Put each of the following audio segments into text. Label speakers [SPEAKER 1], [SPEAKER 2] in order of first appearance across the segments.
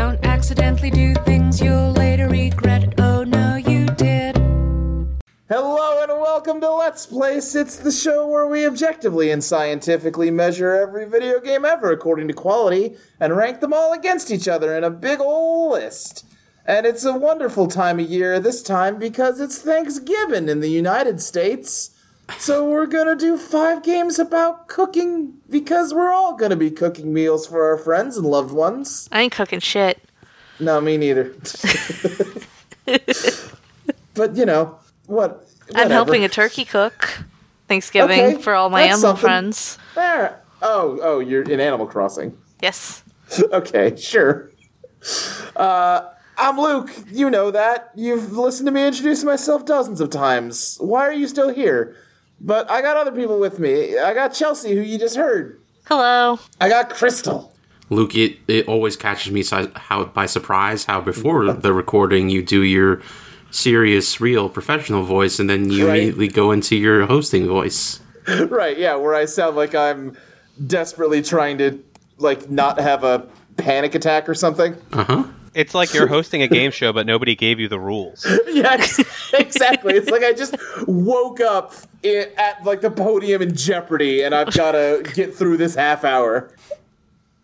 [SPEAKER 1] accidentally do things you'll later regret. Oh no, you did.
[SPEAKER 2] Hello and welcome to Let's Place. It's the show where we objectively and scientifically measure every video game ever according to quality and rank them all against each other in a big ol' list. And it's a wonderful time of year this time because it's Thanksgiving in the United States. So we're gonna do five games about cooking because we're all gonna be cooking meals for our friends and loved ones.
[SPEAKER 3] I ain't cooking shit.
[SPEAKER 2] No, me neither. but you know what?
[SPEAKER 3] I'm helping a turkey cook. Thanksgiving
[SPEAKER 2] Okay,
[SPEAKER 3] for all my
[SPEAKER 2] that's
[SPEAKER 3] animal
[SPEAKER 2] something.
[SPEAKER 3] friends.
[SPEAKER 2] There. Oh, oh, you're in Animal Crossing.
[SPEAKER 3] Yes.
[SPEAKER 2] okay, sure. Uh, I'm Luke. You know that. You've listened to me introduce myself dozens of times. Why are you still here? But I got other people with me. I got Chelsea, who you just heard.
[SPEAKER 3] Hello.
[SPEAKER 2] I got Crystal.
[SPEAKER 4] Luke, it, it always catches me si- how by surprise how before the recording you do your serious, real, professional voice, and then you
[SPEAKER 2] Right.
[SPEAKER 4] immediately go into your hosting voice.
[SPEAKER 2] Right, yeah, where I sound like I'm desperately trying to like not have a panic attack or something.
[SPEAKER 5] It's like you're hosting a game show, but nobody gave you the rules.
[SPEAKER 2] Yeah, ex- exactly. It's like I just woke up i at like the podium in Jeopardy, and I've got to get through this half hour.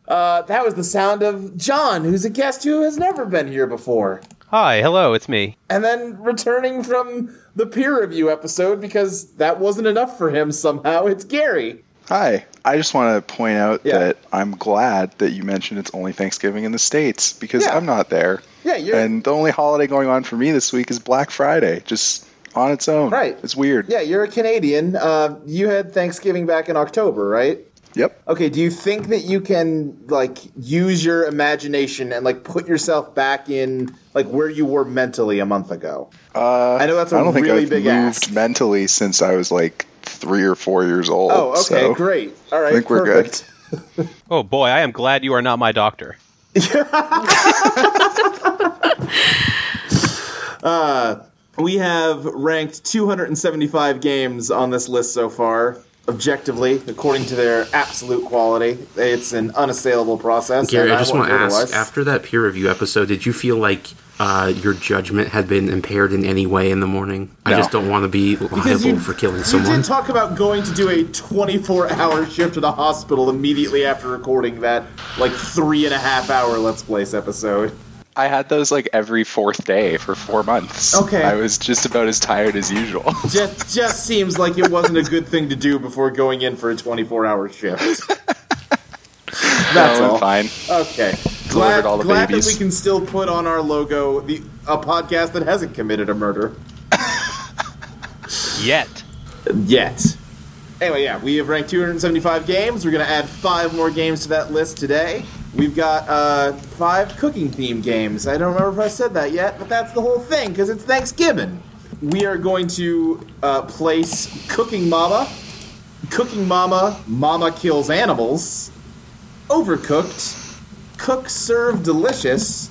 [SPEAKER 2] Uh, that was the sound of John, who's a guest who has never been here before,
[SPEAKER 5] Hi, hello, it's me.
[SPEAKER 2] and then returning from the peer review episode because that wasn't enough for him somehow. It's Gary.
[SPEAKER 6] Hi. I just want to point out
[SPEAKER 2] Yeah.
[SPEAKER 6] that I'm glad that you mentioned it's only Thanksgiving in the States because
[SPEAKER 2] Yeah.
[SPEAKER 6] I'm not there.
[SPEAKER 2] Yeah, you're
[SPEAKER 6] And the only holiday going on for me this week is Black Friday, just on its own.
[SPEAKER 2] Right.
[SPEAKER 6] It's weird.
[SPEAKER 2] yeah, you're a Canadian. Uh, you had Thanksgiving back in October, right?
[SPEAKER 6] Yep.
[SPEAKER 2] Okay, do you think that you can like use your imagination and like put yourself back in like where you were mentally a month ago?
[SPEAKER 6] Uh,
[SPEAKER 2] I know that's a
[SPEAKER 6] I don't think
[SPEAKER 2] really
[SPEAKER 6] I've
[SPEAKER 2] big
[SPEAKER 6] moved
[SPEAKER 2] ask.
[SPEAKER 6] mentally since I was like three or four years old.
[SPEAKER 2] oh, okay,
[SPEAKER 6] so-
[SPEAKER 2] great. All right,
[SPEAKER 6] think we're good.
[SPEAKER 2] perfect.
[SPEAKER 5] Oh boy, I am glad you are not my doctor.
[SPEAKER 2] We have ranked 275 games on this list so far, objectively according to their absolute quality. It's an unassailable process.
[SPEAKER 4] Gary,
[SPEAKER 2] and
[SPEAKER 4] I just
[SPEAKER 2] won't
[SPEAKER 4] want to ask:
[SPEAKER 2] otherwise.
[SPEAKER 4] after that peer review episode, did you feel like uh, your judgment had been impaired in any way in the morning? I
[SPEAKER 6] No.
[SPEAKER 4] just don't want to be
[SPEAKER 2] Because
[SPEAKER 4] liable
[SPEAKER 2] you-
[SPEAKER 4] for killing
[SPEAKER 2] You
[SPEAKER 4] someone.
[SPEAKER 2] did talk about going to do a 24-hour shift at a hospital immediately after recording that, like three and a half hour Let's Plays episode.
[SPEAKER 6] I had those like every fourth day for four months.
[SPEAKER 2] Okay.
[SPEAKER 6] I was just about as tired as usual.
[SPEAKER 2] Just, just seems like it wasn't a good thing to do before going in for a 24-hour shift. That's
[SPEAKER 6] No, I'm
[SPEAKER 2] all.
[SPEAKER 6] fine.
[SPEAKER 2] Okay. Glad,
[SPEAKER 6] Delivered all the
[SPEAKER 2] glad
[SPEAKER 6] babies.
[SPEAKER 2] that we can still put on our logo the a podcast that hasn't committed a murder
[SPEAKER 5] Yet.
[SPEAKER 2] yet. Anyway, yeah, we have ranked 275 games. We're going to add five more games to that list today. We've got uh, five cooking themed games. I don't remember if I said that yet, but that's the whole thing because it's Thanksgiving. We are going to uh, place Cooking Mama, Cooking Mama, Mama Kills Animals, Overcooked, Cook Serve Delicious,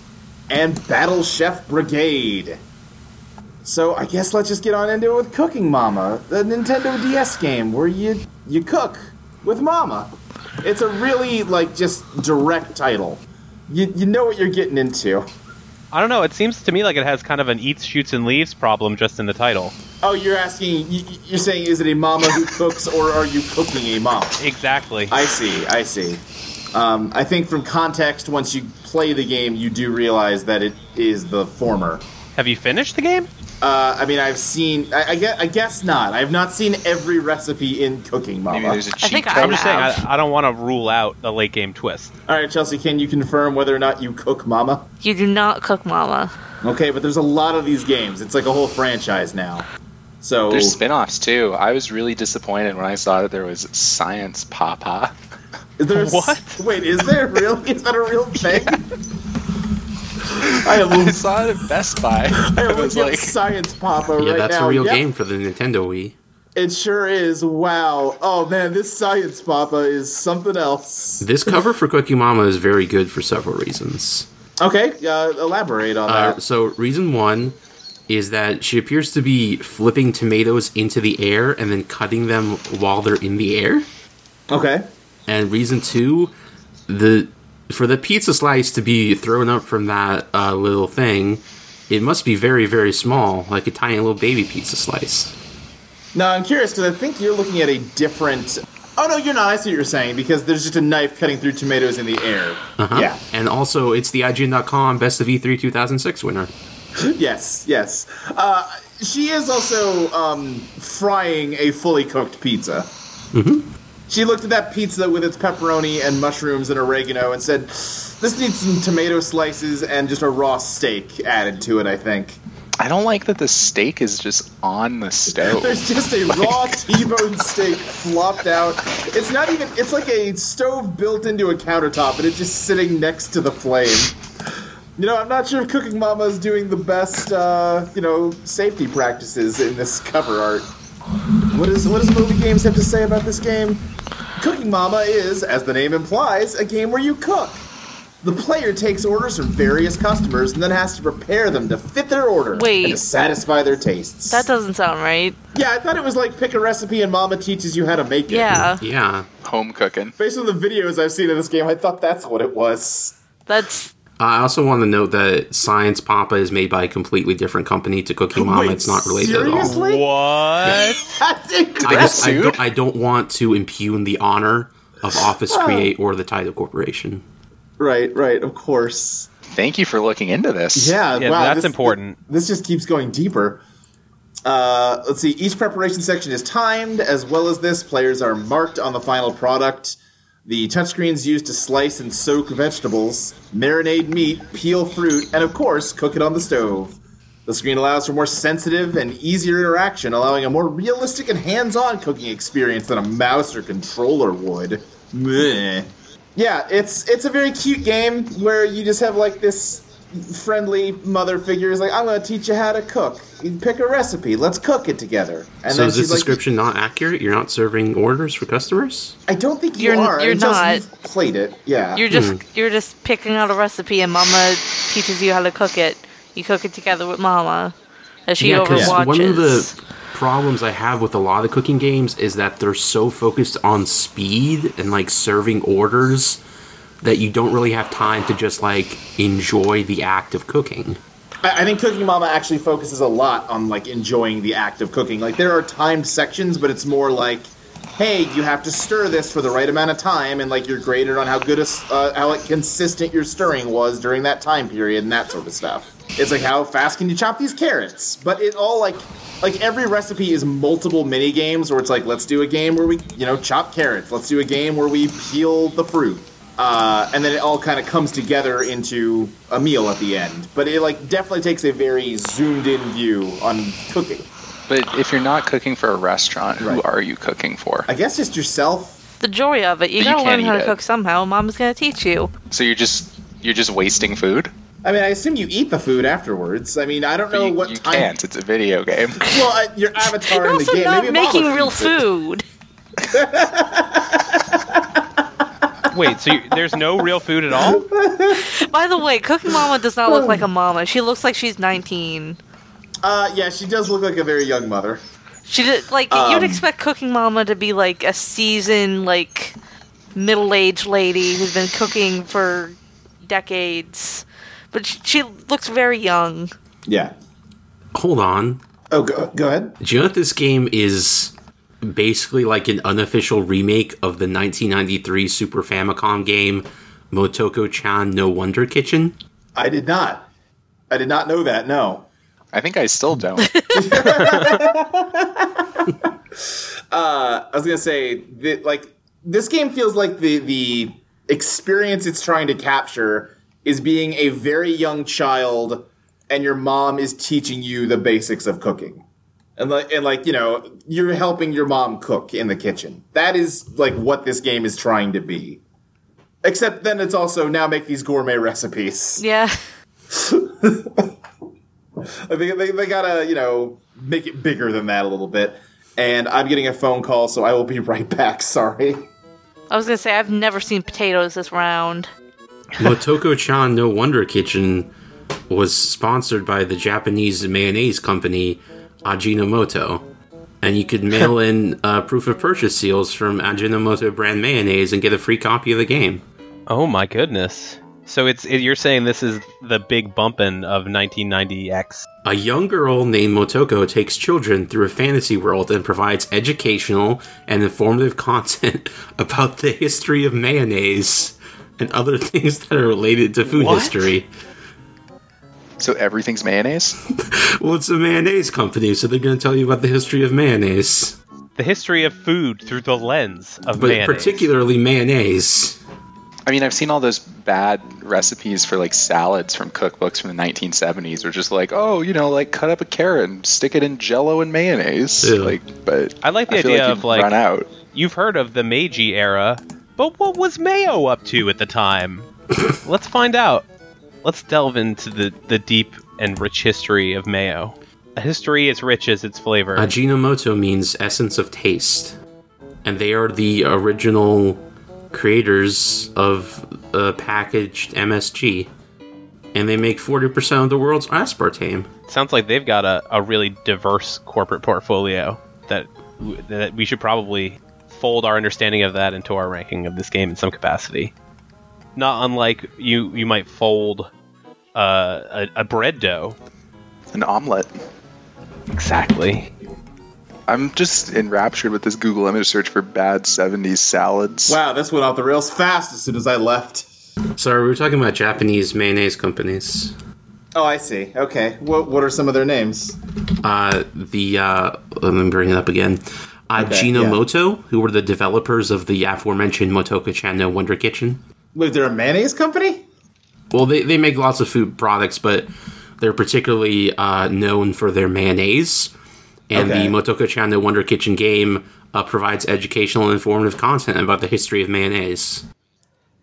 [SPEAKER 2] and Battle Chef Brigade. So I guess let's just get on into it with Cooking Mama, the Nintendo DS game where you you cook with Mama. It's a really like just direct title. You you know what you're getting into.
[SPEAKER 5] I don't know, it seems to me like it has kind of an eats, shoots, and leaves problem just in the title.
[SPEAKER 2] Oh, you're asking. you- You're saying, is it a mama who cooks, or are you cooking a mama?
[SPEAKER 5] Exactly.
[SPEAKER 2] I see. I see. Um, I think from context, once you play the game, you do realize that it is the former.
[SPEAKER 5] Have you finished the game?
[SPEAKER 2] Uh, I mean, I've seen. I, I guess. I guess not. I've not seen every recipe in Cooking Mama.
[SPEAKER 6] Maybe there's a cheat
[SPEAKER 3] think I
[SPEAKER 6] code.
[SPEAKER 5] I'm just saying,
[SPEAKER 3] have.
[SPEAKER 5] I, I don't want to rule out the late game twist.
[SPEAKER 2] All right, Chelsea, can you confirm whether or not you cook Mama?
[SPEAKER 3] You do not cook mama.
[SPEAKER 2] Okay, but there's a lot of these games. It's like a whole franchise now. So
[SPEAKER 6] There's spin-offs too. I was really disappointed when I saw that there was Science Papa.
[SPEAKER 2] is there s-
[SPEAKER 5] What?
[SPEAKER 2] Wait, is there really? Is that a real thing? I am,
[SPEAKER 6] I saw it at Best Buy.
[SPEAKER 2] I
[SPEAKER 6] I
[SPEAKER 2] am
[SPEAKER 6] was
[SPEAKER 2] looking
[SPEAKER 6] like,
[SPEAKER 2] at Science Papa
[SPEAKER 4] Yeah,
[SPEAKER 2] right
[SPEAKER 4] that's
[SPEAKER 2] now.
[SPEAKER 4] a real
[SPEAKER 2] Yep,
[SPEAKER 4] game for the Nintendo Wii.
[SPEAKER 2] It sure is. Wow. Oh man, this Science Papa is something else.
[SPEAKER 4] This cover for Cookie Mama is very good for several reasons.
[SPEAKER 2] Okay, uh, elaborate on
[SPEAKER 4] Uh,
[SPEAKER 2] that.
[SPEAKER 4] so reason one is that she appears to be flipping tomatoes into the air and then cutting them Uh, while they're in the air.
[SPEAKER 2] Okay.
[SPEAKER 4] And reason two, the for the pizza slice to be thrown up from that uh, little thing, it must be very, very small, like a tiny little baby pizza slice.
[SPEAKER 2] Now I'm curious because I think you're looking at a different. Oh no, you're not. I see what you're saying because there's just a knife cutting through tomatoes in the air.
[SPEAKER 4] Uh-huh.
[SPEAKER 2] Yeah.
[SPEAKER 4] And also, it's the IGN.com Best of E E3 2006 winner.
[SPEAKER 2] Yes. Yes. Uh, she is also um, frying a fully cooked pizza. Mm-hmm. She looked at that pizza with its pepperoni and mushrooms and oregano and said, "This needs some tomato slices and just a raw steak added to it." I think.
[SPEAKER 6] I don't like that the steak is just on the stove.
[SPEAKER 2] There's just a raw T-bone steak flopped out. It's not even. It's like a stove built into a countertop, and it's just sitting next to the flame. You know, I'm not sure if Cooking Mama is doing the best, uh, you know, safety practices in this cover art. What is what does movie games have to say about this game? Cooking Mama is, as the name implies, a game where you cook. The player takes orders from various customers and then has to prepare them to fit their order and
[SPEAKER 3] Wait.
[SPEAKER 2] to satisfy their tastes.
[SPEAKER 3] That doesn't sound right.
[SPEAKER 2] Yeah, I thought it was like pick a recipe and mama teaches you how to make it.
[SPEAKER 3] Yeah.
[SPEAKER 4] Yeah.
[SPEAKER 6] Home cooking.
[SPEAKER 2] Based on the videos I've seen of this game, I thought that's what it was.
[SPEAKER 3] That's
[SPEAKER 4] Uh, I also want to note that Science Papa is made by a completely different company to Cooking Mama.
[SPEAKER 2] Wait,
[SPEAKER 4] it's not related at all.
[SPEAKER 2] seriously?
[SPEAKER 5] What?
[SPEAKER 2] That's
[SPEAKER 4] I,
[SPEAKER 2] incorrect.
[SPEAKER 6] get
[SPEAKER 4] just, I,
[SPEAKER 6] sued?
[SPEAKER 4] don't, I don't want to impugn the honor of Office Create or the title corporation.
[SPEAKER 2] Right, right, of course.
[SPEAKER 6] Thank you for looking into this.
[SPEAKER 2] Yeah,
[SPEAKER 5] Yeah,
[SPEAKER 2] wow,
[SPEAKER 5] that's
[SPEAKER 2] this-
[SPEAKER 5] important.
[SPEAKER 2] This just keeps going deeper. Uh, let's see. Each preparation section is timed, as well as this. Players are marked on the final product. The touchscreens used to slice and soak vegetables, marinate meat, peel fruit, and of course, cook it on the stove. The screen allows for more sensitive and easier interaction, allowing a more realistic and hands-on cooking experience than a mouse or controller would. Meh. Yeah, it's it's a very cute game where you just have like this friendly mother figure is like, I'm gonna teach you how to cook. You pick a recipe, let's cook it together. And
[SPEAKER 4] so is this
[SPEAKER 2] she's like,
[SPEAKER 4] description not accurate? You're not serving orders for customers?
[SPEAKER 2] I don't think you
[SPEAKER 3] You're n-
[SPEAKER 2] are.
[SPEAKER 3] you're
[SPEAKER 2] until
[SPEAKER 3] not.
[SPEAKER 2] you've played it. Yeah.
[SPEAKER 3] you're just you're just picking out a recipe and Mama teaches you how to cook it. You cook it together with Mama, as she overwatches.
[SPEAKER 4] one of the problems I have with a lot of cooking games is that they're so focused on speed and like serving orders that you don't really have time to just like enjoy the act of cooking.
[SPEAKER 2] I, I think Cooking Mama actually focuses a lot on like enjoying the act of cooking. Like there are timed sections, but it's more like, hey, you have to stir this for the right amount of time, and like you're graded on how good a s uh, how like consistent your stirring was during that time period and that sort of stuff. It's like how fast can you chop these carrots? But it all like like every recipe is multiple mini games where it's like let's do a game where we you know chop carrots, let's do a game where we peel the fruit uh, and then it all kind of comes together into a meal at the end. But it like definitely takes a very zoomed in view on cooking.
[SPEAKER 6] But if you're not cooking for a restaurant, who
[SPEAKER 2] Right.
[SPEAKER 6] are you cooking for?
[SPEAKER 2] I guess just yourself.
[SPEAKER 3] the joy of it. You
[SPEAKER 6] But you
[SPEAKER 3] gotta
[SPEAKER 6] can't
[SPEAKER 3] learn how
[SPEAKER 6] eat
[SPEAKER 3] to
[SPEAKER 6] it.
[SPEAKER 3] cook somehow. Mama's gonna teach you.
[SPEAKER 6] So you're just you're just wasting food.
[SPEAKER 2] I mean, I assume you eat the food afterwards. I mean, I don't
[SPEAKER 6] But
[SPEAKER 2] know
[SPEAKER 6] you,
[SPEAKER 2] what
[SPEAKER 6] you
[SPEAKER 2] time.
[SPEAKER 6] can't. It's a video game.
[SPEAKER 2] Well, uh, your avatar
[SPEAKER 3] You're
[SPEAKER 2] in the
[SPEAKER 3] also
[SPEAKER 2] game.
[SPEAKER 3] not
[SPEAKER 2] Maybe
[SPEAKER 3] making
[SPEAKER 2] Mama
[SPEAKER 3] real
[SPEAKER 2] eats it.
[SPEAKER 3] food.
[SPEAKER 5] Wait, so you, there's no real food at all?
[SPEAKER 3] By the way, Cooking Mama does not
[SPEAKER 2] Oh.
[SPEAKER 3] look like a mama. She looks like she's 19.
[SPEAKER 2] Uh, yeah, she does look like a very young mother.
[SPEAKER 3] She did like you'd expect Cooking Mama to be like a seasoned, like middle-aged lady who's been cooking for decades, but she, she looks very young.
[SPEAKER 2] Yeah.
[SPEAKER 4] Hold on.
[SPEAKER 2] Oh, go, go ahead.
[SPEAKER 4] Do you know that this game is basically like an unofficial remake of the 1993 Super Famicom game Motoko Chan No Wonder Kitchen?
[SPEAKER 2] I did not. I did not know that. No.
[SPEAKER 6] I think I still don't.
[SPEAKER 2] I was gonna say that like this game feels like the the experience it's trying to capture is being a very young child and your mom is teaching you the basics of cooking. And like and like, you know, you're helping your mom cook in the kitchen. That is like what this game is trying to be. Except then it's also now make these gourmet recipes.
[SPEAKER 3] Yeah,
[SPEAKER 2] I think they, they gotta, you know, make it bigger than that a little bit. And I'm getting a phone call, so I will be right back. Sorry.
[SPEAKER 3] I was gonna say I've never seen potatoes this round.
[SPEAKER 4] Motoko Chan No Wonder Kitchen was sponsored by the Japanese mayonnaise company Ajinomoto. And you could mail in uh, proof of purchase seals from Ajinomoto brand mayonnaise and get a free copy of the game.
[SPEAKER 5] Oh my goodness. So it's it, you're saying this is the big bumpin' of 1990X.
[SPEAKER 4] A young girl named Motoko takes children through a fantasy world and provides educational and informative content about the history of mayonnaise and other things that are related to food
[SPEAKER 5] What?
[SPEAKER 4] history.
[SPEAKER 6] So everything's mayonnaise?
[SPEAKER 4] Well, it's a mayonnaise company, so they're going to tell you about the history of mayonnaise,
[SPEAKER 5] The history of food through the lens of
[SPEAKER 4] but
[SPEAKER 5] mayonnaise.
[SPEAKER 4] particularly mayonnaise.
[SPEAKER 6] I mean, I've seen all those bad recipes for like salads from cookbooks from the 1970s, or just like, oh, you know, like cut up a carrot and stick it in Jello and mayonnaise.
[SPEAKER 4] Ew.
[SPEAKER 6] Like, but
[SPEAKER 5] I like the
[SPEAKER 6] feel
[SPEAKER 5] idea
[SPEAKER 6] you've
[SPEAKER 5] of, like-
[SPEAKER 6] run out.
[SPEAKER 5] You've heard of the Meiji era, but what was Mayo up to at the time? Let's find out. Let's delve into the, the deep and rich history of Mayo. A history as rich as its flavor.
[SPEAKER 4] Ajinomoto means essence of taste, and they are the original creators of uh, packaged MSG, and they make 40% of the world's aspartame.
[SPEAKER 5] Sounds like they've got a, a really diverse corporate portfolio that w- that we should probably fold our understanding of that into our ranking of this game in some capacity. Not unlike you you might fold uh, a, a bread dough.
[SPEAKER 6] An omelet.
[SPEAKER 5] Exactly.
[SPEAKER 6] I'm just enraptured with this Google image search for bad 70s salads.
[SPEAKER 2] Wow, this went off the rails fast as soon as I left.
[SPEAKER 4] Sorry, we were talking about Japanese mayonnaise companies.
[SPEAKER 2] Oh, I see. Okay. What what are some of their names?
[SPEAKER 4] Uh, the uh, let me bring it up again. Ajinomoto, who were the developers of the aforementioned Motoka Chano Wonder Kitchen.
[SPEAKER 2] Wait, they're a mayonnaise company?
[SPEAKER 4] Well, they, they make lots of food products, but they're particularly uh, known for their mayonnaise. And
[SPEAKER 2] Okay.
[SPEAKER 4] the Motoka Chando Wonder Kitchen game uh, provides educational and informative content about the history of mayonnaise.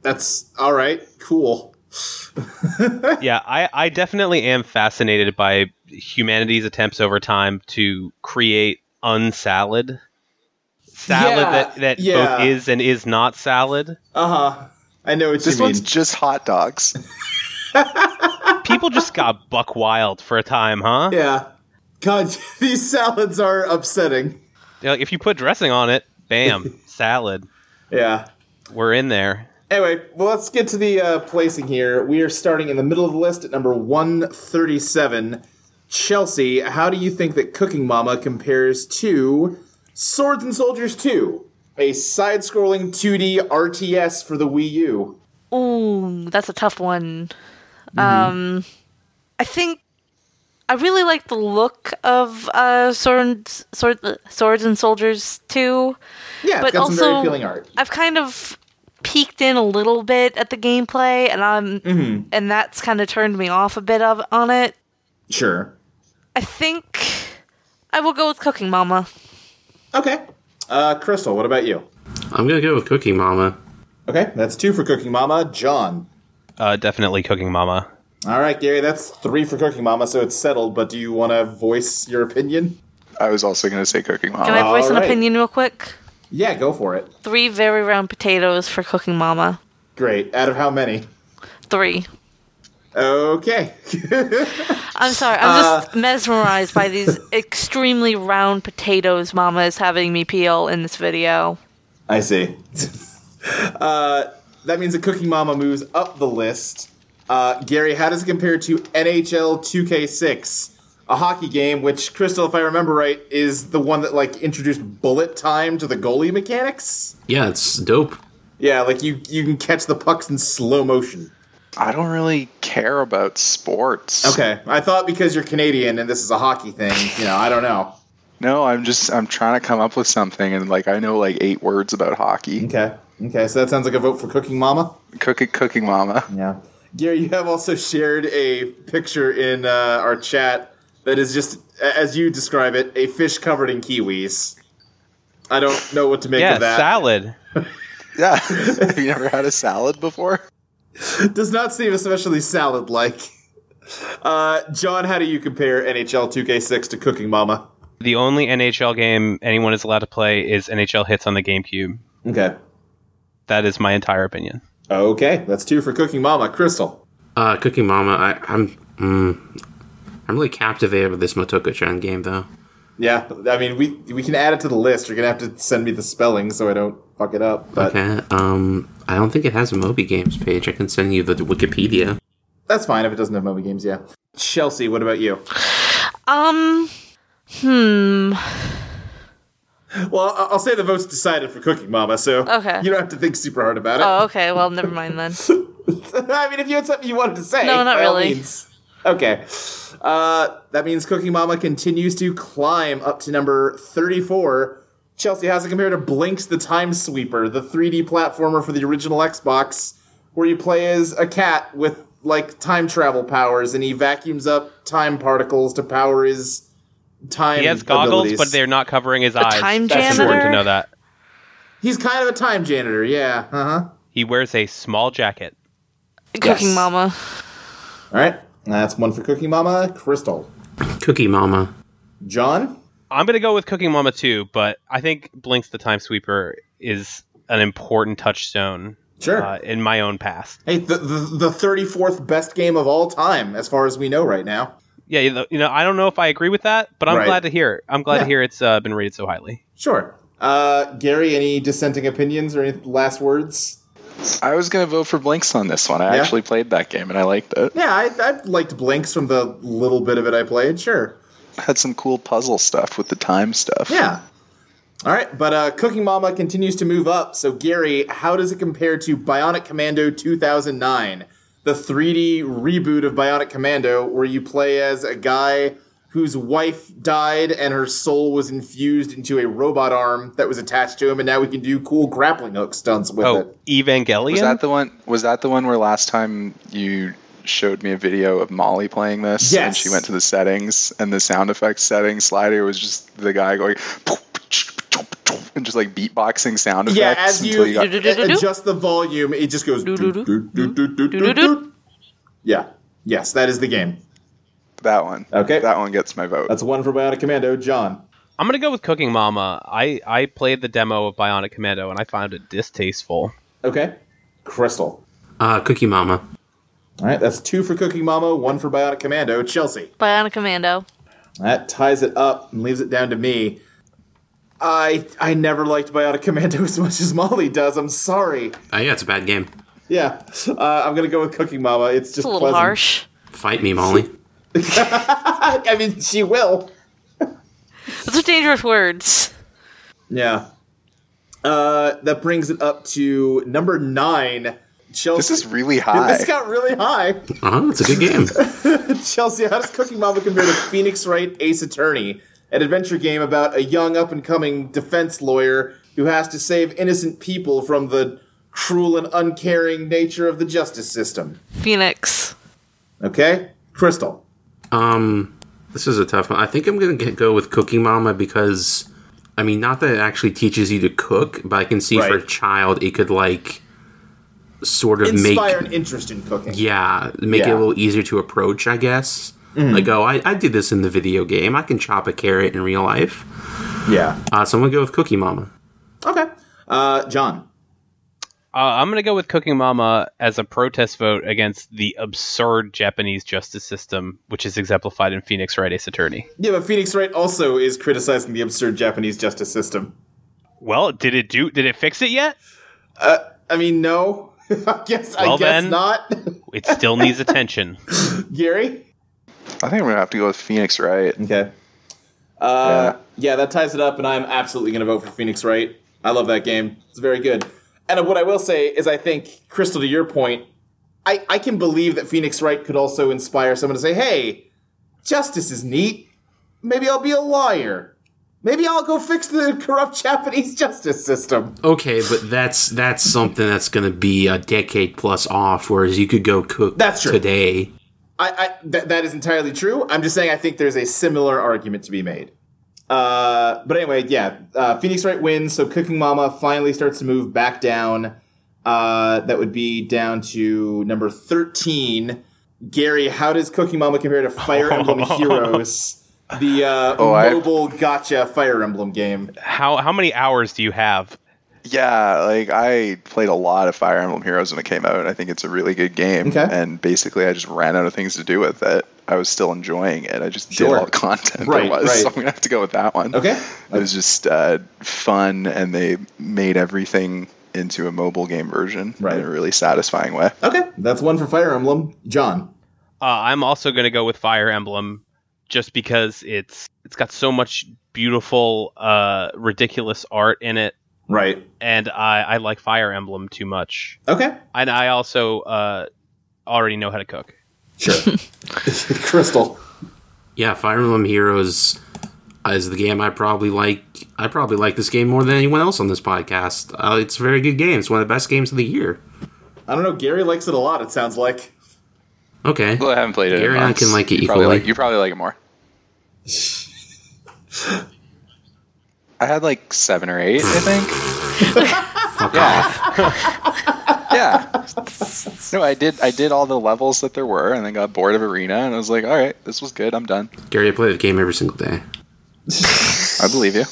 [SPEAKER 2] That's all right. Cool.
[SPEAKER 5] yeah, I, I definitely am fascinated by humanity's attempts over time to create unsalad. Salad
[SPEAKER 2] Yeah,
[SPEAKER 5] that, that
[SPEAKER 2] yeah.
[SPEAKER 5] both is and is not salad.
[SPEAKER 2] Uh huh. I know what
[SPEAKER 6] This
[SPEAKER 2] you mean.
[SPEAKER 6] one's just hot dogs.
[SPEAKER 5] People just got buck wild for a time, huh?
[SPEAKER 2] yeah. God, these salads are upsetting.
[SPEAKER 5] They're like, if you put dressing on it, bam, salad.
[SPEAKER 2] Yeah.
[SPEAKER 5] We're in there.
[SPEAKER 2] Anyway, well, let's get to the uh, placing here. We are starting in the middle of the list at number 137. Chelsea, how do you think that Cooking Mama compares to Swords and Soldiers 2, a side scrolling 2D RTS for the Wii U?
[SPEAKER 3] Ooh, that's a tough one. Um, I think I really like the look of uh, swords, sword, swords and soldiers too.
[SPEAKER 2] Yeah,
[SPEAKER 3] But
[SPEAKER 2] it's got some very
[SPEAKER 3] also-
[SPEAKER 2] appealing art.
[SPEAKER 3] I've kind of peeked in a little bit at the gameplay, and I'm
[SPEAKER 2] Mm-hmm.
[SPEAKER 3] and that's kind of turned me off a bit of on it.
[SPEAKER 2] Sure.
[SPEAKER 3] I think I will go with Cooking Mama.
[SPEAKER 2] Okay. Uh, Crystal, what about you?
[SPEAKER 4] I'm going to go with Cooking Mama.
[SPEAKER 2] Okay, that's two for Cooking Mama. John.
[SPEAKER 5] Uh, definitely cooking mama.
[SPEAKER 2] All right, Gary, that's three for Cooking Mama, so it's settled, but do you want to voice your opinion?
[SPEAKER 6] I was also going to say cooking mama.
[SPEAKER 3] Can I voice an
[SPEAKER 2] Alright.
[SPEAKER 3] opinion real quick?
[SPEAKER 2] Yeah, go for it.
[SPEAKER 3] Three very round potatoes for Cooking Mama.
[SPEAKER 2] Great. Out of how many?
[SPEAKER 3] Three.
[SPEAKER 2] Okay.
[SPEAKER 3] I'm sorry. I'm just
[SPEAKER 2] Uh.
[SPEAKER 3] mesmerized by these extremely round potatoes Mama is having me peel in this video.
[SPEAKER 2] I see. uh, that means the Cooking Mama moves up the list. Uh, Gary, how does it compare to NHL 2K6, a hockey game which Crystal, if I remember right, is the one that like introduced bullet time to the goalie mechanics?
[SPEAKER 4] Yeah, it's dope.
[SPEAKER 2] Yeah, like you you can catch the pucks in slow motion.
[SPEAKER 6] I don't really care about sports.
[SPEAKER 2] Okay, I thought because you're Canadian and this is a hockey thing, you know, I don't know.
[SPEAKER 6] No, I'm just I'm trying to come up with something, and like I know like eight words about hockey.
[SPEAKER 2] Okay, okay, so that sounds like a vote for Cooking Mama.
[SPEAKER 6] Cook it, cooking mama.
[SPEAKER 2] Yeah. Gary, you have also shared a picture in uh, our chat that is just, a- as you describe it, a fish covered in kiwis. I don't know what to make
[SPEAKER 5] Yeah,
[SPEAKER 2] of that.
[SPEAKER 5] salad.
[SPEAKER 6] Yeah. Have you never had a salad before?
[SPEAKER 2] Does not seem especially salad like. Uh, John, how do you compare NHL 2K6 to Cooking Mama?
[SPEAKER 5] The only NHL game anyone is allowed to play is NHL Hits on the GameCube.
[SPEAKER 2] Okay.
[SPEAKER 5] That is my entire opinion.
[SPEAKER 2] Okay, that's two for Cooking Mama. Crystal.
[SPEAKER 4] Uh, Cooking Mama, I, I'm mm, I'm really captivated with this Motoko Chan game, though.
[SPEAKER 2] Yeah, I mean, we we can add it to the list. You're gonna have to send me the spelling so I don't fuck it up. But
[SPEAKER 4] Okay. Um, I don't think it has a Moby Games page. I can send you the Wikipedia.
[SPEAKER 2] that's fine if it doesn't have Moby Games. Yeah, Chelsea, what about you?
[SPEAKER 3] Um, hmm.
[SPEAKER 2] Well, I- I'll say the vote's decided for Cooking Mama, so
[SPEAKER 3] Okay.
[SPEAKER 2] you don't have to think super hard about it.
[SPEAKER 3] Oh, okay. Well, never mind then.
[SPEAKER 2] I mean, if you had something you wanted to say,
[SPEAKER 3] No, not
[SPEAKER 2] by all
[SPEAKER 3] really.
[SPEAKER 2] means. Okay, uh, that means Cooking Mama continues to climb up to number thirty-four. Chelsea, how's it compare to Blinks the Time Sweeper, the 3D platformer for the original Xbox, where you play as a cat with like time travel powers, and he vacuums up time particles to power his time.
[SPEAKER 5] He has goggles,
[SPEAKER 2] abilities.
[SPEAKER 5] but they're not covering his eyes.
[SPEAKER 3] time
[SPEAKER 5] That's important
[SPEAKER 3] janitor?
[SPEAKER 5] to know that.
[SPEAKER 2] he's kind of a time janitor. Yeah. Uh huh.
[SPEAKER 5] He wears a small jacket.
[SPEAKER 3] Cooking Mama.
[SPEAKER 2] All right, that's one for Cookie Mama. Crystal,
[SPEAKER 4] Cookie Mama.
[SPEAKER 2] John.
[SPEAKER 5] I'm gonna go with Cooking Mama too, but I think Blinks the Time Sweeper is an important touchstone
[SPEAKER 2] Sure.
[SPEAKER 5] uh, in my own past.
[SPEAKER 2] hey, the, the the 34th best game of all time, as far as we know right now.
[SPEAKER 5] Yeah, you know, you know, I don't know if I agree with that, but I'm
[SPEAKER 2] Right.
[SPEAKER 5] glad to hear it. I'm glad
[SPEAKER 2] Yeah.
[SPEAKER 5] to hear it's uh, been rated so highly.
[SPEAKER 2] Sure. Uh, Gary, any dissenting opinions or any last words?
[SPEAKER 6] I was going to vote for Blinks on this one. I
[SPEAKER 2] Yeah?
[SPEAKER 6] actually played that game and I liked it.
[SPEAKER 2] Yeah, I, I liked Blinks from the little bit of it I played. Sure.
[SPEAKER 6] Had some cool puzzle stuff with the time stuff.
[SPEAKER 2] Yeah. All right, but uh, Cooking Mama continues to move up. So, Gary, how does it compare to Bionic Commando 2009, the 3D reboot of Bionic Commando, where you play as a guy whose wife died and her soul was infused into a robot arm that was attached to him, and now we can do cool grappling hook stunts with
[SPEAKER 5] Oh,
[SPEAKER 2] it?
[SPEAKER 5] Evangelion.
[SPEAKER 6] Was that the one? Was that the one where last time you showed me a video of Molly playing this?
[SPEAKER 2] Yes.
[SPEAKER 6] And she went to the settings, and the sound effects settings slider was just the guy going and just like beatboxing sound effects
[SPEAKER 2] Yeah, as you,
[SPEAKER 6] until you, got.
[SPEAKER 2] a- adjust the volume, it just goes.
[SPEAKER 3] Do-do-do.
[SPEAKER 2] "Doot, doot, doot, doot, doot, doot." Yeah. Yes, that is the game.
[SPEAKER 6] That one.
[SPEAKER 2] Okay.
[SPEAKER 6] That one gets my vote.
[SPEAKER 2] That's one for Bionic Commando, John.
[SPEAKER 5] I'm gonna go with Cooking Mama. I I played the demo of Bionic Commando and I found it distasteful.
[SPEAKER 2] Okay. Crystal.
[SPEAKER 4] Uh, Cookie Mama.
[SPEAKER 2] All right, that's two for Cooking Mama, one for Bionic Commando, Chelsea.
[SPEAKER 3] Bionic Commando.
[SPEAKER 2] That ties it up and leaves it down to me. I I never liked Bionic Commando as much as Molly does. I'm sorry.
[SPEAKER 4] Oh yeah, it's a bad game.
[SPEAKER 2] Yeah, uh, I'm gonna go with Cooking Mama. It's just
[SPEAKER 3] It's a little
[SPEAKER 2] pleasant.
[SPEAKER 3] harsh.
[SPEAKER 4] Fight me, Molly.
[SPEAKER 2] I, I mean, she will.
[SPEAKER 3] Those are dangerous words.
[SPEAKER 2] Yeah. Uh, that brings it up to number nine. Chelsea.
[SPEAKER 6] this is really high.
[SPEAKER 2] This got really high.
[SPEAKER 4] Uh huh. It's a good game.
[SPEAKER 2] Chelsea, how does Cooking Mama compare to Phoenix Wright Ace Attorney, an adventure game about a young up and coming defense lawyer who has to save innocent people from the cruel and uncaring nature of the justice system?
[SPEAKER 3] Phoenix.
[SPEAKER 2] Okay? Crystal.
[SPEAKER 4] Um, this is a tough one. I think I'm gonna get, go with Cooking Mama because, I mean, not that it actually teaches you to cook, but I can see for a
[SPEAKER 2] Right.
[SPEAKER 4] child it could like sort of
[SPEAKER 2] Inspire
[SPEAKER 4] make
[SPEAKER 2] an interest in cooking.
[SPEAKER 4] yeah make it
[SPEAKER 2] Yeah. Mm-hmm.
[SPEAKER 4] a little easier to approach. I guess. Like, oh, I, I did this in the video game. I can chop a carrot in real life.
[SPEAKER 2] Yeah.
[SPEAKER 4] Uh, so I'm gonna go with Cookie Mama.
[SPEAKER 2] Okay. Uh, John.
[SPEAKER 5] Uh, I'm gonna go with Cooking Mama as a protest vote against the absurd Japanese justice system, which is exemplified in Phoenix Wright Ace Attorney.
[SPEAKER 2] Yeah, but Phoenix Wright also is criticizing the absurd Japanese justice system.
[SPEAKER 5] Well, did it do? Did it fix it yet?
[SPEAKER 2] I mean, no. I guess, I
[SPEAKER 5] Well,
[SPEAKER 2] guess
[SPEAKER 5] then.
[SPEAKER 2] not.
[SPEAKER 5] It still needs attention.
[SPEAKER 2] Gary?
[SPEAKER 6] I think I'm gonna have to go with Phoenix, right?
[SPEAKER 2] Okay. Uh, yeah. that ties it up, and I'm absolutely going to vote for Phoenix Wright. I love that game. It's very good. And what I will say is, I think, Crystal, to your point, I, I can believe that Phoenix Wright could also inspire someone to say, hey, justice is neat. Maybe I'll be a lawyer. Maybe I'll go fix the corrupt Japanese justice system.
[SPEAKER 4] Okay, but that's that's something that's gonna be a decade plus off, whereas you could go cook
[SPEAKER 2] That's true.
[SPEAKER 4] today.
[SPEAKER 2] I, I that that is entirely true. I'm just saying I think there's a similar argument to be made. Uh, but anyway, yeah, uh, Phoenix Wright wins, so Cooking Mama finally starts to move back down. Uh, that would be down to number thirteen. Gary, how does Cooking Mama compare to Fire Emblem Heroes, the uh,
[SPEAKER 6] Oh, I-
[SPEAKER 2] mobile gotcha Fire Emblem game?
[SPEAKER 5] How how many hours do you have?
[SPEAKER 6] Yeah, like I played a lot of Fire Emblem Heroes when it came out, and I think it's a really good game.
[SPEAKER 2] Okay.
[SPEAKER 6] And basically, I just ran out of things to do with it. I was still enjoying it. I just
[SPEAKER 2] Sure.
[SPEAKER 6] did all the content
[SPEAKER 2] Right,
[SPEAKER 6] there was.
[SPEAKER 2] right.
[SPEAKER 6] So I'm gonna have to go with that one.
[SPEAKER 2] Okay.
[SPEAKER 6] It was just uh, fun, and they made everything into a mobile game version
[SPEAKER 2] Right.
[SPEAKER 6] in a really satisfying way.
[SPEAKER 2] Okay, that's one for Fire Emblem. John.
[SPEAKER 5] Uh, I'm also going to go with Fire Emblem, just because it's it's got so much beautiful, uh, ridiculous art in it,
[SPEAKER 2] Right.
[SPEAKER 5] and I, I like Fire Emblem too much.
[SPEAKER 2] Okay.
[SPEAKER 5] And I also uh, already know how to cook.
[SPEAKER 2] Sure. Crystal.
[SPEAKER 4] Yeah, Fire Emblem Heroes is the game I probably like. I probably like this game more than anyone else on this podcast. Uh, it's a very good game. It's one of the best games of the year.
[SPEAKER 2] I don't know. Gary likes it a lot. It sounds like.
[SPEAKER 4] Okay.
[SPEAKER 6] Well, I haven't played it. in
[SPEAKER 4] Gary and I
[SPEAKER 6] months.
[SPEAKER 4] can like it
[SPEAKER 6] you probably
[SPEAKER 4] equally.
[SPEAKER 6] like, you probably like it more. I had like seven or eight, I think. yeah. yeah. No, I did. I did all the levels that there were, and then got bored of arena, and I was like, "All right, this was good. I'm done.
[SPEAKER 4] Gary, I play the game every single day.
[SPEAKER 6] I believe you."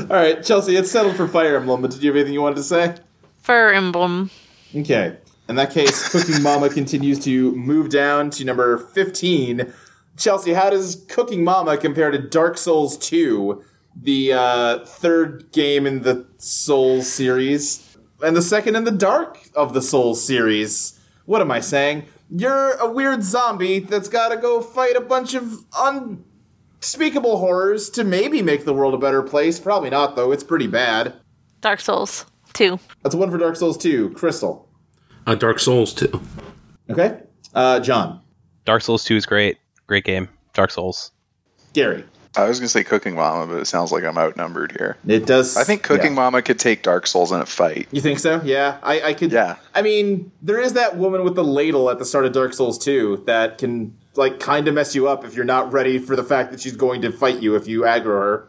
[SPEAKER 2] All right, Chelsea, it's settled for Fire Emblem, but did you have anything you wanted to say?
[SPEAKER 3] Fire Emblem.
[SPEAKER 2] Okay. In that case, Cooking Mama continues to move down to number 15. Chelsea, how does Cooking Mama compare to Dark Souls 2, the uh, third game in the Souls series, and the second in the Dark of the Souls series? What am I saying? You're a weird zombie that's gotta go fight a bunch of unspeakable horrors to maybe make the world a better place. Probably not, though. It's pretty bad.
[SPEAKER 3] Dark Souls 2.
[SPEAKER 2] That's one for Dark Souls 2. Crystal.
[SPEAKER 4] Uh, Dark Souls 2.
[SPEAKER 2] Okay. Uh, John.
[SPEAKER 5] Dark Souls Two is great. Great game. Dark Souls.
[SPEAKER 2] Gary.
[SPEAKER 6] I was gonna say Cooking Mama, but it sounds like I'm outnumbered here.
[SPEAKER 2] It does.
[SPEAKER 6] I think Cooking
[SPEAKER 2] yeah.
[SPEAKER 6] Mama could take Dark Souls in a fight.
[SPEAKER 2] You think so? Yeah, I, I could.
[SPEAKER 6] Yeah.
[SPEAKER 2] I mean, there is that woman with the ladle at the start of Dark Souls 2 that can like kind of mess you up if you're not ready for the fact that she's going to fight you if you aggro her.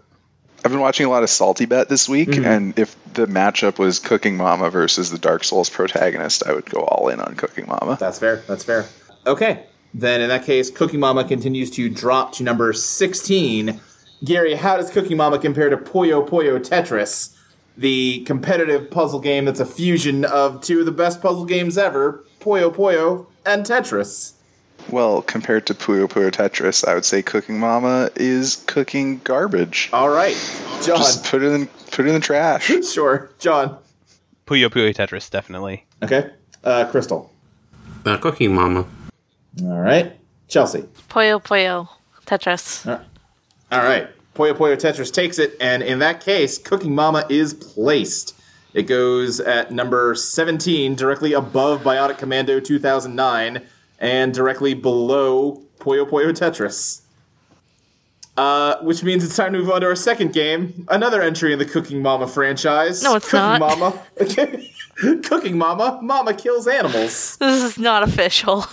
[SPEAKER 6] I've been watching a lot of Salty Bet this week, and if the matchup was Cooking Mama versus the Dark Souls protagonist, I would go all in on Cooking Mama.
[SPEAKER 2] That's fair. That's fair. Okay. Then in that case, Cooking Mama continues to drop to number 16. Gary, how does Cooking Mama compare to Puyo Puyo Tetris, the competitive puzzle game that's a fusion of two of the best puzzle games ever, Puyo Puyo and Tetris?
[SPEAKER 6] Well, compared to Puyo Puyo Tetris, I would say Cooking Mama is cooking garbage.
[SPEAKER 2] All right, John.
[SPEAKER 6] Just put it in, put it in the trash.
[SPEAKER 2] sure, John.
[SPEAKER 5] Puyo Puyo Tetris, definitely.
[SPEAKER 2] Okay. Uh, Crystal.
[SPEAKER 4] Uh, Cooking Mama.
[SPEAKER 2] All right. Chelsea.
[SPEAKER 3] Puyo Puyo.
[SPEAKER 2] Uh.
[SPEAKER 3] Tetris.
[SPEAKER 2] All right. Puyo Puyo Tetris takes it, and in that case, Cooking Mama is placed. It goes at number 17, directly above Bionic Commando 2009, and directly below Puyo Puyo Tetris. Uh, which means it's time to move on to our second game, another entry in the Cooking Mama franchise.
[SPEAKER 3] No, it's
[SPEAKER 2] Cooking
[SPEAKER 3] not.
[SPEAKER 2] Mama. Okay. Cooking Mama. Mama kills animals.
[SPEAKER 3] This is not official.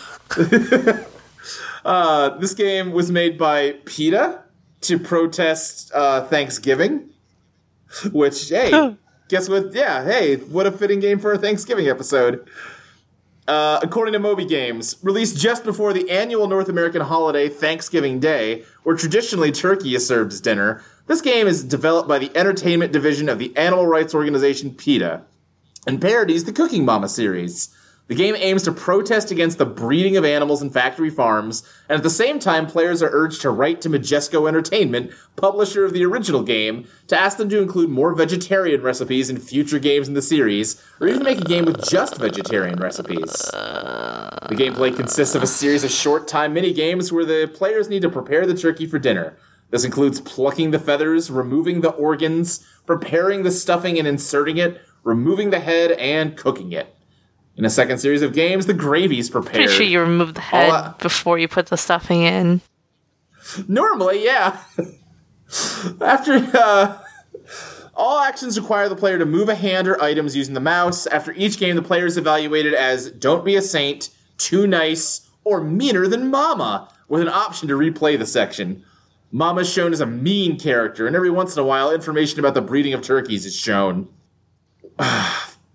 [SPEAKER 2] Uh, this game was made by PETA to protest uh, Thanksgiving, which, hey, guess what? Yeah, hey, what a fitting game for a Thanksgiving episode. Uh, according to Moby Games, released just before the annual North American holiday Thanksgiving Day, where traditionally turkey is served as dinner, this game is developed by the entertainment division of the animal rights organization PETA and parodies the Cooking Mama series. The game aims to protest against the breeding of animals in factory farms, and at the same time, players are urged to write to Majesco Entertainment, publisher of the original game, to ask them to include more vegetarian recipes in future games in the series, or even make a game with just vegetarian recipes. The gameplay consists of a series of short time mini games where the players need to prepare the turkey for dinner. This includes plucking the feathers, removing the organs, preparing the stuffing and inserting it, removing the head, and cooking it. In a second series of games, the gravy's prepared.
[SPEAKER 3] Pretty sure you remove the head
[SPEAKER 2] All I-
[SPEAKER 3] before you put the stuffing in.
[SPEAKER 2] Normally, yeah. After uh, all actions require the player to move a hand or items using the mouse. After each game, the player is evaluated as "Don't be a saint," "Too nice," or "Meaner than Mama," with an option to replay the section. Mama is shown as a mean character, and every once in a while, information about the breeding of turkeys is shown.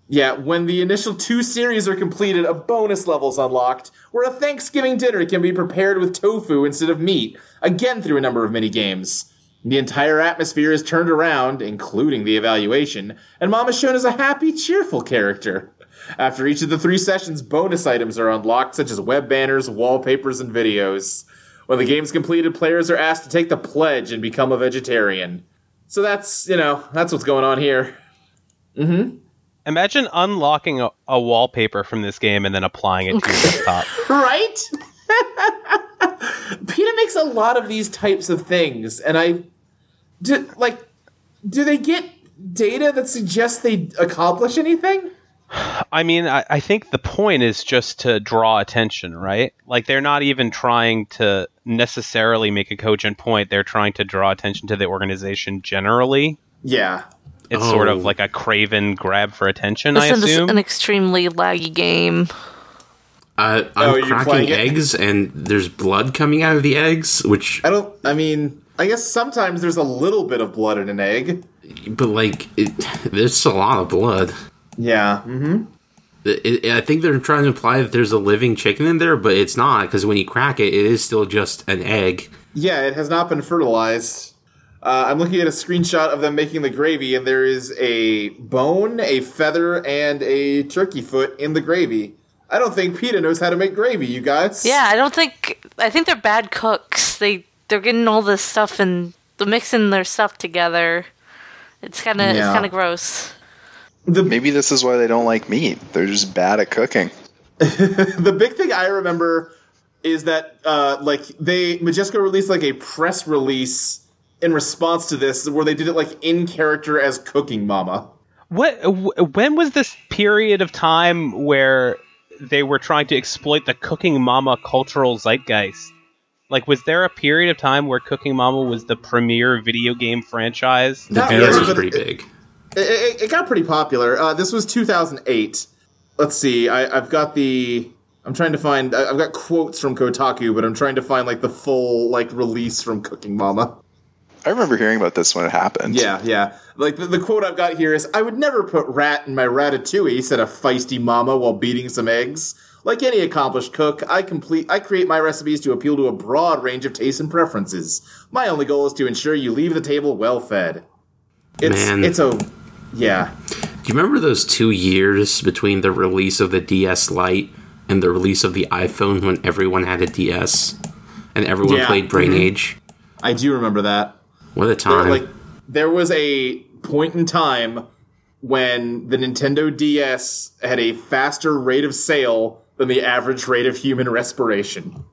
[SPEAKER 2] Yeah, when the initial two series are completed, a bonus level is unlocked, where a Thanksgiving dinner can be prepared with tofu instead of meat, again through a number of mini-games. The entire atmosphere is turned around, including the evaluation, and Mom is shown as a happy, cheerful character. After each of the three sessions, bonus items are unlocked, such as web banners, wallpapers, and videos. When the game's completed, players are asked to take the pledge and become a vegetarian. So that's, you know, that's what's going on here.
[SPEAKER 5] Imagine unlocking a, a wallpaper from this game and then applying it to your desktop.
[SPEAKER 2] Right? PETA makes a lot of these types of things, and I. Do, like, do they get data that suggests they accomplish anything?
[SPEAKER 5] I mean, I, I think the point is just to draw attention, right? Like they're not even trying to necessarily make a cogent point. They're trying to draw attention to the organization generally.
[SPEAKER 2] Yeah.
[SPEAKER 5] It's sort
[SPEAKER 4] Oh.
[SPEAKER 5] of like a craven grab for attention, I
[SPEAKER 3] This is
[SPEAKER 5] assume.
[SPEAKER 3] an extremely laggy game.
[SPEAKER 4] Uh,
[SPEAKER 2] Oh,
[SPEAKER 4] I'm
[SPEAKER 2] you're playing
[SPEAKER 4] cracking
[SPEAKER 2] it?
[SPEAKER 4] eggs, and there's blood coming out of the eggs, which,
[SPEAKER 2] I don't. I mean, I guess sometimes there's a little bit of blood in an egg.
[SPEAKER 4] but like, it, there's a lot of blood.
[SPEAKER 2] Yeah. Mm-hmm.
[SPEAKER 4] It, it- I think they're trying to imply that there's a living chicken in there, but it's not because when you crack it, it is still just an egg.
[SPEAKER 2] Yeah, it has not been fertilized. Uh, I'm looking at a screenshot of them making the gravy, and there is a bone, a feather, and a turkey foot in the gravy. I don't think PETA knows how to make gravy, you guys.
[SPEAKER 3] Yeah, I don't think I think they're bad cooks. They they're getting all this stuff and they're mixing their stuff together. It's kind of
[SPEAKER 2] Yeah.
[SPEAKER 3] it's kind of gross.
[SPEAKER 6] Maybe this is why they don't like meat. They're just bad at cooking.
[SPEAKER 2] the big thing I remember is that uh, like they Majesco released like a press release in response to this, where they did it like in character as Cooking Mama.
[SPEAKER 5] what? wh- When was this period of time where they were trying to exploit the cooking mama cultural zeitgeist? Like, was there a period of time where Cooking Mama was the premier video game franchise?
[SPEAKER 4] The
[SPEAKER 2] Not
[SPEAKER 4] beer
[SPEAKER 2] really,
[SPEAKER 4] was
[SPEAKER 2] but
[SPEAKER 4] pretty
[SPEAKER 2] it-
[SPEAKER 4] big.
[SPEAKER 2] it, it, it got pretty popular. Uh, this was 2008. Let's see. I, I've got the. I'm trying to find. I, I've got quotes from Kotaku, but I'm trying to find like the full like release from Cooking Mama.
[SPEAKER 6] I remember hearing about this when it happened.
[SPEAKER 2] Yeah, yeah. Like the, the quote I've got here is, "I would never put rat in my ratatouille," said a feisty mama while beating some eggs. Like any accomplished cook, I complete I create my recipes to appeal to a broad range of tastes and preferences. My only goal is to ensure you leave the table well fed. It's
[SPEAKER 4] Man.
[SPEAKER 2] it's a yeah.
[SPEAKER 4] Do you remember those two years between the release of the DS Lite and the release of the iPhone when everyone had a DS and everyone
[SPEAKER 2] Yeah.
[SPEAKER 4] played Brain Age?
[SPEAKER 2] I do remember that.
[SPEAKER 4] What a
[SPEAKER 2] There,
[SPEAKER 4] time!
[SPEAKER 2] like there was a point in time when the Nintendo DS had a faster rate of sale than the average rate of human respiration.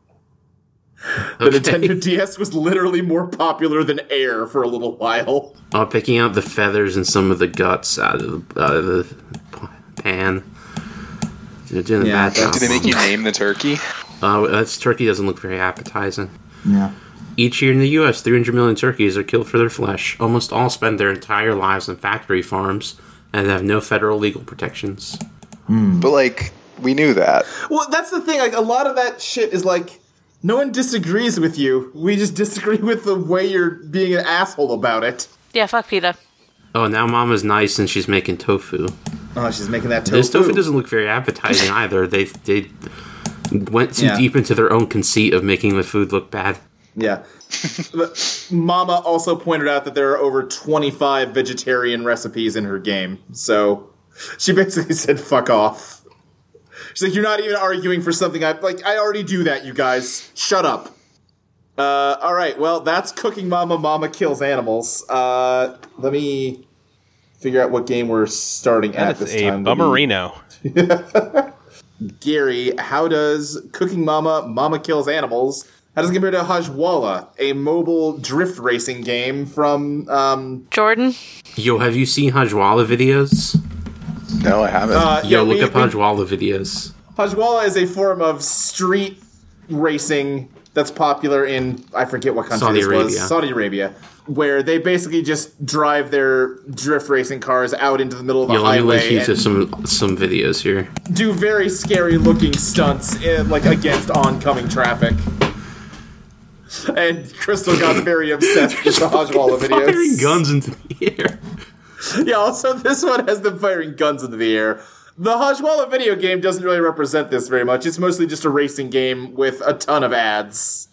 [SPEAKER 2] The
[SPEAKER 4] Okay.
[SPEAKER 2] Nintendo DS was literally more popular than air for a little while.
[SPEAKER 4] Oh, picking out the feathers and some of the guts out of the, out of the p- pan. They're doing a
[SPEAKER 2] Yeah,
[SPEAKER 4] bad
[SPEAKER 2] that's-
[SPEAKER 4] job.
[SPEAKER 6] Did they make you name the turkey?
[SPEAKER 4] Uh, that's turkey doesn't look very appetizing. Each year in the U.S., 300 million turkeys are killed for their flesh. Almost all spend their entire lives on factory farms and have no federal legal protections.
[SPEAKER 6] But like, we knew that.
[SPEAKER 2] Well, that's the thing. Like a lot of that shit is like no one disagrees with you. We just disagree with the way you're being an asshole about it.
[SPEAKER 3] Yeah, fuck PETA.
[SPEAKER 4] Oh, now Mama's nice and she's making tofu.
[SPEAKER 2] Oh, she's making that tofu.
[SPEAKER 4] This tofu doesn't look very appetizing either. They they went too
[SPEAKER 2] Yeah.
[SPEAKER 4] deep into their own conceit of making the food look bad.
[SPEAKER 2] Yeah. But Mama also pointed out that there are over 25 vegetarian recipes in her game. So she basically said, fuck off. She's like, you're not even arguing for something I like. I already do that, you guys. Shut up. Uh, all right. Well, that's Cooking Mama. Mama kills animals. Uh, let me figure out what game we're starting at
[SPEAKER 5] That's
[SPEAKER 2] this
[SPEAKER 5] a
[SPEAKER 2] time. Let me-
[SPEAKER 5] bummerino.
[SPEAKER 2] Gary, how does Cooking Mama, Mama Kills Animals, how does it compare to Hajwala, a mobile drift racing game from, um,
[SPEAKER 3] Jordan,
[SPEAKER 4] Yo, have you seen Hajwala videos?
[SPEAKER 6] No, I haven't.
[SPEAKER 2] uh,
[SPEAKER 4] Yo,
[SPEAKER 2] yeah,
[SPEAKER 4] look
[SPEAKER 2] we-
[SPEAKER 4] up
[SPEAKER 2] we-
[SPEAKER 4] Hajwala videos.
[SPEAKER 2] Hajwala is a form of street racing that's popular in, I forget what country
[SPEAKER 4] Saudi
[SPEAKER 2] this
[SPEAKER 4] Arabia.
[SPEAKER 2] was, Saudi Arabia, where they basically just drive their drift racing cars out into the middle of a
[SPEAKER 4] Yo, let me link
[SPEAKER 2] highway
[SPEAKER 4] you to
[SPEAKER 2] and
[SPEAKER 4] some some videos here.
[SPEAKER 2] do very scary looking stunts, uh like against oncoming traffic. And Crystal got very obsessed with the Hajwala
[SPEAKER 4] Firing
[SPEAKER 2] videos.
[SPEAKER 4] guns into the air.
[SPEAKER 2] Yeah, also this one has them firing guns into the air. The Hajwala video game doesn't really represent this very much. It's mostly just a racing game with a ton of ads.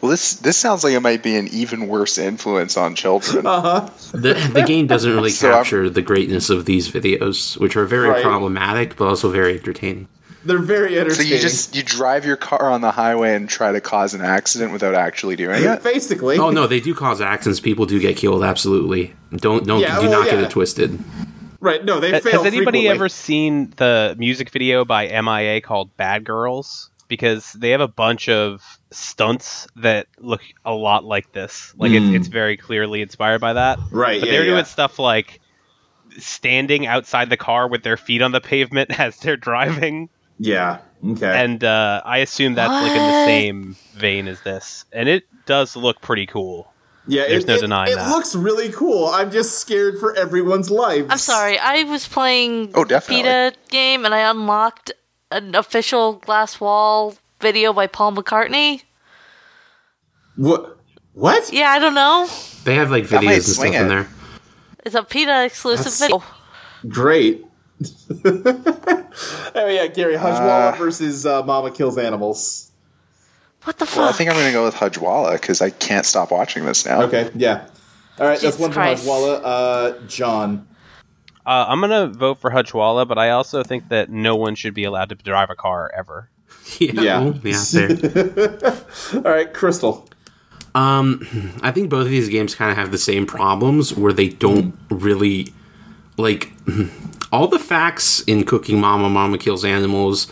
[SPEAKER 6] well, this this sounds like it might be an even worse influence on children.
[SPEAKER 4] The, the game doesn't really
[SPEAKER 6] So I'm-
[SPEAKER 4] capture the greatness of these videos, which are very
[SPEAKER 2] um, Right.
[SPEAKER 4] problematic but also very entertaining.
[SPEAKER 2] They're very
[SPEAKER 6] So
[SPEAKER 2] entertaining.
[SPEAKER 6] you just you drive your car on the highway and try to cause an accident without actually doing it.
[SPEAKER 2] basically.
[SPEAKER 4] Oh no, they do cause accidents. People do get killed. Absolutely. Don't don't
[SPEAKER 2] Yeah,
[SPEAKER 4] do
[SPEAKER 2] well,
[SPEAKER 4] not get
[SPEAKER 2] yeah.
[SPEAKER 4] it twisted.
[SPEAKER 2] Right? No, they
[SPEAKER 5] Has
[SPEAKER 2] fail.
[SPEAKER 5] anybody
[SPEAKER 2] frequently.
[SPEAKER 5] ever seen the music video by MIA called Bad Girls? Because they have a bunch of stunts that look a lot like this. Like it's, it's very clearly inspired by that.
[SPEAKER 2] Hmm. Right,
[SPEAKER 5] But
[SPEAKER 2] yeah,
[SPEAKER 5] they're
[SPEAKER 2] yeah.
[SPEAKER 5] doing stuff like standing outside the car with their feet on the pavement as they're driving.
[SPEAKER 2] Yeah. Okay.
[SPEAKER 5] And uh, I assume that's like in the
[SPEAKER 3] What?
[SPEAKER 5] same vein as this. And it does look pretty cool.
[SPEAKER 2] yeah.
[SPEAKER 5] there's
[SPEAKER 2] it,
[SPEAKER 5] no
[SPEAKER 2] it-
[SPEAKER 5] denying
[SPEAKER 2] it
[SPEAKER 5] that.
[SPEAKER 2] looks really cool. I'm just scared for everyone's lives.
[SPEAKER 3] I'm sorry. I was playing
[SPEAKER 6] Oh, definitely.
[SPEAKER 3] PETA game and I unlocked an official glass wall video by Paul McCartney.
[SPEAKER 2] What? What?
[SPEAKER 3] Yeah, I don't know.
[SPEAKER 4] They have like
[SPEAKER 6] might
[SPEAKER 4] videos and stuff
[SPEAKER 6] swing it.
[SPEAKER 4] in there.
[SPEAKER 3] It's a PETA exclusive
[SPEAKER 2] That's-
[SPEAKER 3] video.
[SPEAKER 2] Great. oh yeah, Gary Hujwala versus uh, Mama kills animals.
[SPEAKER 3] What the
[SPEAKER 6] Well, I
[SPEAKER 3] fuck?
[SPEAKER 6] think I'm going to go with Hajwala because I can't stop watching this now.
[SPEAKER 2] Okay. Yeah. All right. that's
[SPEAKER 3] Jesus
[SPEAKER 2] one for
[SPEAKER 3] Christ.
[SPEAKER 2] Hujwala. Uh, John.
[SPEAKER 5] Uh, I'm gonna vote for Hajwala, but I also think that no one should be allowed to drive a car ever.
[SPEAKER 4] Yeah.
[SPEAKER 2] Yeah.
[SPEAKER 4] well, yeah there.
[SPEAKER 2] All right, Crystal.
[SPEAKER 4] Um, I think both of these games kind of have the same problems where they don't really like all the facts in Cooking Mama, Mama Kills Animals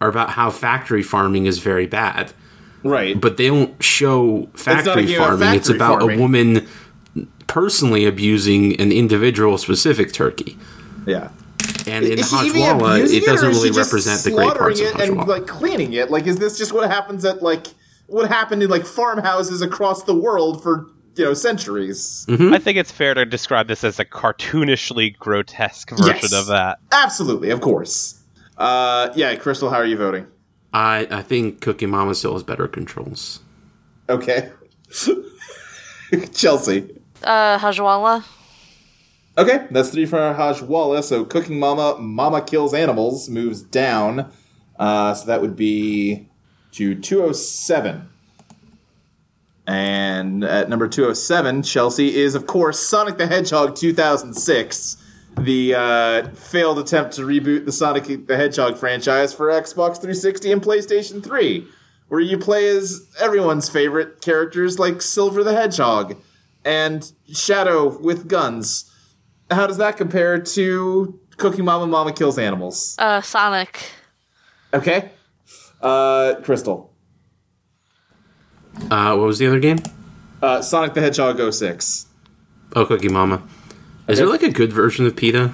[SPEAKER 4] are about how factory farming is very bad,
[SPEAKER 2] Right.
[SPEAKER 4] but they don't show
[SPEAKER 2] not a
[SPEAKER 4] factory
[SPEAKER 2] game about
[SPEAKER 4] farming. it's
[SPEAKER 2] factory
[SPEAKER 4] about
[SPEAKER 2] farming.
[SPEAKER 4] a woman personally abusing an individual specific turkey.
[SPEAKER 2] yeah.
[SPEAKER 4] And in
[SPEAKER 2] Is she even
[SPEAKER 4] Hajwala,
[SPEAKER 2] abusing
[SPEAKER 4] it doesn't
[SPEAKER 2] or is
[SPEAKER 4] really
[SPEAKER 2] she just
[SPEAKER 4] represent the great parts of
[SPEAKER 2] slaughtering it
[SPEAKER 4] Hajwala.
[SPEAKER 2] and like cleaning it. Like, is this just what happens at like what happened in like farmhouses across the world for you know centuries?
[SPEAKER 4] Mm-hmm.
[SPEAKER 5] I think it's fair to describe this as a cartoonishly grotesque version
[SPEAKER 2] Yes.
[SPEAKER 5] of that.
[SPEAKER 2] Absolutely, of course. Uh, yeah, Crystal, how are you voting?
[SPEAKER 4] I, I think Cooking Mama still has better controls.
[SPEAKER 2] Okay, Chelsea.
[SPEAKER 3] Uh, Hajwala.
[SPEAKER 2] Okay, that's three for Hajwala. So, Cooking Mama, Mama Kills Animals moves down. Uh, so that would be to 207. And at number 207, Chelsea is, of course, Sonic the Hedgehog 2006, the uh, failed attempt to reboot the Sonic the Hedgehog franchise for Xbox 360 and PlayStation 3, where you play as everyone's favorite characters like Silver the Hedgehog and Shadow with guns. How does that compare to Cooking Mama Mama Kills Animals?
[SPEAKER 3] Uh, Sonic.
[SPEAKER 2] Okay. Uh, Crystal.
[SPEAKER 4] Uh, what was the other game?
[SPEAKER 2] Uh, Sonic the Hedgehog 06.
[SPEAKER 4] Oh, Cookie Mama. Is there like a good version of PETA?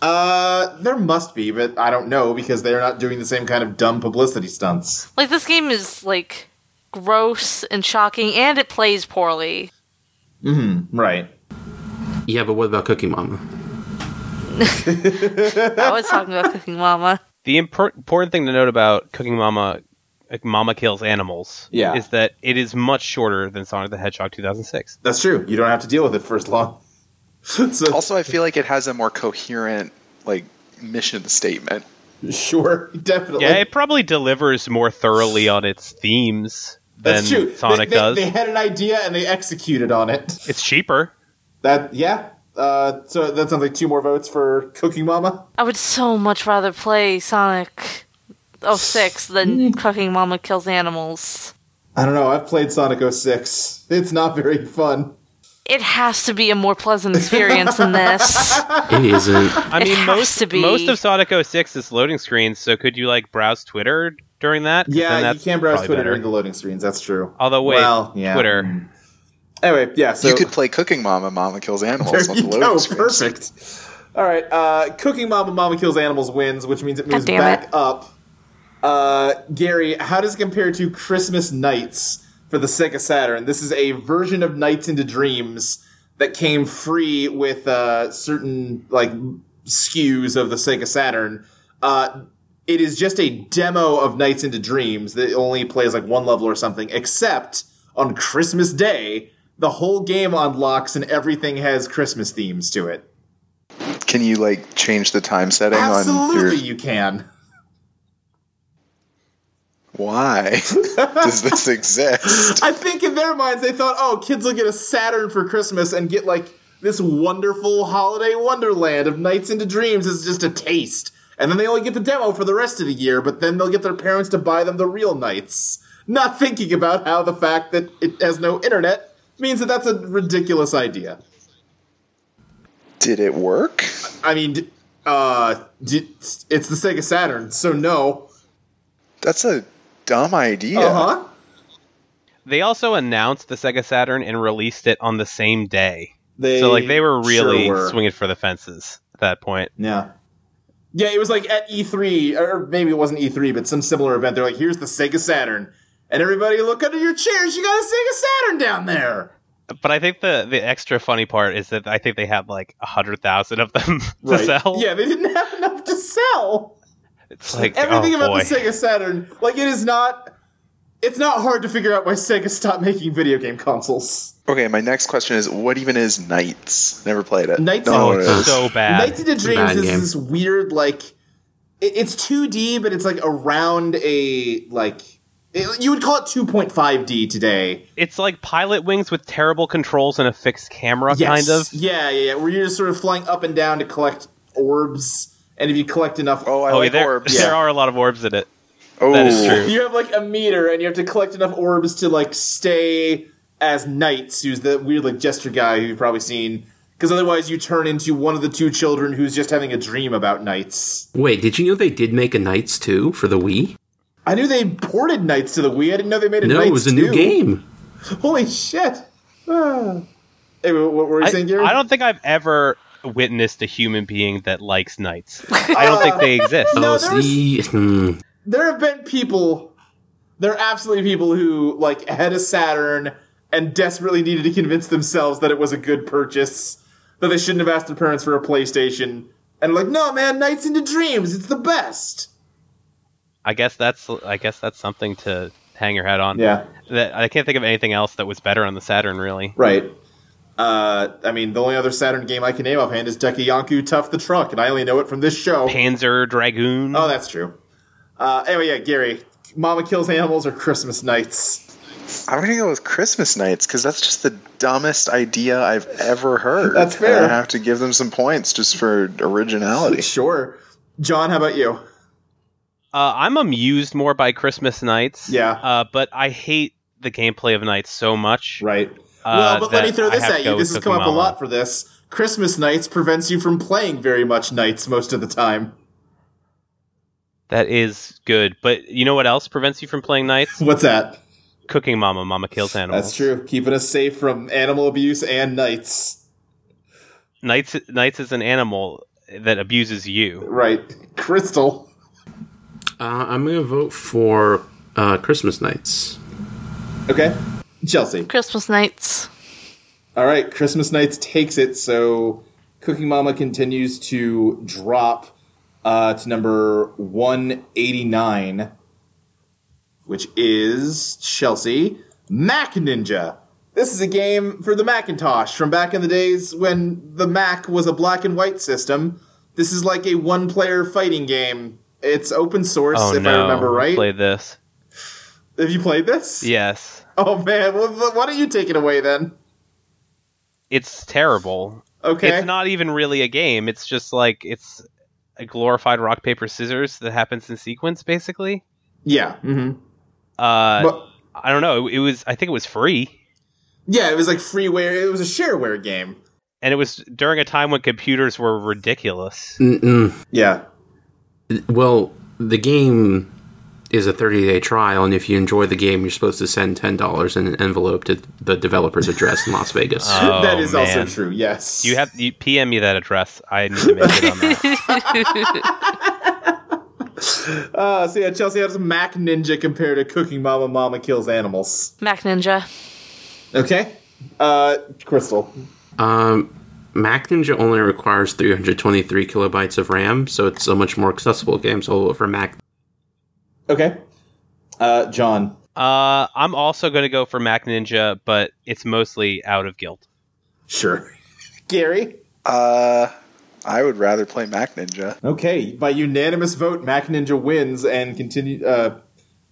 [SPEAKER 2] Uh, there must be, but I don't know because they're not doing the same kind of dumb publicity stunts.
[SPEAKER 3] Like this game is like gross and shocking, and it plays poorly.
[SPEAKER 2] Right.
[SPEAKER 4] Yeah, but what about Cookie Mama?
[SPEAKER 3] I was talking about Cooking Mama.
[SPEAKER 5] The impor- important thing to note about Cooking Mama, like Mama Kills Animals,
[SPEAKER 2] Yeah.
[SPEAKER 5] is that it is much shorter than Sonic the Hedgehog 2006.
[SPEAKER 2] That's true. You don't have to deal with it for as long. so,
[SPEAKER 6] Also, I feel like it has a more coherent like mission statement.
[SPEAKER 2] sure, definitely.
[SPEAKER 5] Yeah, it probably delivers more thoroughly on its themes than
[SPEAKER 2] That's true.
[SPEAKER 5] Sonic
[SPEAKER 2] they, they-
[SPEAKER 5] does.
[SPEAKER 2] They had an idea and they executed on it.
[SPEAKER 5] It's cheaper.
[SPEAKER 2] That, yeah. Uh, so that sounds like two more votes for Cooking Mama.
[SPEAKER 3] I would so much rather play Sonic 06 than Cooking Mama Kills Animals.
[SPEAKER 2] I don't know. I've played Sonic 06. It's not very fun.
[SPEAKER 3] It has to be a more pleasant experience than this.
[SPEAKER 4] It isn't.
[SPEAKER 5] I
[SPEAKER 3] It
[SPEAKER 5] mean,
[SPEAKER 3] has
[SPEAKER 5] most
[SPEAKER 3] to be.
[SPEAKER 5] most of Sonic 06 is loading screens, so could you like browse Twitter during that? 'Cause then
[SPEAKER 2] Yeah, you
[SPEAKER 5] that's
[SPEAKER 2] can browse
[SPEAKER 5] probably
[SPEAKER 2] Twitter
[SPEAKER 5] better.
[SPEAKER 2] during the loading screens. That's true.
[SPEAKER 5] Although wait,
[SPEAKER 2] Well, yeah.
[SPEAKER 5] Twitter.
[SPEAKER 2] Anyway, yeah. So
[SPEAKER 6] you could play Cooking Mama, Mama Kills Animals
[SPEAKER 2] there
[SPEAKER 6] on the
[SPEAKER 2] you
[SPEAKER 6] loading
[SPEAKER 2] go.
[SPEAKER 6] screens.
[SPEAKER 2] Perfect. All right. Uh, Cooking Mama Mama Kills Animals wins, which means it moves
[SPEAKER 3] damn
[SPEAKER 2] back
[SPEAKER 3] it.
[SPEAKER 2] up. Uh, Gary, how does it compare to Christmas Nights for the Sega Saturn? This is a version of Nights into Dreams that came free with uh, certain like skews of the Sega Saturn. Uh, it is just a demo of Nights into Dreams that only plays like one level or something, except on Christmas Day, the whole game unlocks and everything has Christmas themes to it.
[SPEAKER 6] Can you like change the time setting
[SPEAKER 2] Absolutely,
[SPEAKER 6] on your
[SPEAKER 2] you can.
[SPEAKER 6] why does this exist?
[SPEAKER 2] I think in their minds they thought, oh, kids will get a Saturn for Christmas and get like this wonderful holiday wonderland of Nights into Dreams is just a taste. and then they only get the demo for the rest of the year, but then they'll get their parents to buy them the real nights. Not thinking about how the fact that it has no internet means that that's a ridiculous idea.
[SPEAKER 6] Did it work?
[SPEAKER 2] I mean, d- uh, d- it's the Sega Saturn, so no.
[SPEAKER 6] That's a dumb idea.
[SPEAKER 2] Uh huh.
[SPEAKER 5] They also announced the Sega Saturn and released it on the same day.
[SPEAKER 2] They
[SPEAKER 5] so like they were really
[SPEAKER 2] sure were.
[SPEAKER 5] swinging for the fences at that point.
[SPEAKER 2] Yeah. Yeah, it was like at E3, or maybe it wasn't E3, but some similar event. They're like, here's the Sega Saturn. And everybody look under your chairs, you got a Sega Saturn down there.
[SPEAKER 5] But I think the the extra funny part is that I think they had like a hundred thousand of them to sell.
[SPEAKER 2] Yeah, they didn't have enough to sell.
[SPEAKER 5] it's like
[SPEAKER 2] Everything
[SPEAKER 5] oh,
[SPEAKER 2] about
[SPEAKER 5] boy.
[SPEAKER 2] the Sega Saturn, like it is not it's not hard to figure out why Sega stopped making video game consoles.
[SPEAKER 6] Okay, my next question is what even is Knights? Never played it.
[SPEAKER 2] Knights
[SPEAKER 6] Don't know
[SPEAKER 5] Oh,
[SPEAKER 6] what it
[SPEAKER 5] it's
[SPEAKER 6] is.
[SPEAKER 5] so
[SPEAKER 2] Nights
[SPEAKER 5] bad.
[SPEAKER 2] into Dreams
[SPEAKER 4] bad
[SPEAKER 2] is
[SPEAKER 4] game.
[SPEAKER 2] this weird like it- it's 2D, but it's like around a like it- you would call it 2.5D today.
[SPEAKER 5] It's like Pilot Wings with terrible controls and a fixed camera,
[SPEAKER 2] Yes.
[SPEAKER 5] kind of.
[SPEAKER 2] Yeah, yeah, yeah. Where you're just sort of flying up and down to collect orbs, and if you collect enough,
[SPEAKER 6] Oh, I
[SPEAKER 5] Oh,
[SPEAKER 6] like
[SPEAKER 5] there,
[SPEAKER 6] orbs.
[SPEAKER 5] there are a lot of orbs in it.
[SPEAKER 6] Oh,
[SPEAKER 5] that is true.
[SPEAKER 2] you have like a meter, and you have to collect enough orbs to like stay as knights, who's the weird like jester guy who you've probably seen. Because otherwise, you turn into one of the two children who's just having a dream about knights.
[SPEAKER 4] Wait, did you know they did make a Knights 2 for the Wii?
[SPEAKER 2] I knew they ported knights to the Wii. I didn't know they made a
[SPEAKER 4] No,
[SPEAKER 2] knights
[SPEAKER 4] it was a new
[SPEAKER 2] 2.
[SPEAKER 4] game.
[SPEAKER 2] Holy shit! Ah. Hey, what what were you
[SPEAKER 5] I,
[SPEAKER 2] saying, Gary?
[SPEAKER 5] I don't think I've ever witnessed a human being that likes knights. I don't think they exist.
[SPEAKER 2] No,
[SPEAKER 4] oh,
[SPEAKER 2] there was-
[SPEAKER 4] see, hmm.
[SPEAKER 2] there have been people there are absolutely people who like had a saturn and desperately needed to convince themselves that it was a good purchase that they shouldn't have asked their parents for a playstation and like no man nights into dreams it's the best
[SPEAKER 5] I guess that's I guess that's something to hang your hat on.
[SPEAKER 2] yeah
[SPEAKER 5] That- I can't think of anything else that was better on the Saturn really.
[SPEAKER 2] right uh, I mean, the only other Saturn game I can name offhand is Yanku Tough the Truck, and I only know it from this show.
[SPEAKER 5] Panzer Dragoon.
[SPEAKER 2] Oh, that's true. Uh, anyway, yeah, Gary, Mama Kills Animals or Christmas Nights?
[SPEAKER 6] I'm gonna go with Christmas nights because that's just the dumbest idea I've ever heard.
[SPEAKER 2] That's
[SPEAKER 6] And I
[SPEAKER 2] fair.
[SPEAKER 6] have to give them some points just for originality.
[SPEAKER 2] Sure. John, how about you?
[SPEAKER 5] Uh, I'm amused more by Christmas nights.
[SPEAKER 2] Yeah.
[SPEAKER 5] Uh, but I hate the gameplay of nights so much.
[SPEAKER 2] Right.
[SPEAKER 5] uh,
[SPEAKER 2] well, but let me
[SPEAKER 5] that
[SPEAKER 2] throw
[SPEAKER 5] I
[SPEAKER 2] this
[SPEAKER 5] have to
[SPEAKER 2] at
[SPEAKER 5] go
[SPEAKER 2] you.
[SPEAKER 5] with
[SPEAKER 2] This has
[SPEAKER 5] Cooking
[SPEAKER 2] come up a
[SPEAKER 5] Mama.
[SPEAKER 2] lot for this. Christmas nights prevents you from playing very much nights most of the time.
[SPEAKER 5] That is good, but you know what else prevents you from playing nights?
[SPEAKER 2] What's that?
[SPEAKER 5] Cooking Mama, Mama kills animals.
[SPEAKER 2] That's true. Keeping us safe from animal abuse and nights.
[SPEAKER 5] Knights, Knights is an animal that abuses you.
[SPEAKER 2] Right. Crystal.
[SPEAKER 4] Uh, I'm going to vote for uh, Christmas Nights.
[SPEAKER 2] Okay. Chelsea.
[SPEAKER 3] Christmas nights.
[SPEAKER 2] All right. Christmas nights takes it. So Cooking Mama continues to drop uh, to number 189, which is Chelsea Mac Ninja. This is a game for the Macintosh from back in the days when the Mac was a black and white system. This is like a one player fighting game. It's open source,
[SPEAKER 5] Oh
[SPEAKER 2] if
[SPEAKER 5] no!
[SPEAKER 2] I remember right.
[SPEAKER 5] Play this.
[SPEAKER 2] Have you played this?
[SPEAKER 5] Yes,
[SPEAKER 2] Oh, man. Well, why don't you take it away then?
[SPEAKER 5] it's terrible.
[SPEAKER 2] Okay.
[SPEAKER 5] It's not even really a game. It's just like it's a glorified rock paper scissors that happens in sequence, basically.
[SPEAKER 2] yeah. Mm-hmm.
[SPEAKER 5] Uh,
[SPEAKER 2] But-
[SPEAKER 5] I don't know. It, it was. I think it was free,
[SPEAKER 2] Yeah, it was like freeware. It was a shareware game.
[SPEAKER 5] and it was during a time when computers were ridiculous.
[SPEAKER 4] Mm-mm.
[SPEAKER 2] Yeah.
[SPEAKER 4] Well, the game is a 30 day trial, and if you enjoy the game, you're supposed to send $10 in an envelope to the developer's address in Las Vegas.
[SPEAKER 5] Oh,
[SPEAKER 2] that is
[SPEAKER 5] man.
[SPEAKER 2] also true, yes.
[SPEAKER 5] You have you PM me that address. I need to make it on that.
[SPEAKER 2] Uh, so yeah, Chelsea, how does Mac Ninja compare to Cooking Mama Mama Kills Animals?
[SPEAKER 3] Mac Ninja.
[SPEAKER 2] Okay. Uh, Crystal.
[SPEAKER 4] Um, Mac Ninja only requires 323 kilobytes of RAM, so it's a much more accessible game. So I'll vote for Mac.
[SPEAKER 2] Okay. Uh, John.
[SPEAKER 5] Uh, I'm also going to go for Mac Ninja, but it's mostly out of guilt.
[SPEAKER 2] Sure. Gary.
[SPEAKER 6] Uh, I would rather play Mac Ninja.
[SPEAKER 2] Okay, by unanimous vote, Mac Ninja wins and continue. Uh,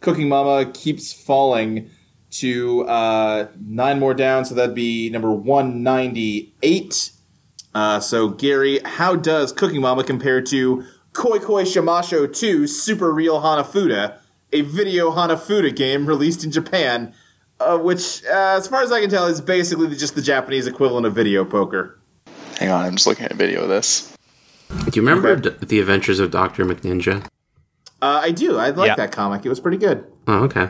[SPEAKER 2] Cooking Mama keeps falling to uh, nine more down, so that'd be number one ninety eight. Uh, so Gary, how does Cooking Mama compare to Koi Koi Shimasho 2 Super Real Hanafuda, a video Hanafuda game released in Japan, uh, which, uh, as far as I can tell, is basically just the Japanese equivalent of video poker.
[SPEAKER 6] Hang on, I'm just looking at a video of this.
[SPEAKER 4] Do you remember
[SPEAKER 2] Okay.
[SPEAKER 4] D- the Adventures of Doctor McNinja?
[SPEAKER 2] Uh, I do. I like
[SPEAKER 5] Yeah.
[SPEAKER 2] that comic. It was pretty good.
[SPEAKER 4] Oh, okay.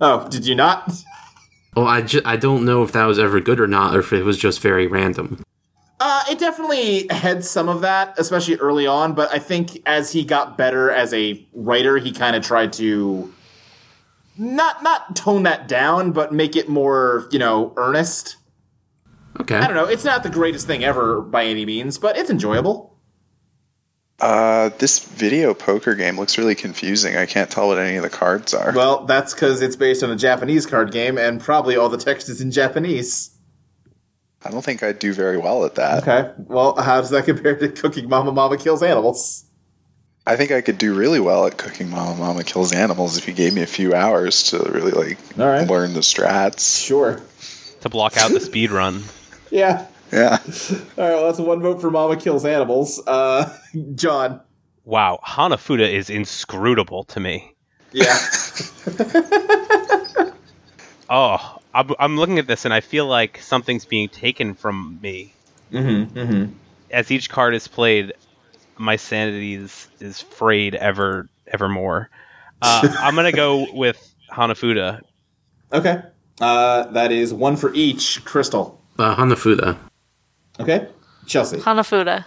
[SPEAKER 2] Oh, did you not?
[SPEAKER 4] Well, I, ju- I don't know if that was ever good or not, or if it was just very random.
[SPEAKER 2] Uh, it definitely had some of that, especially early on. But I think as he got better as a writer, he kind of tried to not not tone that down, but make it more you know earnest.
[SPEAKER 4] Okay.
[SPEAKER 2] I don't know. It's not the greatest thing ever by any means, but it's enjoyable.
[SPEAKER 6] Uh, this video poker game looks really confusing. I can't tell what any of the cards are.
[SPEAKER 2] Well, that's because it's based on a Japanese card game, and probably all the text is in Japanese.
[SPEAKER 6] I don't think I'd do very well at that.
[SPEAKER 2] Okay. Well, how does that compare to Cooking Mama Mama Kills Animals?
[SPEAKER 6] I think I could do really well at cooking Mama Mama Kills Animals if you gave me a few hours to really like
[SPEAKER 2] All right.
[SPEAKER 6] learn the strats.
[SPEAKER 2] Sure.
[SPEAKER 5] to block out the speed run.
[SPEAKER 2] Yeah. All
[SPEAKER 6] Yeah.
[SPEAKER 2] right. Well, that's one vote for Mama Kills Animals. Uh, John.
[SPEAKER 5] Wow, Hanafuda is inscrutable to me.
[SPEAKER 2] Yeah.
[SPEAKER 5] Oh, I'm, I'm looking at this and I feel like something's being taken from me.
[SPEAKER 2] mm-hmm. Mm-hmm.
[SPEAKER 5] As each card is played, my sanity is, is frayed ever ever more. Uh, I'm gonna go with Hanafuda.
[SPEAKER 2] Okay. Uh, that is one for each crystal.
[SPEAKER 4] Uh, Hanafuda.
[SPEAKER 2] Okay. Chelsea.
[SPEAKER 3] Hanafuda.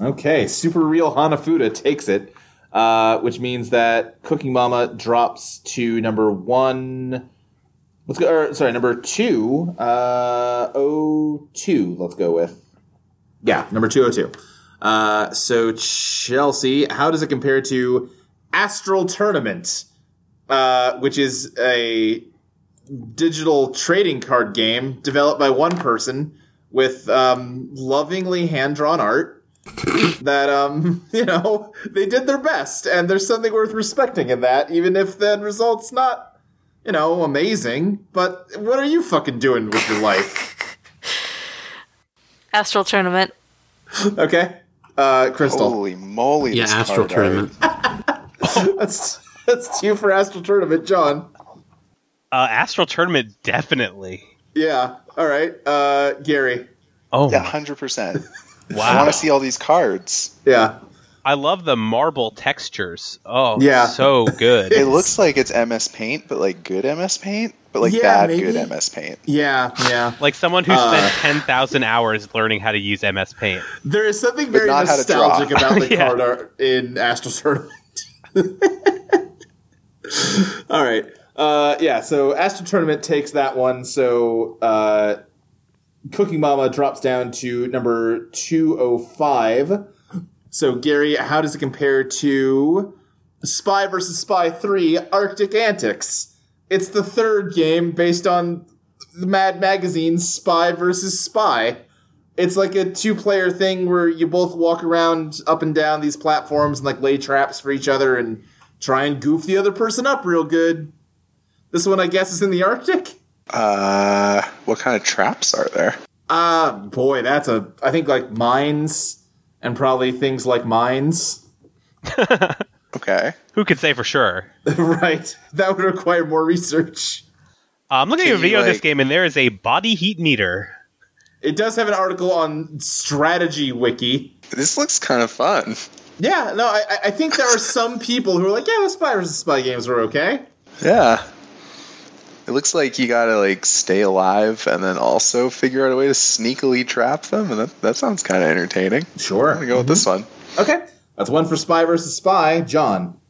[SPEAKER 2] Okay. Super real Hanafuda takes it, uh, which means that Cooking Mama drops to number one. Let's go. Or, sorry, number two. Uh, oh two. Let's go with. Yeah, number two oh two. Uh, so Chelsea, how does it compare to Astral Tournament, uh, which is a digital trading card game developed by one person with um, lovingly hand drawn art? that um you know they did their best and there's something worth respecting in that even if the end result's not you know amazing but what are you fucking doing with your life
[SPEAKER 3] Astral Tournament.
[SPEAKER 2] okay uh crystal
[SPEAKER 6] Holy moly!
[SPEAKER 4] Yeah,
[SPEAKER 6] this
[SPEAKER 4] Astral
[SPEAKER 6] card
[SPEAKER 4] Tournament.
[SPEAKER 2] that's that's two for astral tournament john
[SPEAKER 5] Uh, Astral Tournament, definitely.
[SPEAKER 2] yeah all right uh gary
[SPEAKER 5] Oh,
[SPEAKER 6] art. Yeah, hundred percent. I
[SPEAKER 5] wow.
[SPEAKER 6] want to see all these cards.
[SPEAKER 2] yeah
[SPEAKER 5] I love the marble textures. Oh,
[SPEAKER 2] Yeah.
[SPEAKER 5] so good.
[SPEAKER 6] It looks like it's MS Paint, but like good MS Paint, but like
[SPEAKER 2] Yeah,
[SPEAKER 6] bad
[SPEAKER 2] maybe.
[SPEAKER 6] good MS Paint.
[SPEAKER 2] yeah yeah
[SPEAKER 5] like someone who
[SPEAKER 2] Uh.
[SPEAKER 5] spent 10,000 hours learning how to use MS Paint.
[SPEAKER 2] there is something very
[SPEAKER 6] not how to draw.
[SPEAKER 2] nostalgic about the
[SPEAKER 5] Yeah.
[SPEAKER 2] card art in astral tournament All right. Uh, yeah, so Astro Tournament takes that one. So uh, Cooking Mama drops down to number 205. So, Gary, how does it compare to Spy versus Spy 3 Arctic Antics? It's the third game based on the Mad Magazine Spy versus Spy. It's like a two player thing where you both walk around up and down these platforms and like lay traps for each other and try and goof the other person up real good. This one, I guess, is in the Arctic.
[SPEAKER 6] Uh, what kind of traps are there?
[SPEAKER 2] Ah, boy, that's a. I think like mines and probably things like mines.
[SPEAKER 6] Okay.
[SPEAKER 5] Who could say for sure?
[SPEAKER 2] right. That would require more research.
[SPEAKER 5] Uh, I'm looking
[SPEAKER 6] Can
[SPEAKER 5] at a
[SPEAKER 6] you,
[SPEAKER 5] video of this
[SPEAKER 6] like-
[SPEAKER 5] game, and there is a body heat meter.
[SPEAKER 2] It does have an article on Strategy Wiki.
[SPEAKER 6] This looks kind of fun.
[SPEAKER 2] Yeah, no, I, I- I think there are some people who are like, yeah, the Spy vs. Spy games were okay.
[SPEAKER 6] Yeah. It looks like you gotta like stay alive and then also figure out a way to sneakily trap them, and that, that sounds kind of entertaining. I'm gonna
[SPEAKER 2] Sure.
[SPEAKER 6] go with this one.
[SPEAKER 2] Okay. That's one for Spy versus Spy. John.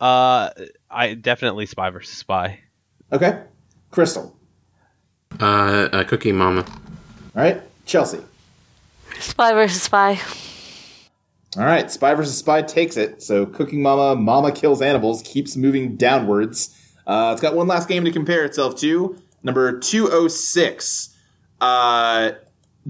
[SPEAKER 5] Uh, I definitely spy versus spy.
[SPEAKER 2] Okay. Crystal.
[SPEAKER 4] Uh, uh, Cookie Mama.
[SPEAKER 2] All right. Chelsea.
[SPEAKER 3] Spy versus Spy.
[SPEAKER 2] All right, Spy versus Spy takes it. So Cooking Mama, Mama Kills Animals keeps moving downwards. Uh, it's got one last game to compare itself to. Number 206. Uh,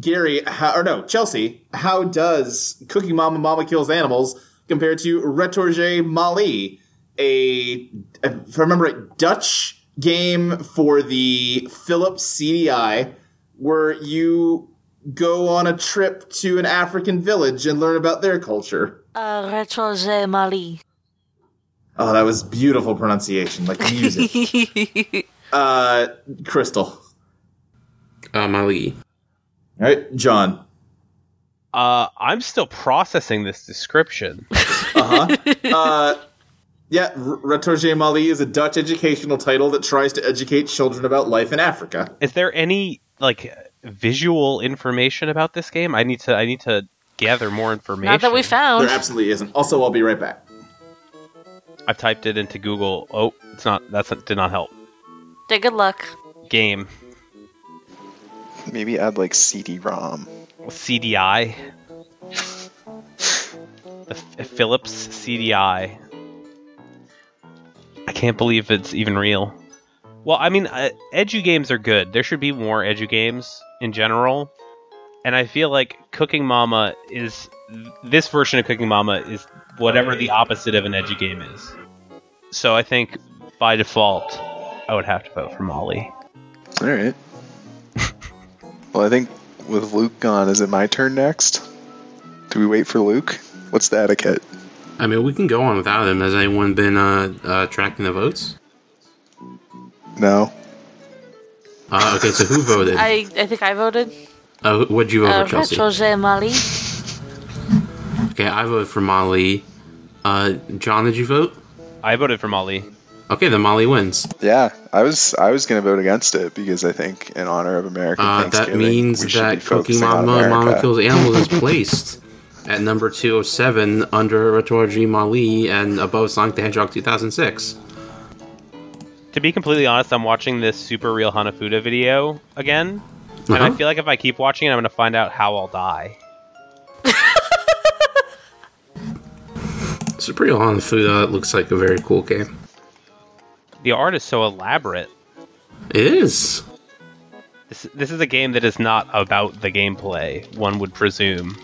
[SPEAKER 2] Gary, how, or no, Chelsea, how does Cooking Mama, Mama Kills Animals compare to Retorge Mali, a, if I remember it, Dutch game for the Philips CDI where you go on a trip to an African village and learn about their culture.
[SPEAKER 3] Uh, Retroze Mali.
[SPEAKER 2] Oh, that was beautiful pronunciation, like music. uh, Crystal. All
[SPEAKER 4] Uh, Mali.
[SPEAKER 2] right, John.
[SPEAKER 5] Uh, I'm still processing this description.
[SPEAKER 2] Uh, Yeah, R- Retorge Mali is a Dutch educational title that tries to educate children about life in Africa.
[SPEAKER 5] Is there any like visual information about this game? I need to. I need to gather more information.
[SPEAKER 3] Not that we
[SPEAKER 2] There
[SPEAKER 3] found.
[SPEAKER 2] absolutely isn't. Also, I'll be right back.
[SPEAKER 5] I've typed it into Google. Oh, it's not. That's did not help.
[SPEAKER 3] Yeah, good luck.
[SPEAKER 5] Game
[SPEAKER 6] Maybe add like CD-ROM.
[SPEAKER 5] CDI. The F- Philips CDI. I can't believe it's even real. Well, I mean, uh, edu games are good. There should be more edu games in general. And I feel like Cooking Mama is this version of Cooking Mama is whatever the opposite of an edu game is. So I think by default, I would have to vote for Molly.
[SPEAKER 6] All right. well, I think with Luke gone, is it my turn next? Do we wait for Luke? What's the etiquette?
[SPEAKER 4] I mean, we can go on without him. Has anyone been uh, uh, tracking the votes?
[SPEAKER 6] No.
[SPEAKER 4] Uh, okay, so who voted?
[SPEAKER 3] I, I think I voted.
[SPEAKER 4] uh, wh- what'd you vote
[SPEAKER 3] Uh,
[SPEAKER 4] for, Chelsea?
[SPEAKER 3] Retroze Mali.
[SPEAKER 4] Okay, I voted for Molly. Uh, John, did you vote?
[SPEAKER 5] I voted for Molly.
[SPEAKER 4] Okay, then Molly wins.
[SPEAKER 6] Yeah, I was I was gonna vote against it because I think in honor of American
[SPEAKER 4] Uh, that
[SPEAKER 6] Thanksgiving,
[SPEAKER 4] means
[SPEAKER 6] we should be
[SPEAKER 4] that Cooking
[SPEAKER 6] focusing on
[SPEAKER 4] Mama Mama
[SPEAKER 6] America.
[SPEAKER 4] Kills Animals is placed at number 207 under Retorji Mali and above Sonic the Hedgehog 2006.
[SPEAKER 5] To be completely honest, I'm watching this Super Real Hanafuda video again, and I
[SPEAKER 4] Uh-huh.
[SPEAKER 5] feel like if I keep watching it, I'm going to find out how I'll die.
[SPEAKER 4] Supreme on the Food uh, looks like a very cool game.
[SPEAKER 5] The art is so elaborate.
[SPEAKER 4] It is.
[SPEAKER 5] This, this is a game that is not about the gameplay, one would presume.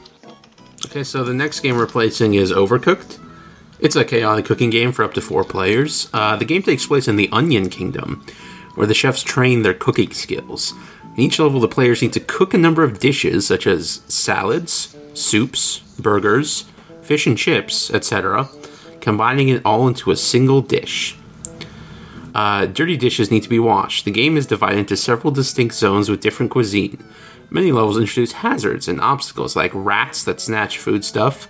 [SPEAKER 4] Okay, so the next game we're placing is Overcooked. It's a chaotic cooking game for up to four players. Uh, the game takes place in the Onion Kingdom, where the chefs train their cooking skills. In each level, the players need to cook a number of dishes, such as salads, soups, burgers, fish and chips, etc., combining it all into a single dish. Uh, dirty dishes need to be washed. The game is divided into several distinct zones with different cuisine. Many levels introduce hazards and obstacles like rats that snatch food stuff,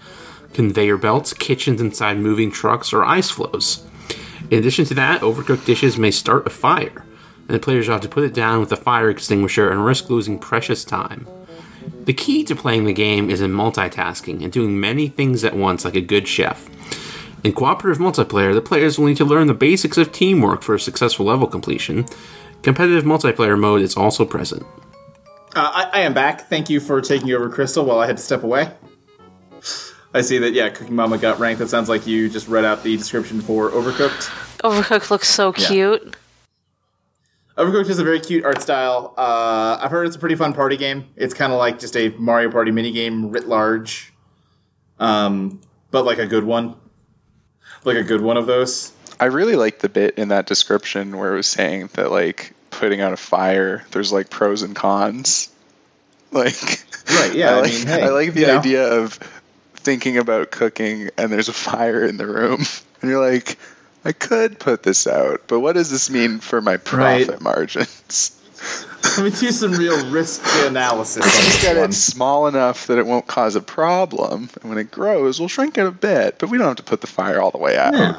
[SPEAKER 4] conveyor belts, kitchens inside moving trucks, or ice floes. In addition to that, overcooked dishes may start a fire, and the players have to put it down with a fire extinguisher and risk losing precious time. The key to playing the game is in multitasking and doing many things at once like a good chef. In cooperative multiplayer, the players will need to learn the basics of teamwork for a successful level completion. Competitive multiplayer mode is also present.
[SPEAKER 2] Uh, I, I am back. Thank you for taking over, Crystal, while I had to step away. I see that, yeah, Cooking Mama got ranked. That sounds like you just read out the description for Overcooked.
[SPEAKER 3] Overcooked looks so
[SPEAKER 2] Yeah.
[SPEAKER 3] cute.
[SPEAKER 2] Overcooked is a very cute art style. Uh, I've heard it's a pretty fun party game. It's kind of like just a Mario Party minigame writ large, um, but like a good one, like a good one of those.
[SPEAKER 6] I really like the bit in that description where it was saying that like putting out a fire, there's like pros and cons. Like
[SPEAKER 2] Right, yeah,
[SPEAKER 6] I
[SPEAKER 2] I
[SPEAKER 6] like,
[SPEAKER 2] mean, hey,
[SPEAKER 6] I like the
[SPEAKER 2] you know.
[SPEAKER 6] idea of thinking about cooking and there's a fire in the room and you're like, I could put this out, but what does this mean for my profit
[SPEAKER 2] Right.
[SPEAKER 6] margins?
[SPEAKER 2] Let me do some real risk analysis on
[SPEAKER 6] Get it
[SPEAKER 2] this
[SPEAKER 6] small enough that it won't cause a problem, and when it grows, we'll shrink it a bit, but we don't have to put the fire all the way out.
[SPEAKER 2] one.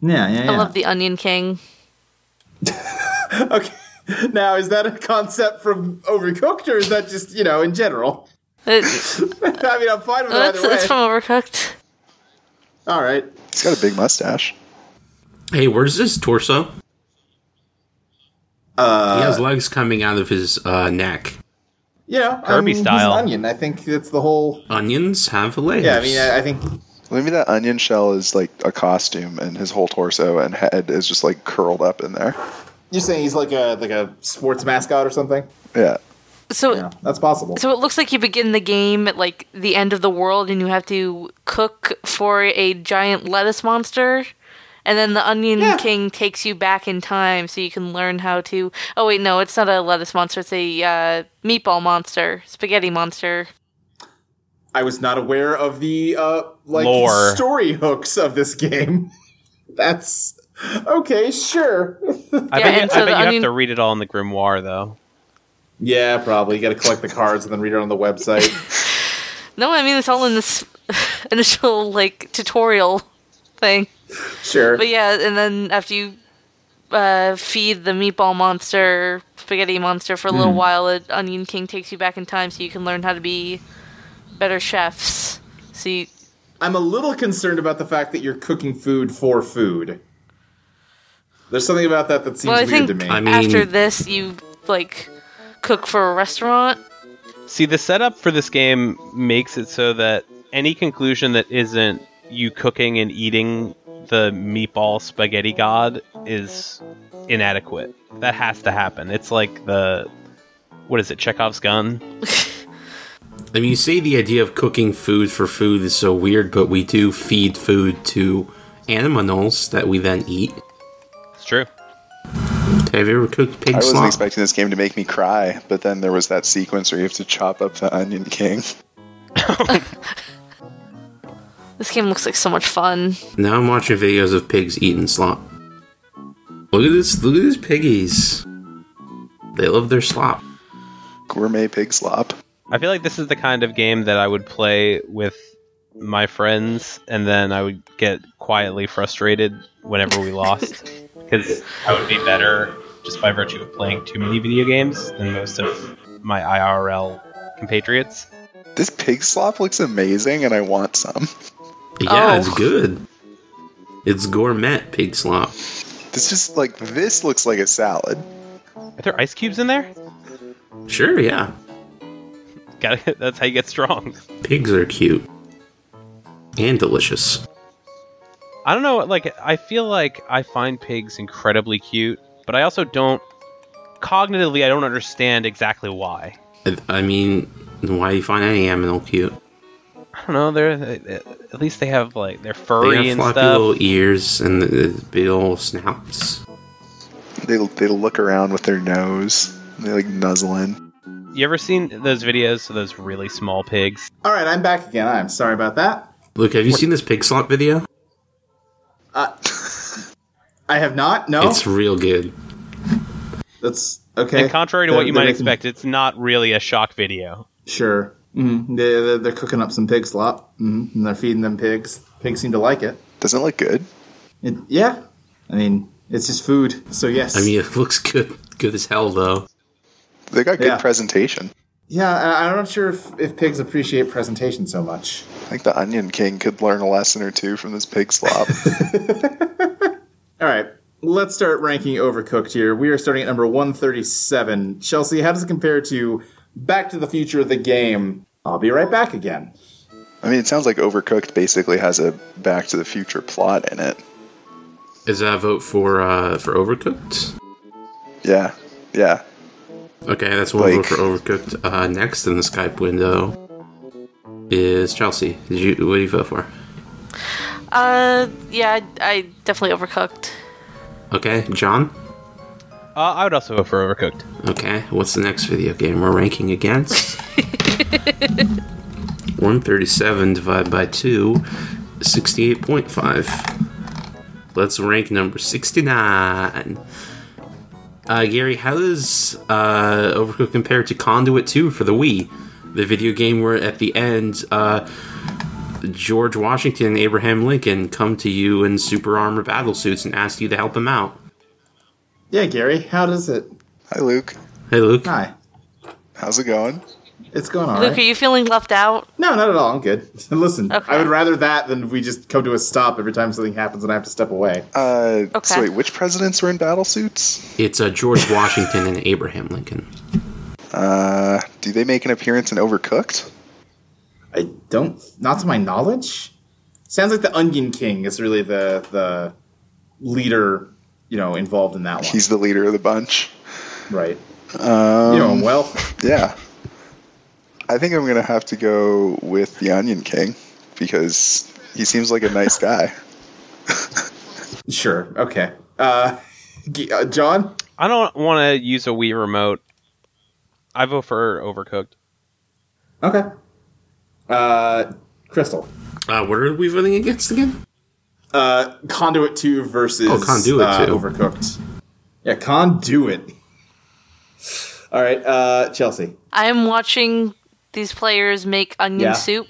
[SPEAKER 2] Yeah, yeah, yeah.
[SPEAKER 3] I
[SPEAKER 2] yeah.
[SPEAKER 3] love the Onion King.
[SPEAKER 2] okay, now is that a concept from Overcooked, or is that just you know in general?
[SPEAKER 3] It,
[SPEAKER 2] I mean, I'm fine with
[SPEAKER 3] no, that's,
[SPEAKER 2] either way.
[SPEAKER 3] that's from Overcooked.
[SPEAKER 2] All right.
[SPEAKER 6] It's got a big mustache.
[SPEAKER 4] Hey, where's this torso? He
[SPEAKER 2] Uh,
[SPEAKER 4] has legs coming out of his uh, neck.
[SPEAKER 2] yeah,
[SPEAKER 5] Kirby
[SPEAKER 2] I mean, he's an
[SPEAKER 5] style.
[SPEAKER 2] onion. I think that's the whole.
[SPEAKER 4] Onions have legs.
[SPEAKER 2] Yeah, I mean, uh, I, I think
[SPEAKER 6] Maybe that onion shell is like a costume, and his whole torso and head is just like curled up in there.
[SPEAKER 2] You're saying he's like a like a sports mascot or something?
[SPEAKER 6] Yeah.
[SPEAKER 3] So
[SPEAKER 2] Yeah, that's possible.
[SPEAKER 3] So it looks like you begin the game at like the end of the world and you have to cook for a giant lettuce monster and then the Onion
[SPEAKER 2] Yeah.
[SPEAKER 3] King takes you back in time so you can learn how to. Oh wait, no, it's not a lettuce monster. It's a uh, meatball monster, spaghetti monster.
[SPEAKER 2] I was not aware of the uh, like
[SPEAKER 5] Lore.
[SPEAKER 2] story hooks of this game. That's okay, sure.
[SPEAKER 5] I
[SPEAKER 3] Yeah,
[SPEAKER 5] bet, you,
[SPEAKER 3] and so
[SPEAKER 5] I bet
[SPEAKER 3] the
[SPEAKER 5] you have
[SPEAKER 3] onion-
[SPEAKER 5] to read it all in the grimoire, though.
[SPEAKER 2] yeah, probably. You got to collect the cards and then read it on the website.
[SPEAKER 3] No, I mean it's all in this initial like tutorial thing.
[SPEAKER 2] Sure.
[SPEAKER 3] But yeah, and then after you uh, feed the meatball monster, spaghetti monster for a
[SPEAKER 2] Mm.
[SPEAKER 3] little while, it, Onion King takes you back in time so you can learn how to be better chefs. So you,
[SPEAKER 2] I'm a little concerned about the fact that you're cooking food for food. There's something about that that seems
[SPEAKER 3] well, I
[SPEAKER 2] weird
[SPEAKER 3] think
[SPEAKER 2] to me.
[SPEAKER 4] I'm- I mean-
[SPEAKER 3] after this, you like cook for a restaurant.
[SPEAKER 5] See, the setup for this game makes it so that any conclusion that isn't you cooking and eating the meatball spaghetti god is inadequate. That has to happen. It's like the what is it, Chekhov's gun?
[SPEAKER 4] I mean, you say the idea of cooking food for food is so weird, but we do feed food to animals that we then eat.
[SPEAKER 5] It's true.
[SPEAKER 4] Have you ever cooked
[SPEAKER 6] I
[SPEAKER 4] pig
[SPEAKER 6] wasn't
[SPEAKER 4] slop?
[SPEAKER 6] expecting this game to make me cry, but then there was that sequence where you have to chop up the Onion King.
[SPEAKER 3] This game looks like so much fun.
[SPEAKER 4] now I'm watching videos of pigs eating slop. Look at this! Look at these piggies. They love their slop.
[SPEAKER 6] Gourmet pig slop.
[SPEAKER 5] I feel like this is the kind of game that I would play with my friends, and then I would get quietly frustrated whenever we lost, because I would be better just by virtue of playing too many video games than most of my IRL compatriots.
[SPEAKER 6] This pig slop looks amazing, and I want some.
[SPEAKER 3] Oh.
[SPEAKER 4] Yeah, it's good. It's gourmet pig slop.
[SPEAKER 6] This just like this looks like a salad.
[SPEAKER 5] Are there ice cubes in there?
[SPEAKER 4] Sure, yeah.
[SPEAKER 5] Gotta, that's how you get strong.
[SPEAKER 4] Pigs are cute and delicious.
[SPEAKER 5] I don't know. Like, I feel like I find pigs incredibly cute, but I also don't. Cognitively, I don't understand exactly why.
[SPEAKER 4] I, I mean, why do you find any animal cute?
[SPEAKER 5] I don't know. They're they, they- at least they have like they're
[SPEAKER 4] They
[SPEAKER 5] furry
[SPEAKER 4] have
[SPEAKER 5] and
[SPEAKER 4] floppy
[SPEAKER 5] stuff.
[SPEAKER 4] little ears and the, the big old snouts.
[SPEAKER 6] They they look around with their nose. They like nuzzle in.
[SPEAKER 5] You ever seen those videos of those really small pigs?
[SPEAKER 2] All right, I'm back again. I'm sorry about that.
[SPEAKER 4] Look, have you seen this pig slop video?
[SPEAKER 2] Uh, I have not. No,
[SPEAKER 4] It's real good.
[SPEAKER 2] that's okay.
[SPEAKER 5] And contrary to
[SPEAKER 2] They're-
[SPEAKER 5] what you
[SPEAKER 2] they're
[SPEAKER 5] might
[SPEAKER 2] making-
[SPEAKER 5] expect, it's not really a shock video.
[SPEAKER 2] Sure.
[SPEAKER 4] Mm-hmm.
[SPEAKER 2] Mm, they- they're, they're cooking up some pig slop, mm, and they're feeding them pigs. Pigs seem to like it.
[SPEAKER 6] Doesn't it look good.
[SPEAKER 2] it. Yeah, I mean, it's just food, so yes.
[SPEAKER 4] I mean, it looks good, good as hell though.
[SPEAKER 6] They got good
[SPEAKER 2] Yeah.
[SPEAKER 6] presentation.
[SPEAKER 2] yeah, I, I'm not sure if, if pigs appreciate presentation so much.
[SPEAKER 6] I think the Onion King could learn a lesson or two from this pig slop.
[SPEAKER 2] All right, let's start ranking Overcooked here. We are starting at number 137. Chelsea, how does it compare to Back to the Future, the game? I'll be right back again.
[SPEAKER 6] I mean, it sounds like Overcooked basically has a Back to the Future plot in it.
[SPEAKER 4] Is that a vote for uh for Overcooked?
[SPEAKER 6] Yeah, yeah.
[SPEAKER 4] Okay, that's one vote
[SPEAKER 6] Like-
[SPEAKER 4] for Overcooked. Uh, next in the Skype window is Chelsea. Did you what do you vote for?
[SPEAKER 3] Uh, yeah, I, I definitely overcooked.
[SPEAKER 4] Okay, John.
[SPEAKER 5] Uh, I would also vote for Overcooked.
[SPEAKER 4] Okay, what's the next video game we're ranking against? 137 divided by 2, 68.5. Let's rank number 69. Uh, Gary, how does uh, Overcooked compare to Conduit 2 for the Wii? The video game where at the end, uh, George Washington and Abraham Lincoln come to you in super armor battle suits and ask you to help them out.
[SPEAKER 2] Yeah, Gary, how does it?
[SPEAKER 6] Hi, Luke.
[SPEAKER 4] Hey, Luke.
[SPEAKER 2] Hi.
[SPEAKER 6] How's it going?
[SPEAKER 2] It's going all
[SPEAKER 3] Luke,
[SPEAKER 2] right.
[SPEAKER 3] are you feeling left out?
[SPEAKER 2] No, not at all. I'm good. Listen,
[SPEAKER 3] Okay.
[SPEAKER 2] I would rather that than we just come to a stop every time something happens and I have to step away.
[SPEAKER 6] Uh,
[SPEAKER 3] Okay.
[SPEAKER 6] So wait, which presidents were in battle suits?
[SPEAKER 4] It's uh, George Washington and Abraham Lincoln.
[SPEAKER 6] Uh, do they make an appearance in Overcooked?
[SPEAKER 2] I don't, not to my knowledge. Sounds like the Onion King is really the the leader, you know, involved in that one,
[SPEAKER 6] He's the leader of the bunch.
[SPEAKER 2] right?
[SPEAKER 6] Um,
[SPEAKER 2] You know him well.
[SPEAKER 6] Yeah. I think I'm gonna have to go with the Onion King because he seems like a nice guy.
[SPEAKER 2] Sure. Okay. Uh, G- uh, John.
[SPEAKER 5] I don't want to use a Wii remote. I vote for Overcooked.
[SPEAKER 2] Okay. Uh, Crystal.
[SPEAKER 4] Uh, what are we voting against again?
[SPEAKER 2] Uh, Conduit Two versus
[SPEAKER 4] Oh, Conduit
[SPEAKER 2] uh,
[SPEAKER 4] 2.
[SPEAKER 2] Overcooked. Yeah, Conduit. All right, uh, Chelsea.
[SPEAKER 3] I am watching these players make onion
[SPEAKER 2] Yeah.
[SPEAKER 3] soup,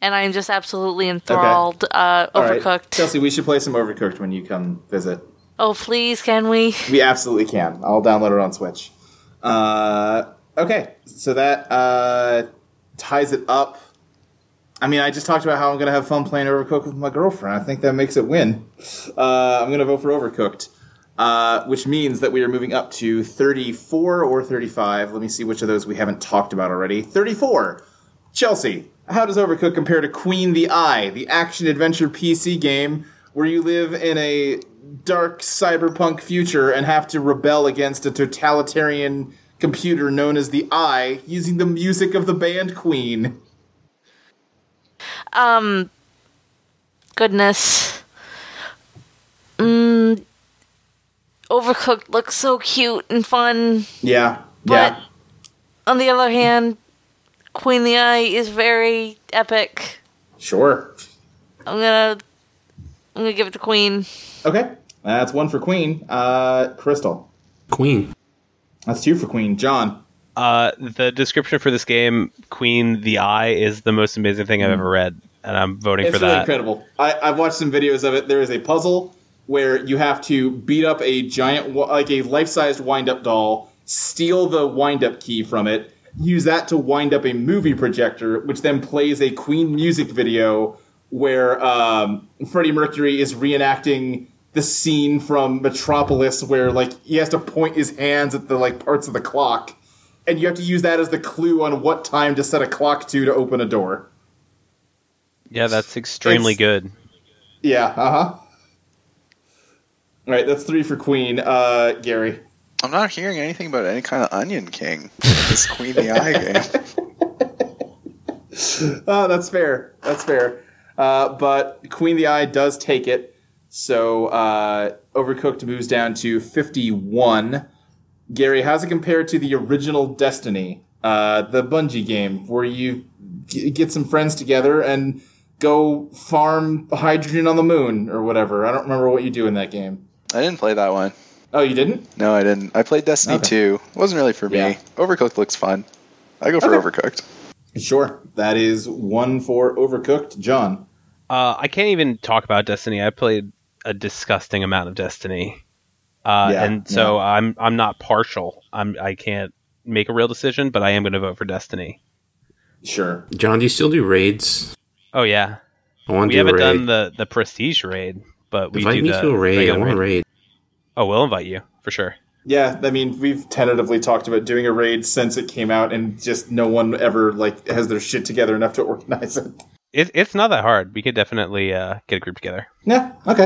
[SPEAKER 3] and I am just absolutely enthralled. Uh,
[SPEAKER 2] All right,
[SPEAKER 3] overcooked.
[SPEAKER 2] Chelsea, we should play some Overcooked when you come visit.
[SPEAKER 3] Oh please, can we?
[SPEAKER 2] We absolutely can. I'll download it on Switch. Uh, okay, so that uh, ties it up. I mean, I just talked about how I'm going to have fun playing Overcooked with my girlfriend. I think that makes it win. Uh, I'm going to vote for Overcooked, uh, which means that we are moving up to 34 or 35. Let me see which of those we haven't talked about already. 34. Chelsea, how does Overcooked compare to Queen the Eye, the action adventure PC game where you live in a dark cyberpunk future and have to rebel against a totalitarian computer known as the Eye using the music of the band Queen?
[SPEAKER 3] Um, goodness. Mm, overcooked looks so cute and fun.
[SPEAKER 2] Yeah.
[SPEAKER 3] But on the other hand, Queen the Eye is very epic.
[SPEAKER 2] Sure.
[SPEAKER 3] I'm gonna I'm gonna give it to Queen.
[SPEAKER 2] Okay. That's one for Queen. Uh, Crystal.
[SPEAKER 4] Queen.
[SPEAKER 2] That's two for Queen. John.
[SPEAKER 5] Uh, the description for this game, Queen the Eye, is the most amazing thing I've ever read, and I'm voting for
[SPEAKER 2] Hmm. it's really
[SPEAKER 5] that.
[SPEAKER 2] incredible. I, I've watched some videos of it. There is a puzzle where you have to beat up a giant, wa- like a life-sized wind-up doll, steal the wind-up key from it, use that to wind up a movie projector, which then plays a Queen music video where um, Freddie Mercury is reenacting the scene from Metropolis, where like he has to point his hands at the like parts of the clock, and you have to use that as the clue on what time to set a clock to to open a door.
[SPEAKER 5] Yeah, that's extremely
[SPEAKER 2] It's-
[SPEAKER 5] good.
[SPEAKER 2] Yeah, uh huh. All right, that's three for Queen. Uh, Gary.
[SPEAKER 6] I'm not hearing anything about any kind of Onion King. This Queen the Eye game.
[SPEAKER 2] Oh, that's fair. That's fair. Uh, but Queen the Eye does take it. So uh, Overcooked moves down to 51. Gary, how's it compared to the original Destiny, uh, the Bungie game, where you g- get some friends together and go farm hydrogen on the moon or whatever? I don't remember what you do in that game.
[SPEAKER 6] I didn't play that one.
[SPEAKER 2] Oh, you didn't?
[SPEAKER 6] No, I didn't. I played Destiny
[SPEAKER 2] Okay.
[SPEAKER 6] 2. It wasn't really for me.
[SPEAKER 2] Yeah.
[SPEAKER 6] Overcooked looks fun. I go for
[SPEAKER 2] Okay.
[SPEAKER 6] Overcooked.
[SPEAKER 2] Sure. That is one for Overcooked. John.
[SPEAKER 5] Uh, I can't even talk about Destiny. I played a disgusting amount of Destiny, uh,
[SPEAKER 2] Yeah,
[SPEAKER 5] and so I'm I'm not partial. I'm I can't make a real decision, but I am going to vote for Destiny.
[SPEAKER 2] Sure.
[SPEAKER 4] John, do you still do raids?
[SPEAKER 5] Oh yeah,
[SPEAKER 4] I want to
[SPEAKER 5] we
[SPEAKER 4] do a
[SPEAKER 5] haven't
[SPEAKER 4] raid.
[SPEAKER 5] done the the prestige raid, but we
[SPEAKER 4] Invite
[SPEAKER 5] do
[SPEAKER 4] me
[SPEAKER 5] the
[SPEAKER 4] to a raid. I
[SPEAKER 5] regular
[SPEAKER 4] want a
[SPEAKER 5] raid.
[SPEAKER 4] raid.
[SPEAKER 5] Oh, we'll invite you for sure.
[SPEAKER 2] Yeah, I mean, we've tentatively talked about doing a raid since it came out, and just no one ever like has their shit together enough to organize it.
[SPEAKER 5] It, it's not that hard. We could definitely uh, get a group together.
[SPEAKER 2] Yeah. Okay.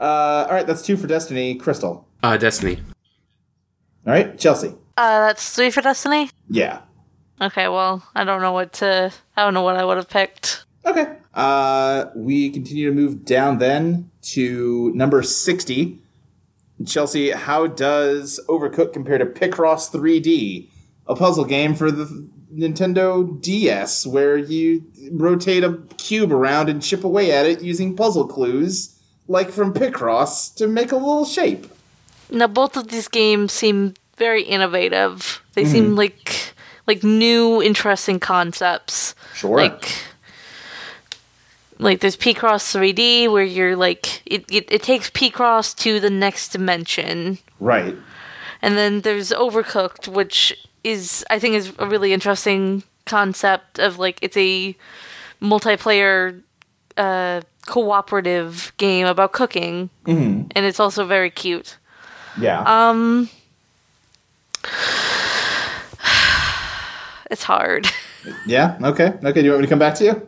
[SPEAKER 2] Uh, all right, that's two for Destiny. Crystal.
[SPEAKER 4] Uh, Destiny.
[SPEAKER 2] All right, Chelsea.
[SPEAKER 3] Uh, that's three for Destiny.
[SPEAKER 2] Yeah.
[SPEAKER 3] Okay, well, I don't know what to. I don't know what I would have picked.
[SPEAKER 2] Okay. Uh, we continue to move down then to number sixty. Chelsea, how does Overcooked compare to Picross 3D, a puzzle game for the Nintendo DS where you rotate a cube around and chip away at it using puzzle clues, like from Picross, to make a little shape?
[SPEAKER 3] Now, both of these games seem very innovative. They seem like like new, interesting concepts.
[SPEAKER 2] Sure.
[SPEAKER 3] Like, like there's P-Cross 3D where you're like it, it, it takes P-Cross to the next dimension.
[SPEAKER 2] right.
[SPEAKER 3] And then there's Overcooked, which is I think is a really interesting concept of like it's a multiplayer uh, cooperative game about cooking, mm-hmm. and it's also very cute.
[SPEAKER 2] Yeah.
[SPEAKER 3] Um, it's hard.
[SPEAKER 2] yeah. Okay. Okay. Do you want me to come back to you?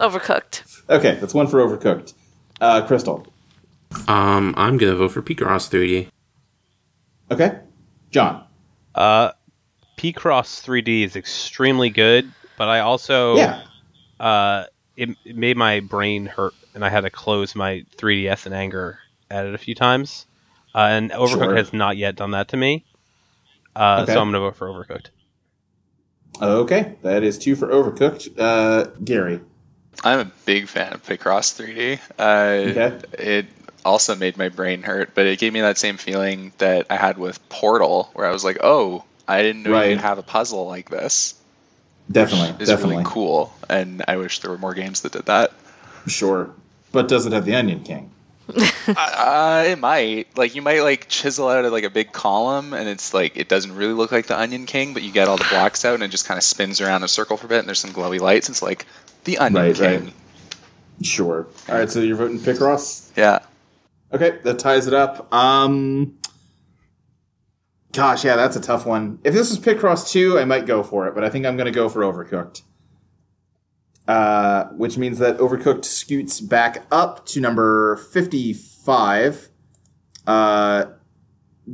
[SPEAKER 3] Overcooked.
[SPEAKER 2] Okay. That's one for Overcooked. Uh, Crystal.
[SPEAKER 4] Um, I'm gonna vote for Picross 3D.
[SPEAKER 2] Okay. John.
[SPEAKER 5] Uh, P Cross 3D is extremely good, but I also
[SPEAKER 2] Yeah.
[SPEAKER 5] uh, it, it made my brain hurt, and I had to close my 3DS in anger at it a few times, uh, and Overcooked
[SPEAKER 2] Sure.
[SPEAKER 5] has not yet done that to me. Uh,
[SPEAKER 2] Okay.
[SPEAKER 5] So I'm gonna vote for Overcooked.
[SPEAKER 2] Okay, that is two for Overcooked. Uh, Gary.
[SPEAKER 6] I'm a big fan of Picross 3D. Uh,
[SPEAKER 2] Okay.
[SPEAKER 6] It also made my brain hurt, but it gave me that same feeling that I had with Portal, where I was like, "Oh, I didn't know
[SPEAKER 2] Right.
[SPEAKER 6] you could have a puzzle like this."
[SPEAKER 2] Definitely,
[SPEAKER 6] It's
[SPEAKER 2] definitely,
[SPEAKER 6] really cool, and I wish there were more games that did that.
[SPEAKER 2] sure. But does it have the Onion King?
[SPEAKER 6] Uh, it might like you might like chisel out like a big column, and it's like it doesn't really look like the Onion King, but you get all the blocks out, and it just kind of spins around in a circle for a bit, and there's some glowy lights. It's like the Onion
[SPEAKER 2] Right,
[SPEAKER 6] King.
[SPEAKER 2] right. Sure. All right, so you're voting Picross.
[SPEAKER 6] Yeah.
[SPEAKER 2] Okay, that ties it up. Um, gosh, yeah, that's a tough one. If this was Picross two, I might go for it, but I think I'm going to go for Overcooked. Uh, which means that Overcooked scoots back up to number fifty-five. Uh,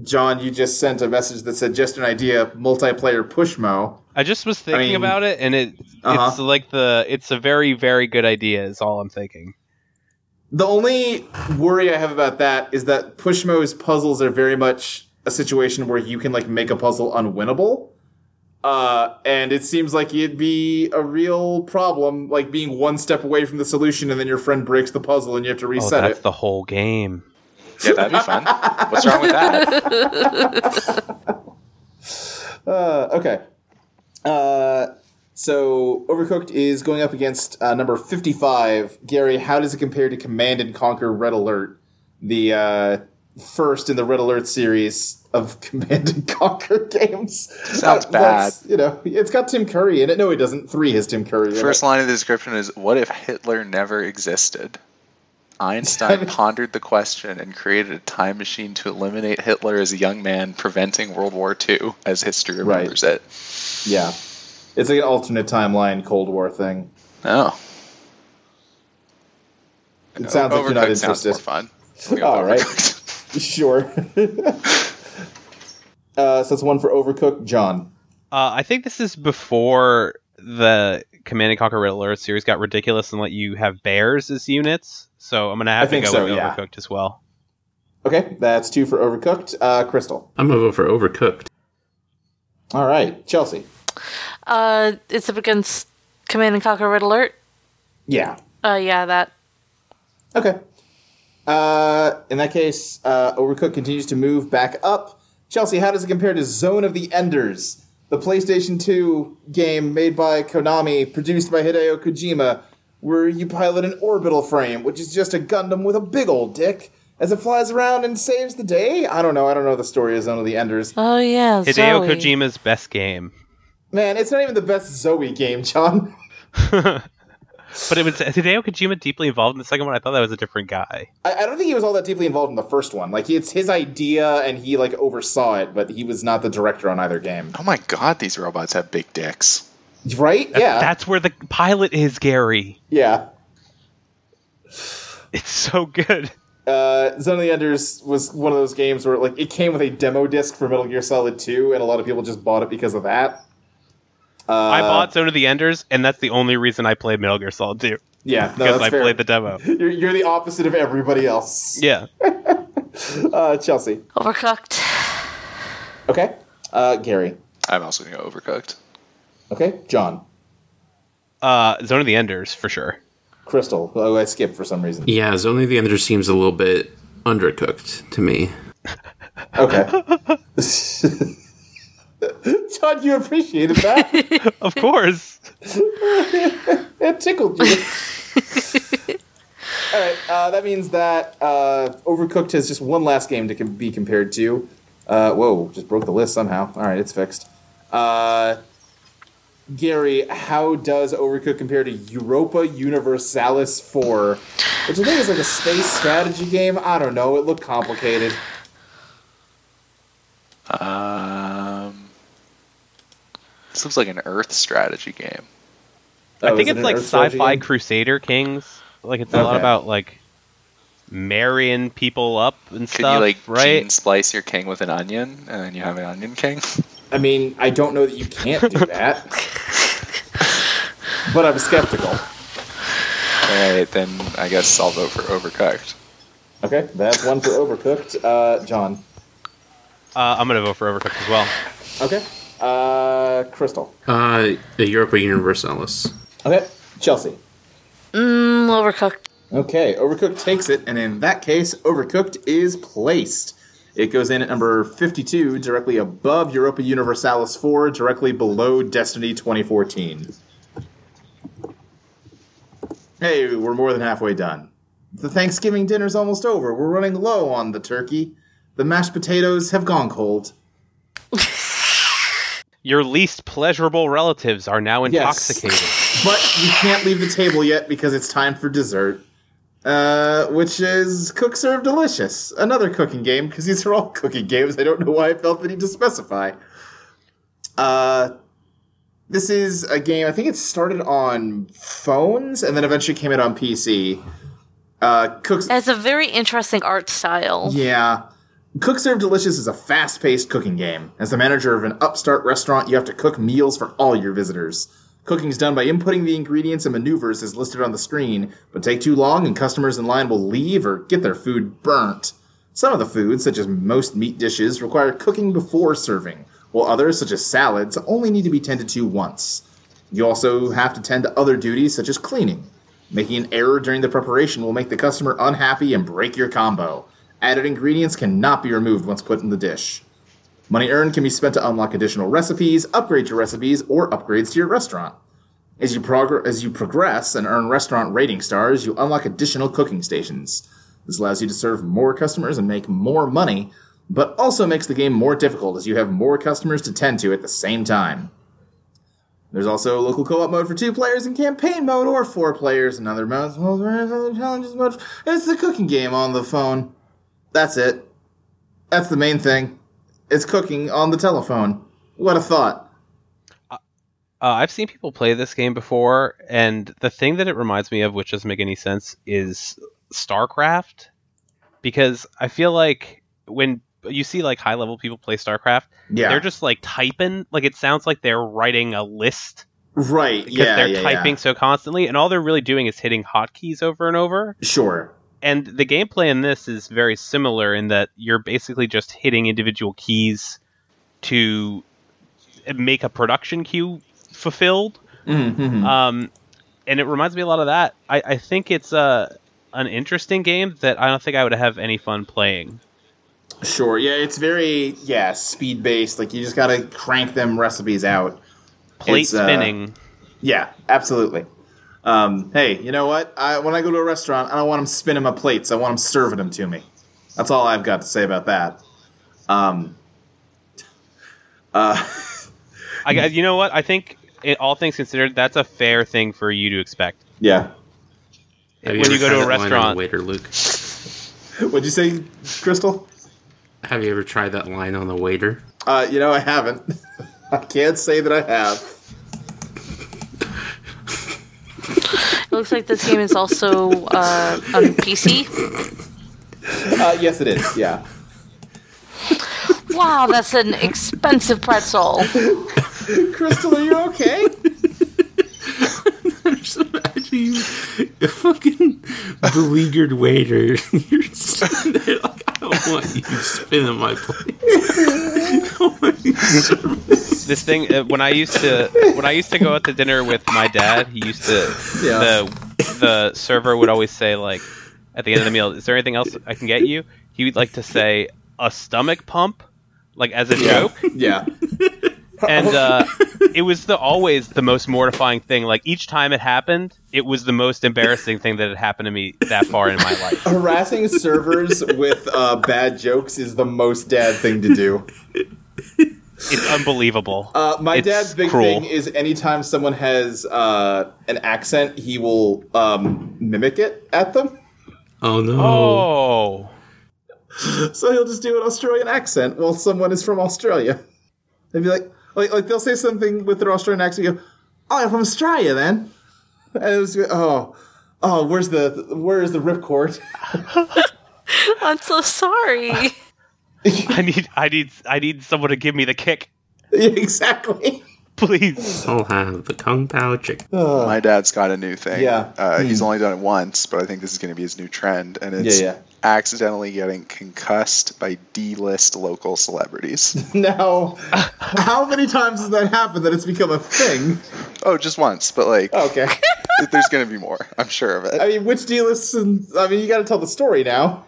[SPEAKER 2] John, you just sent a message that said just an idea multiplayer pushmo.
[SPEAKER 5] I just was thinking
[SPEAKER 2] mean-
[SPEAKER 5] about it, and it
[SPEAKER 2] Uh-huh.
[SPEAKER 5] it's like the it's a very very good idea. Is all I'm thinking.
[SPEAKER 2] The only worry I have about that is that Pushmo's puzzles are very much a situation where you can like make a puzzle unwinnable. Uh, and it seems like it'd be a real problem, like being one step away from the solution, and then your friend breaks the puzzle and you have to
[SPEAKER 5] Oh,
[SPEAKER 2] reset
[SPEAKER 5] that's
[SPEAKER 2] it.
[SPEAKER 5] the whole game.
[SPEAKER 6] Yeah, that'd be fun. What's wrong with that?
[SPEAKER 2] Uh, okay. Uh, so Overcooked is going up against uh, number fifty-five. Gary, how does it compare to Command and Conquer Red Alert, the uh, first in the Red Alert series of Command and Conquer games? Uh,
[SPEAKER 6] Sounds
[SPEAKER 2] that's- You know, it's got Tim Curry in it. No, it doesn't. Three has Tim Curry. In
[SPEAKER 6] First
[SPEAKER 2] it.
[SPEAKER 6] line of the description is What if Hitler never existed? Einstein pondered the question and created a time machine to eliminate Hitler as a young man, preventing World War II, as history
[SPEAKER 2] Right.
[SPEAKER 6] remembers it.
[SPEAKER 2] yeah, it's like an alternate timeline Cold War thing.
[SPEAKER 6] Oh.
[SPEAKER 2] It sounds like you're not
[SPEAKER 6] Uh, Overcooked sounds
[SPEAKER 2] interested.
[SPEAKER 6] more fun. I'll go
[SPEAKER 2] All right.
[SPEAKER 6] Overcooked.
[SPEAKER 2] Sure. uh, so it's one for Overcooked, John.
[SPEAKER 5] Uh, I think this is before the Command and Conquer Red Alert series got ridiculous and let you have bears as units. So I'm gonna have to
[SPEAKER 2] think
[SPEAKER 5] go
[SPEAKER 2] so,
[SPEAKER 5] with
[SPEAKER 2] yeah.
[SPEAKER 5] Overcooked as well.
[SPEAKER 2] Okay, that's two for Overcooked. Uh, Crystal.
[SPEAKER 4] I'm gonna vote for Overcooked.
[SPEAKER 2] All right, Chelsea.
[SPEAKER 3] Uh, it's up against Command and Conquer Red Alert.
[SPEAKER 2] Yeah.
[SPEAKER 3] Uh, yeah, that.
[SPEAKER 2] Okay. Uh, in that case, uh, Overcooked continues to move back up. Chelsea, how does it compare to Zone of the Enders, the PlayStation 2 game made by Konami, produced by Hideo Kojima, where you pilot an orbital frame, which is just a Gundam with a big old dick, as it flies around and saves the day? I don't know. I don't know the story of Zone of the Enders.
[SPEAKER 3] Oh yeah,
[SPEAKER 5] Hideo
[SPEAKER 3] Zoe.
[SPEAKER 5] Kojima's best game,
[SPEAKER 2] Man, it's not even the best Zoe game, John.
[SPEAKER 5] but it was Hideo Kojima deeply involved in the second one. I thought that was a different guy.
[SPEAKER 2] I, I don't think he was all that deeply involved in the first one. Like it's his idea, and he like oversaw it, but he was not the director on either game.
[SPEAKER 6] Oh my god, these robots have big dicks.
[SPEAKER 2] Right? yeah.
[SPEAKER 5] That's where the pilot is, Gary.
[SPEAKER 2] yeah.
[SPEAKER 5] It's so good.
[SPEAKER 2] Uh, Zone of the Enders was one of those games where like it came with a demo disc for Metal Gear Solid Two, and a lot of people just bought it because of that. Uh,
[SPEAKER 5] I bought Zone of the Enders, and that's the only reason I played Metal Gear Solid 2
[SPEAKER 2] yeah, no,
[SPEAKER 5] because
[SPEAKER 2] that's
[SPEAKER 5] I
[SPEAKER 2] fair.
[SPEAKER 5] played the demo.
[SPEAKER 2] You're, you're the opposite of everybody else.
[SPEAKER 5] Yeah.
[SPEAKER 2] Uh, Chelsea.
[SPEAKER 3] Overcooked.
[SPEAKER 2] Okay. Uh, Gary.
[SPEAKER 6] I'm also going to go Overcooked.
[SPEAKER 2] Okay. John.
[SPEAKER 5] Uh, Zone of the Enders for sure.
[SPEAKER 2] Crystal. Oh, I skipped for some reason.
[SPEAKER 4] Yeah, Zone of the Ender seems a little bit undercooked to me.
[SPEAKER 2] Okay. John, you appreciated that.
[SPEAKER 5] Of course.
[SPEAKER 2] It tickled you. All right, uh, that means that uh, Overcooked has just one last game to com- be compared to. Uh, whoa, just broke the list somehow. All right, it's fixed. Uh, Gary, how does Overcooked compare to Europa Universalis 4, which I think is like a space strategy game? I don't know. It looked complicated.
[SPEAKER 6] Um, this looks like an Earth strategy game.
[SPEAKER 5] I
[SPEAKER 2] Oh,
[SPEAKER 5] think
[SPEAKER 2] is it
[SPEAKER 5] it's
[SPEAKER 2] an
[SPEAKER 5] like
[SPEAKER 2] Earth strategy
[SPEAKER 5] sci-fi
[SPEAKER 2] game?
[SPEAKER 5] Crusader Kings. Like it's a lot
[SPEAKER 2] Okay.
[SPEAKER 5] about like marrying people up and
[SPEAKER 6] Could
[SPEAKER 5] stuff,
[SPEAKER 6] you like
[SPEAKER 5] right?
[SPEAKER 6] gene splice your king with an onion, and then you have an onion king?
[SPEAKER 2] I mean, I don't know that you can't do that, but I'm skeptical.
[SPEAKER 6] All right, then I guess I'll vote for Overcooked.
[SPEAKER 2] Okay, that's one for Overcooked. Uh, John.
[SPEAKER 5] Uh, I'm gonna vote for Overcooked as well.
[SPEAKER 2] Okay. Uh, Crystal.
[SPEAKER 4] Uh, the Europa Universalis.
[SPEAKER 2] Okay. Chelsea.
[SPEAKER 3] Mm, overcooked.
[SPEAKER 2] Okay, Overcooked takes it, and in that case, Overcooked is placed. It goes in at number 52, directly above Europa Universalis 4, directly below Destiny 2014. Hey, we're more than halfway done. The Thanksgiving dinner's almost over. We're running low on the turkey. The mashed potatoes have gone cold.
[SPEAKER 5] Your least pleasurable relatives are now
[SPEAKER 2] Yes.
[SPEAKER 5] intoxicated.
[SPEAKER 2] But you can't leave the table yet because it's time for dessert. Uh, which is Cook Serve Delicious, another cooking game, because these are all cooking games. I don't know why I felt the need to specify. Uh, this is a game, I think it started on phones and then eventually came out on PC. Uh, Cook's,
[SPEAKER 3] That's a very interesting art style.
[SPEAKER 2] yeah. Cook Serve Delicious is a fast paced cooking game. As the manager of an upstart restaurant, you have to cook meals for all your visitors. Cooking is done by inputting the ingredients and maneuvers as listed on the screen, but take too long and customers in line will leave or get their food burnt. Some of the foods, such as most meat dishes, require cooking before serving, while others, such as salads, only need to be tended to once. You also have to tend to other duties, such as cleaning. Making an error during the preparation will make the customer unhappy and break your combo. Added ingredients cannot be removed once put in the dish. Money earned can be spent to unlock additional recipes, upgrade your recipes, or upgrades to your restaurant. As you, progr- as you progress and earn restaurant rating stars, you unlock additional cooking stations. This allows you to serve more customers and make more money, but also makes the game more difficult as you have more customers to tend to at the same time. There's also a local co-op mode for two players and campaign mode or four players and other modes. well, there's other challenges mode. It's the cooking game on the phone. That's it. That's the main thing. It's cooking on the telephone. What a thought.
[SPEAKER 5] Uh, I've seen people play this game before, and the thing that it reminds me of, which doesn't make any sense, is StarCraft. Because I feel like when you see like high level people play StarCraft,
[SPEAKER 2] Yeah.
[SPEAKER 5] they're just like typing. Like it sounds like they're writing a list
[SPEAKER 2] right.
[SPEAKER 5] because
[SPEAKER 2] Yeah.
[SPEAKER 5] they're
[SPEAKER 2] yeah,
[SPEAKER 5] typing
[SPEAKER 2] yeah.
[SPEAKER 5] so constantly, and all they're really doing is hitting hotkeys over and over.
[SPEAKER 2] Sure.
[SPEAKER 5] And the gameplay in this is very similar in that you're basically just hitting individual keys to make a production queue fulfilled
[SPEAKER 2] Mm-hmm.
[SPEAKER 5] um, and it reminds me a lot of that. I, I think it's uh, an interesting game that I don't think I would have any fun playing.
[SPEAKER 2] Sure. Yeah. It's very yeah speed based. Like you just gotta crank them recipes out.
[SPEAKER 5] Plate
[SPEAKER 2] It's, uh,
[SPEAKER 5] spinning.
[SPEAKER 2] Yeah, absolutely. Um, hey, you know what? I, when I go to a restaurant, I don't want them spinning my plates. I want them serving them to me. That's all I've got to say about that. Um, uh,
[SPEAKER 5] I gu- you know what? I think it, all things considered, that's a fair thing for you to expect
[SPEAKER 2] yeah.
[SPEAKER 4] Have
[SPEAKER 5] when
[SPEAKER 4] ever
[SPEAKER 5] you go
[SPEAKER 4] tried
[SPEAKER 5] to a
[SPEAKER 4] that line on the
[SPEAKER 5] restaurant.
[SPEAKER 4] waiter, Luke.
[SPEAKER 2] What'd you say, Crystal?
[SPEAKER 4] Have you ever tried that line on the waiter?
[SPEAKER 2] Uh, you know, I haven't. I can't say that I have.
[SPEAKER 3] It looks like this game is also uh, on PC.
[SPEAKER 2] Uh, yes, it is. Yeah.
[SPEAKER 3] Wow, that's an expensive pretzel.
[SPEAKER 2] Crystal, are you okay?
[SPEAKER 4] Just imagine you, a fucking beleaguered waiter. You're sitting there like, I don't want you spinning my plate.
[SPEAKER 5] this thing. Uh, when I used to when I used to go out to dinner with my dad, he used to
[SPEAKER 2] Yeah.
[SPEAKER 5] the the server would always say like at the end of the meal, "Is there anything else I can get you?" He would like to say a stomach pump, like as a joke.
[SPEAKER 2] Yeah.
[SPEAKER 5] and uh, it was the always the most mortifying thing. Like each time it happened, it was the most embarrassing thing that had happened to me that far in my life.
[SPEAKER 2] Harassing servers with uh, bad jokes is the most dad thing to do.
[SPEAKER 5] It's unbelievable.
[SPEAKER 2] Uh, my
[SPEAKER 5] It's
[SPEAKER 2] dad's big
[SPEAKER 5] cruel.
[SPEAKER 2] thing is anytime someone has uh, an accent, he will um, mimic it at them.
[SPEAKER 4] Oh no.
[SPEAKER 5] oh,
[SPEAKER 2] So he'll just do an Australian accent while someone is from Australia. They'd be like, like, like they'll say something with their Australian accent. You go, "Oh, you're from Australia, then." And it was, oh, oh, where's the where's the ripcord?
[SPEAKER 3] I'm so sorry.
[SPEAKER 5] I need, I need, I need someone to give me the kick,
[SPEAKER 2] exactly.
[SPEAKER 5] please.
[SPEAKER 4] I'll have the Kung Pao chicken.
[SPEAKER 6] My dad's got a new thing.
[SPEAKER 2] Yeah. Hmm.
[SPEAKER 6] Uh, He's only done it once, but I think this is going to be his new trend, and it's
[SPEAKER 2] Yeah,
[SPEAKER 6] accidentally getting concussed by D-list local celebrities.
[SPEAKER 2] Now, how many times has that happened that it's become a thing?
[SPEAKER 6] oh, just once, but like
[SPEAKER 2] Okay.
[SPEAKER 6] there's going to be more. I'm sure of it.
[SPEAKER 2] Oh. I mean, which D-list? and- I mean, you got to tell the story now.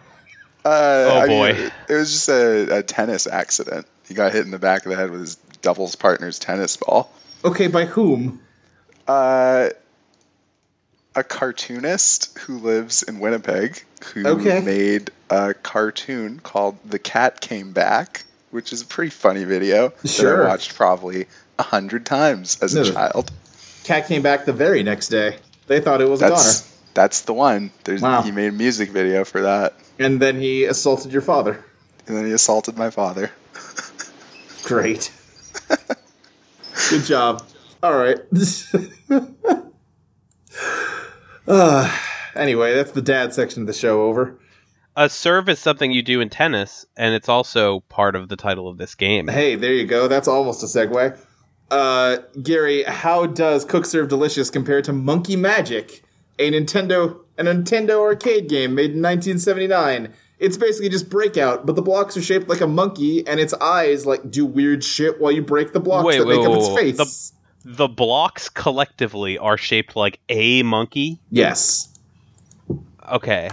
[SPEAKER 6] Uh,
[SPEAKER 5] Oh,
[SPEAKER 6] I mean,
[SPEAKER 5] boy.
[SPEAKER 6] it- it was just a, a tennis accident. He got hit in the back of the head with his doubles partner's tennis ball.
[SPEAKER 2] Okay, by whom?
[SPEAKER 6] Uh, a cartoonist who lives in Winnipeg who
[SPEAKER 2] Okay.
[SPEAKER 6] made a cartoon called "The Cat Came Back," which is a pretty funny video that
[SPEAKER 2] Sure.
[SPEAKER 6] I watched probably a hundred times as a
[SPEAKER 2] Yeah.
[SPEAKER 6] child.
[SPEAKER 2] Cat came back the very next day. They thought it was a goner,
[SPEAKER 6] That's that's the one. There's,
[SPEAKER 2] Wow.
[SPEAKER 6] He made a music video for that,
[SPEAKER 2] and then he assaulted your father.
[SPEAKER 6] and then he assaulted my father.
[SPEAKER 2] Great. Good job. All right. uh, anyway, that's the dad section of the show over.
[SPEAKER 5] A serve is something you do in tennis, and it's also part of the title of this game.
[SPEAKER 2] Hey, there you go. That's almost a segue. Uh, Gary, how does Cook Serve Delicious compare to Monkey Magic, a Nintendo a Nintendo arcade game made in 1979? It's basically just breakout, but the blocks are shaped like a monkey, and its eyes like do weird shit while you break the blocks
[SPEAKER 5] Wait,
[SPEAKER 2] that
[SPEAKER 5] wait,
[SPEAKER 2] make up
[SPEAKER 5] wait,
[SPEAKER 2] its
[SPEAKER 5] wait, wait.
[SPEAKER 2] face.
[SPEAKER 5] The blocks collectively are shaped like a monkey.
[SPEAKER 2] Yes,
[SPEAKER 5] Okay.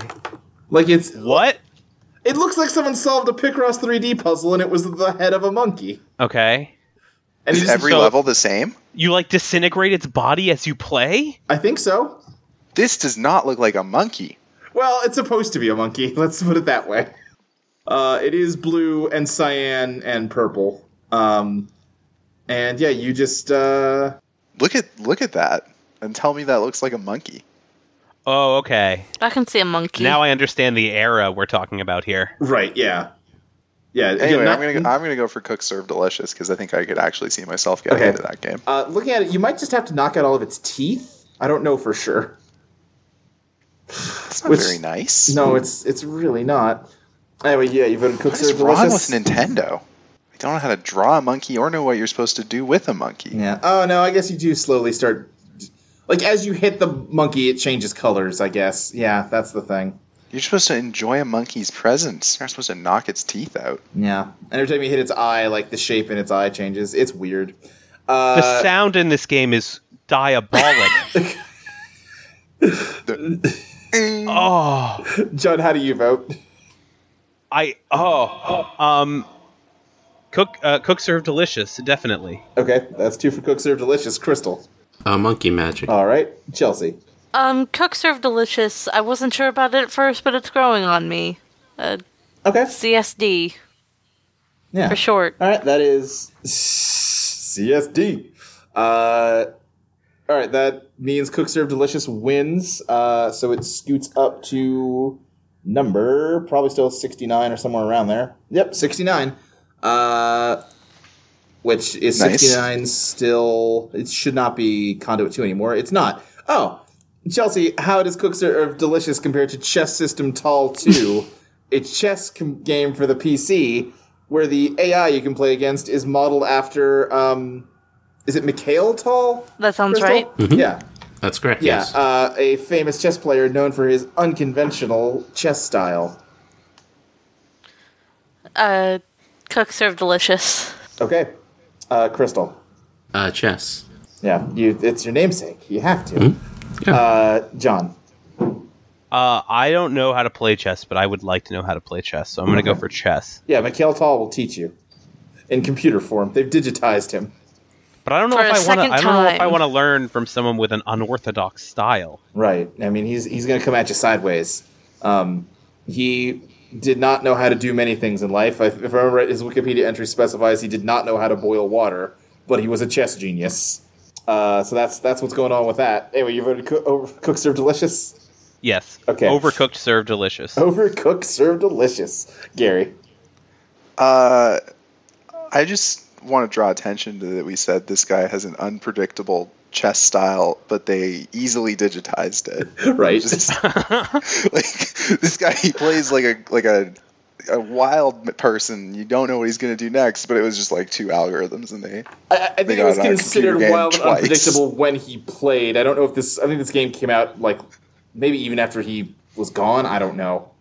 [SPEAKER 2] like it's
[SPEAKER 5] What?
[SPEAKER 2] It looks like someone solved a Picross 3D puzzle and it was the head of a monkey.
[SPEAKER 5] Okay.
[SPEAKER 2] And you
[SPEAKER 6] Is
[SPEAKER 2] just,
[SPEAKER 6] every
[SPEAKER 5] so-
[SPEAKER 6] level the same?
[SPEAKER 5] You like disintegrate its body as you play?
[SPEAKER 2] I think so.
[SPEAKER 6] This does not look like a monkey.
[SPEAKER 2] Well, it's supposed to be a monkey. Let's put it that way. Uh, it is blue and cyan and purple. Um, and yeah, you just uh,
[SPEAKER 6] Look at look at that and tell me that looks like a monkey.
[SPEAKER 5] Oh, okay.
[SPEAKER 3] I can see a monkey.
[SPEAKER 5] Now I understand the era we're talking about here.
[SPEAKER 2] right, yeah, yeah. again,
[SPEAKER 6] Anyway,
[SPEAKER 2] not-
[SPEAKER 6] I'm gonna go, I'm gonna go for Cook Serve Delicious because I think I could actually see myself getting
[SPEAKER 2] Okay.
[SPEAKER 6] into that game.
[SPEAKER 2] uh, looking at it, you might just have to knock out all of its teeth. I don't know for sure.
[SPEAKER 6] It's not
[SPEAKER 2] which-
[SPEAKER 6] very nice.
[SPEAKER 2] No, it's it's really not. Anyway, yeah, you voted cook
[SPEAKER 6] what is
[SPEAKER 2] serve
[SPEAKER 6] wrong with
[SPEAKER 2] delicious.
[SPEAKER 6] Nintendo? I don't know how to draw a monkey or know what you're supposed to do with a monkey.
[SPEAKER 2] Yeah. Oh no, I guess you do slowly start like as you hit the monkey it changes colors, I guess. Yeah, that's the thing.
[SPEAKER 6] You're supposed to enjoy a monkey's presence. You're not supposed to knock its teeth out.
[SPEAKER 2] Yeah. And every time you hit its eye, like the shape in its eye changes. It's weird. Uh,
[SPEAKER 5] The sound in this game is diabolic. oh.
[SPEAKER 2] Judd, how do you vote?
[SPEAKER 5] I oh um cook uh, cook serve delicious definitely.
[SPEAKER 2] Okay, that's two for cook serve delicious. Crystal.
[SPEAKER 4] Uh, monkey magic.
[SPEAKER 2] All right, Chelsea.
[SPEAKER 3] Um, Cook Serve Delicious. I wasn't sure about it at first, but it's growing on me. Uh,
[SPEAKER 2] Okay.
[SPEAKER 3] CSD
[SPEAKER 2] Yeah.
[SPEAKER 3] for short.
[SPEAKER 2] All right, that is CSD. Uh, all right, that means Cook Serve Delicious wins. Uh, so it scoots up to number probably still 69 or somewhere around there. Yep, 69. Uh, which is
[SPEAKER 6] Nice.
[SPEAKER 2] 69 still. It should not be Conduit 2 anymore. It's not. Oh, Chelsea, how does Cook Serve Delicious compare to Chess System Tall 2, a chess com- game for the PC where the AI you can play against is modeled after, um, is it Mikhail Tall?
[SPEAKER 3] That sounds
[SPEAKER 2] Crystal?
[SPEAKER 3] right.
[SPEAKER 2] Yeah.
[SPEAKER 4] That's correct.
[SPEAKER 2] Yeah.
[SPEAKER 4] Mm-hmm. Yes.
[SPEAKER 2] Uh, a famous chess player known for his unconventional chess style.
[SPEAKER 3] Uh, Cook Serve Delicious.
[SPEAKER 2] Okay. Uh, Crystal.
[SPEAKER 4] Uh, chess.
[SPEAKER 2] Yeah. You, it's your namesake. You have to.
[SPEAKER 4] Mm-hmm. Yeah.
[SPEAKER 2] Uh, John.
[SPEAKER 5] Uh, I don't know how to play chess, but I would like to know how to play chess, so I'm gonna go for chess.
[SPEAKER 2] Yeah, Mikhail Tall will teach you in computer form. They've digitized him.
[SPEAKER 5] But I don't know
[SPEAKER 3] For a
[SPEAKER 5] if I want
[SPEAKER 3] second
[SPEAKER 5] to. I don't know if I
[SPEAKER 3] time.
[SPEAKER 5] want to learn from someone with an unorthodox style.
[SPEAKER 2] Right. I mean, he's he's going to come at you sideways. Um, he did not know how to do many things in life. If, if I remember right, his Wikipedia entry specifies he did not know how to boil water, but he was a chess genius. Uh, so that's that's what's going on with that. Anyway, you voted co- over, cook serve delicious.
[SPEAKER 5] Yes.
[SPEAKER 2] Okay. Oh.
[SPEAKER 5] Overcooked serve delicious.
[SPEAKER 2] Over cook serve delicious, Gary.
[SPEAKER 6] Uh, I just want to draw attention to that we said this guy has an unpredictable chess style, but they easily digitized it.
[SPEAKER 2] Right.
[SPEAKER 6] Just- like this guy, he plays like a like a a wild person. You don't know what he's gonna do next, but it was just like two algorithms, and they
[SPEAKER 2] I, I think
[SPEAKER 6] They
[SPEAKER 2] it was
[SPEAKER 6] got it on a
[SPEAKER 2] considered
[SPEAKER 6] computer game
[SPEAKER 2] wild and
[SPEAKER 6] twice.
[SPEAKER 2] unpredictable when he played. I don't know if this. I think this game came out like maybe even after he was gone. I don't know.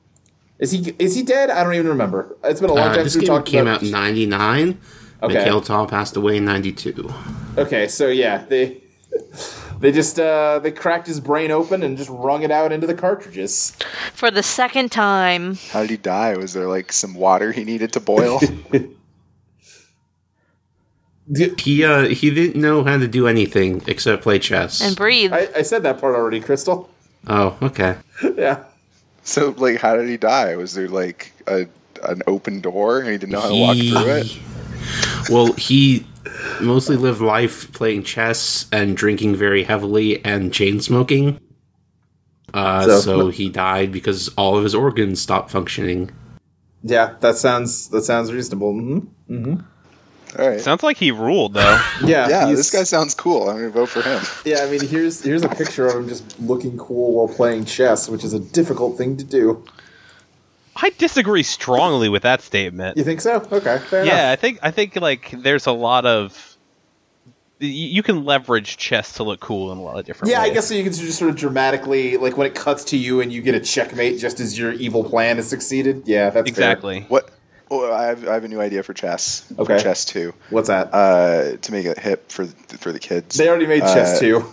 [SPEAKER 2] Is he is he dead? I don't even remember. It's been a long
[SPEAKER 4] Uh,
[SPEAKER 2] time
[SPEAKER 4] this
[SPEAKER 2] since we
[SPEAKER 4] game
[SPEAKER 2] talked
[SPEAKER 4] came
[SPEAKER 2] about.
[SPEAKER 4] out in 99.
[SPEAKER 2] Okay.
[SPEAKER 4] Mikhail Tal passed away in 92.
[SPEAKER 2] Okay, so yeah, they they just uh, they cracked his brain open and just wrung it out into the cartridges.
[SPEAKER 3] For the second time,
[SPEAKER 6] How did he die? Was there like some water he needed to boil?
[SPEAKER 2] D-
[SPEAKER 4] He uh, he didn't know how to do anything except play chess.
[SPEAKER 3] and breathe.
[SPEAKER 2] I, I said that part already, Crystal.
[SPEAKER 4] oh, okay.
[SPEAKER 2] Yeah.
[SPEAKER 6] so like, how did he die? Was there like a an open door and he didn't know how to walk
[SPEAKER 4] He-
[SPEAKER 6] through it?
[SPEAKER 4] Well, he mostly lived life playing chess and drinking very heavily and chain smoking. Uh,
[SPEAKER 2] So-
[SPEAKER 4] so, he died because all of his organs stopped functioning.
[SPEAKER 2] Yeah, that sounds that sounds reasonable. hmm
[SPEAKER 6] All right.
[SPEAKER 5] Sounds like he ruled though.
[SPEAKER 2] Yeah,
[SPEAKER 6] yeah,
[SPEAKER 2] he's-
[SPEAKER 6] this guy sounds cool. I'm gonna vote for him.
[SPEAKER 2] Yeah, I mean, here's here's a picture of him just looking cool while playing chess, which is a difficult thing to do.
[SPEAKER 5] I disagree strongly with that statement.
[SPEAKER 2] You think so? Okay, fair
[SPEAKER 5] yeah,
[SPEAKER 2] enough.
[SPEAKER 5] I think I think like there's a lot of y- you can leverage chess to look cool in a lot of different
[SPEAKER 2] Yeah,
[SPEAKER 5] ways.
[SPEAKER 2] I guess so you can just sort of dramatically, like when it cuts to you and you get a checkmate just as your evil plan has succeeded. Yeah, that's fair.
[SPEAKER 5] exactly.
[SPEAKER 6] What? Oh, I have, I have a new idea for chess. for
[SPEAKER 2] Okay.
[SPEAKER 6] chess two.
[SPEAKER 2] What's that?
[SPEAKER 6] Uh, to make it hip for for the kids.
[SPEAKER 2] they already made chess
[SPEAKER 6] uh,
[SPEAKER 2] too.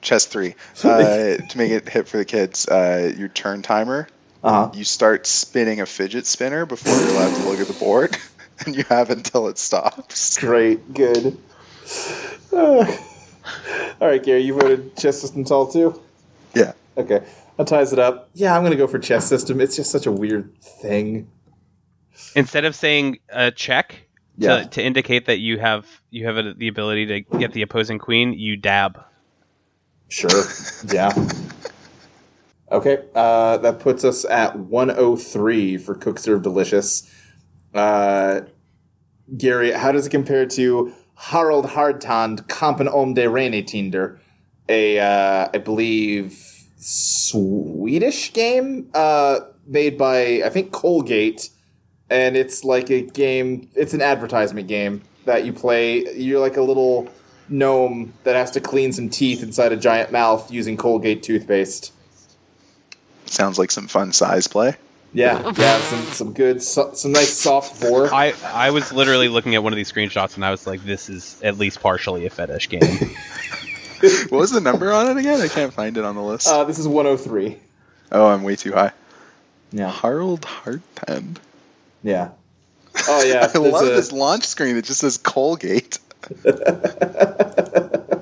[SPEAKER 6] Chess three. Uh, to make it hip for the kids, uh, your turn timer.
[SPEAKER 2] Uh huh.
[SPEAKER 6] You start spinning a fidget spinner before you're allowed to look at the board, and you have until it stops.
[SPEAKER 2] Great, good. all right, Gary, you voted chess system tall too.
[SPEAKER 6] Yeah.
[SPEAKER 2] Okay, that ties it up. Yeah, I'm gonna go for chess system. It's just such a weird thing.
[SPEAKER 5] Instead of saying uh, check
[SPEAKER 2] Yeah.
[SPEAKER 5] to, to indicate that you have you have a, the ability to get the opposing queen, you dab.
[SPEAKER 2] Sure. yeah. Okay, uh, that puts us at 103 for Cook Serve Delicious. Uh, Gary, how does it compare to Harald Hardtand Kampen om de Reine Tinder? A, uh, I believe, Swedish game uh, made by, I think, Colgate. And it's like a game, it's an advertisement game that you play. You're like a little gnome that has to clean some teeth inside a giant mouth using Colgate toothpaste.
[SPEAKER 6] Sounds like some fun size play.
[SPEAKER 2] Yeah, yeah, some some good, so, some nice soft bore.
[SPEAKER 5] I I was literally looking at one of these screenshots and I was like, this is at least partially a fetish game.
[SPEAKER 6] What was the number on it again? I can't find it on the list.
[SPEAKER 2] Uh, this is 103.
[SPEAKER 6] oh, I'm way too high.
[SPEAKER 2] Yeah,
[SPEAKER 6] Harold Hartend.
[SPEAKER 2] yeah. Oh yeah,
[SPEAKER 6] I
[SPEAKER 2] there's
[SPEAKER 6] love
[SPEAKER 2] a-
[SPEAKER 6] this launch screen that just says Colgate. uh,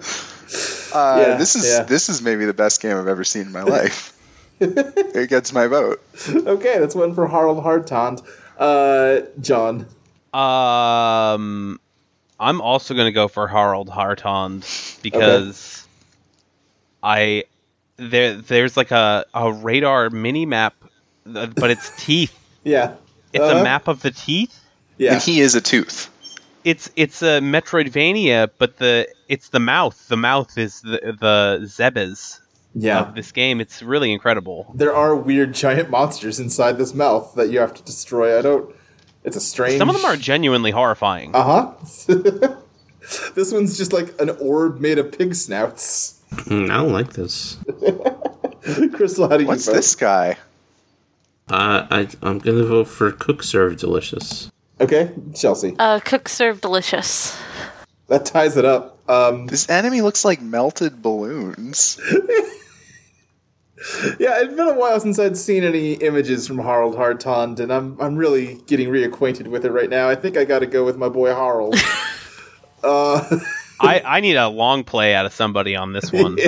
[SPEAKER 2] Yeah,
[SPEAKER 6] this is
[SPEAKER 2] yeah.
[SPEAKER 6] this is maybe the best game I've ever seen in my life. it gets my vote.
[SPEAKER 2] Okay, that's one for Harold Hartand. Uh, John.
[SPEAKER 5] um, I'm also gonna go for Harald Hartond because I there there's like a a radar mini map, uh, but it's teeth.
[SPEAKER 2] Yeah.
[SPEAKER 5] It's
[SPEAKER 2] Uh-huh.
[SPEAKER 5] a map of the teeth.
[SPEAKER 2] Yeah.
[SPEAKER 6] And he is a tooth.
[SPEAKER 5] it's it's a Metroidvania, but the it's the mouth. The mouth is the the zebas
[SPEAKER 2] yeah.
[SPEAKER 5] of this game. It's really incredible.
[SPEAKER 2] There are weird giant monsters inside this mouth that you have to destroy. I don't. It's a strange.
[SPEAKER 5] Some of them are genuinely horrifying.
[SPEAKER 2] Uh huh. this one's just like an orb made of pig snouts.
[SPEAKER 4] Hmm, I don't like this.
[SPEAKER 2] Crystal, how do you
[SPEAKER 6] What's
[SPEAKER 2] vote?
[SPEAKER 6] this guy?
[SPEAKER 4] Uh, I, I'm gonna vote for Cook Serve Delicious.
[SPEAKER 2] Okay, Chelsea.
[SPEAKER 3] Uh, cook serve delicious.
[SPEAKER 2] That ties it up. Um,
[SPEAKER 6] This enemy looks like melted balloons.
[SPEAKER 2] yeah, it's been a while since I'd seen any images from Harold Hartond, and I'm I'm really getting reacquainted with it right now. I think I got to go with my boy Harold. uh,
[SPEAKER 5] I, I need a long play out of somebody on this one.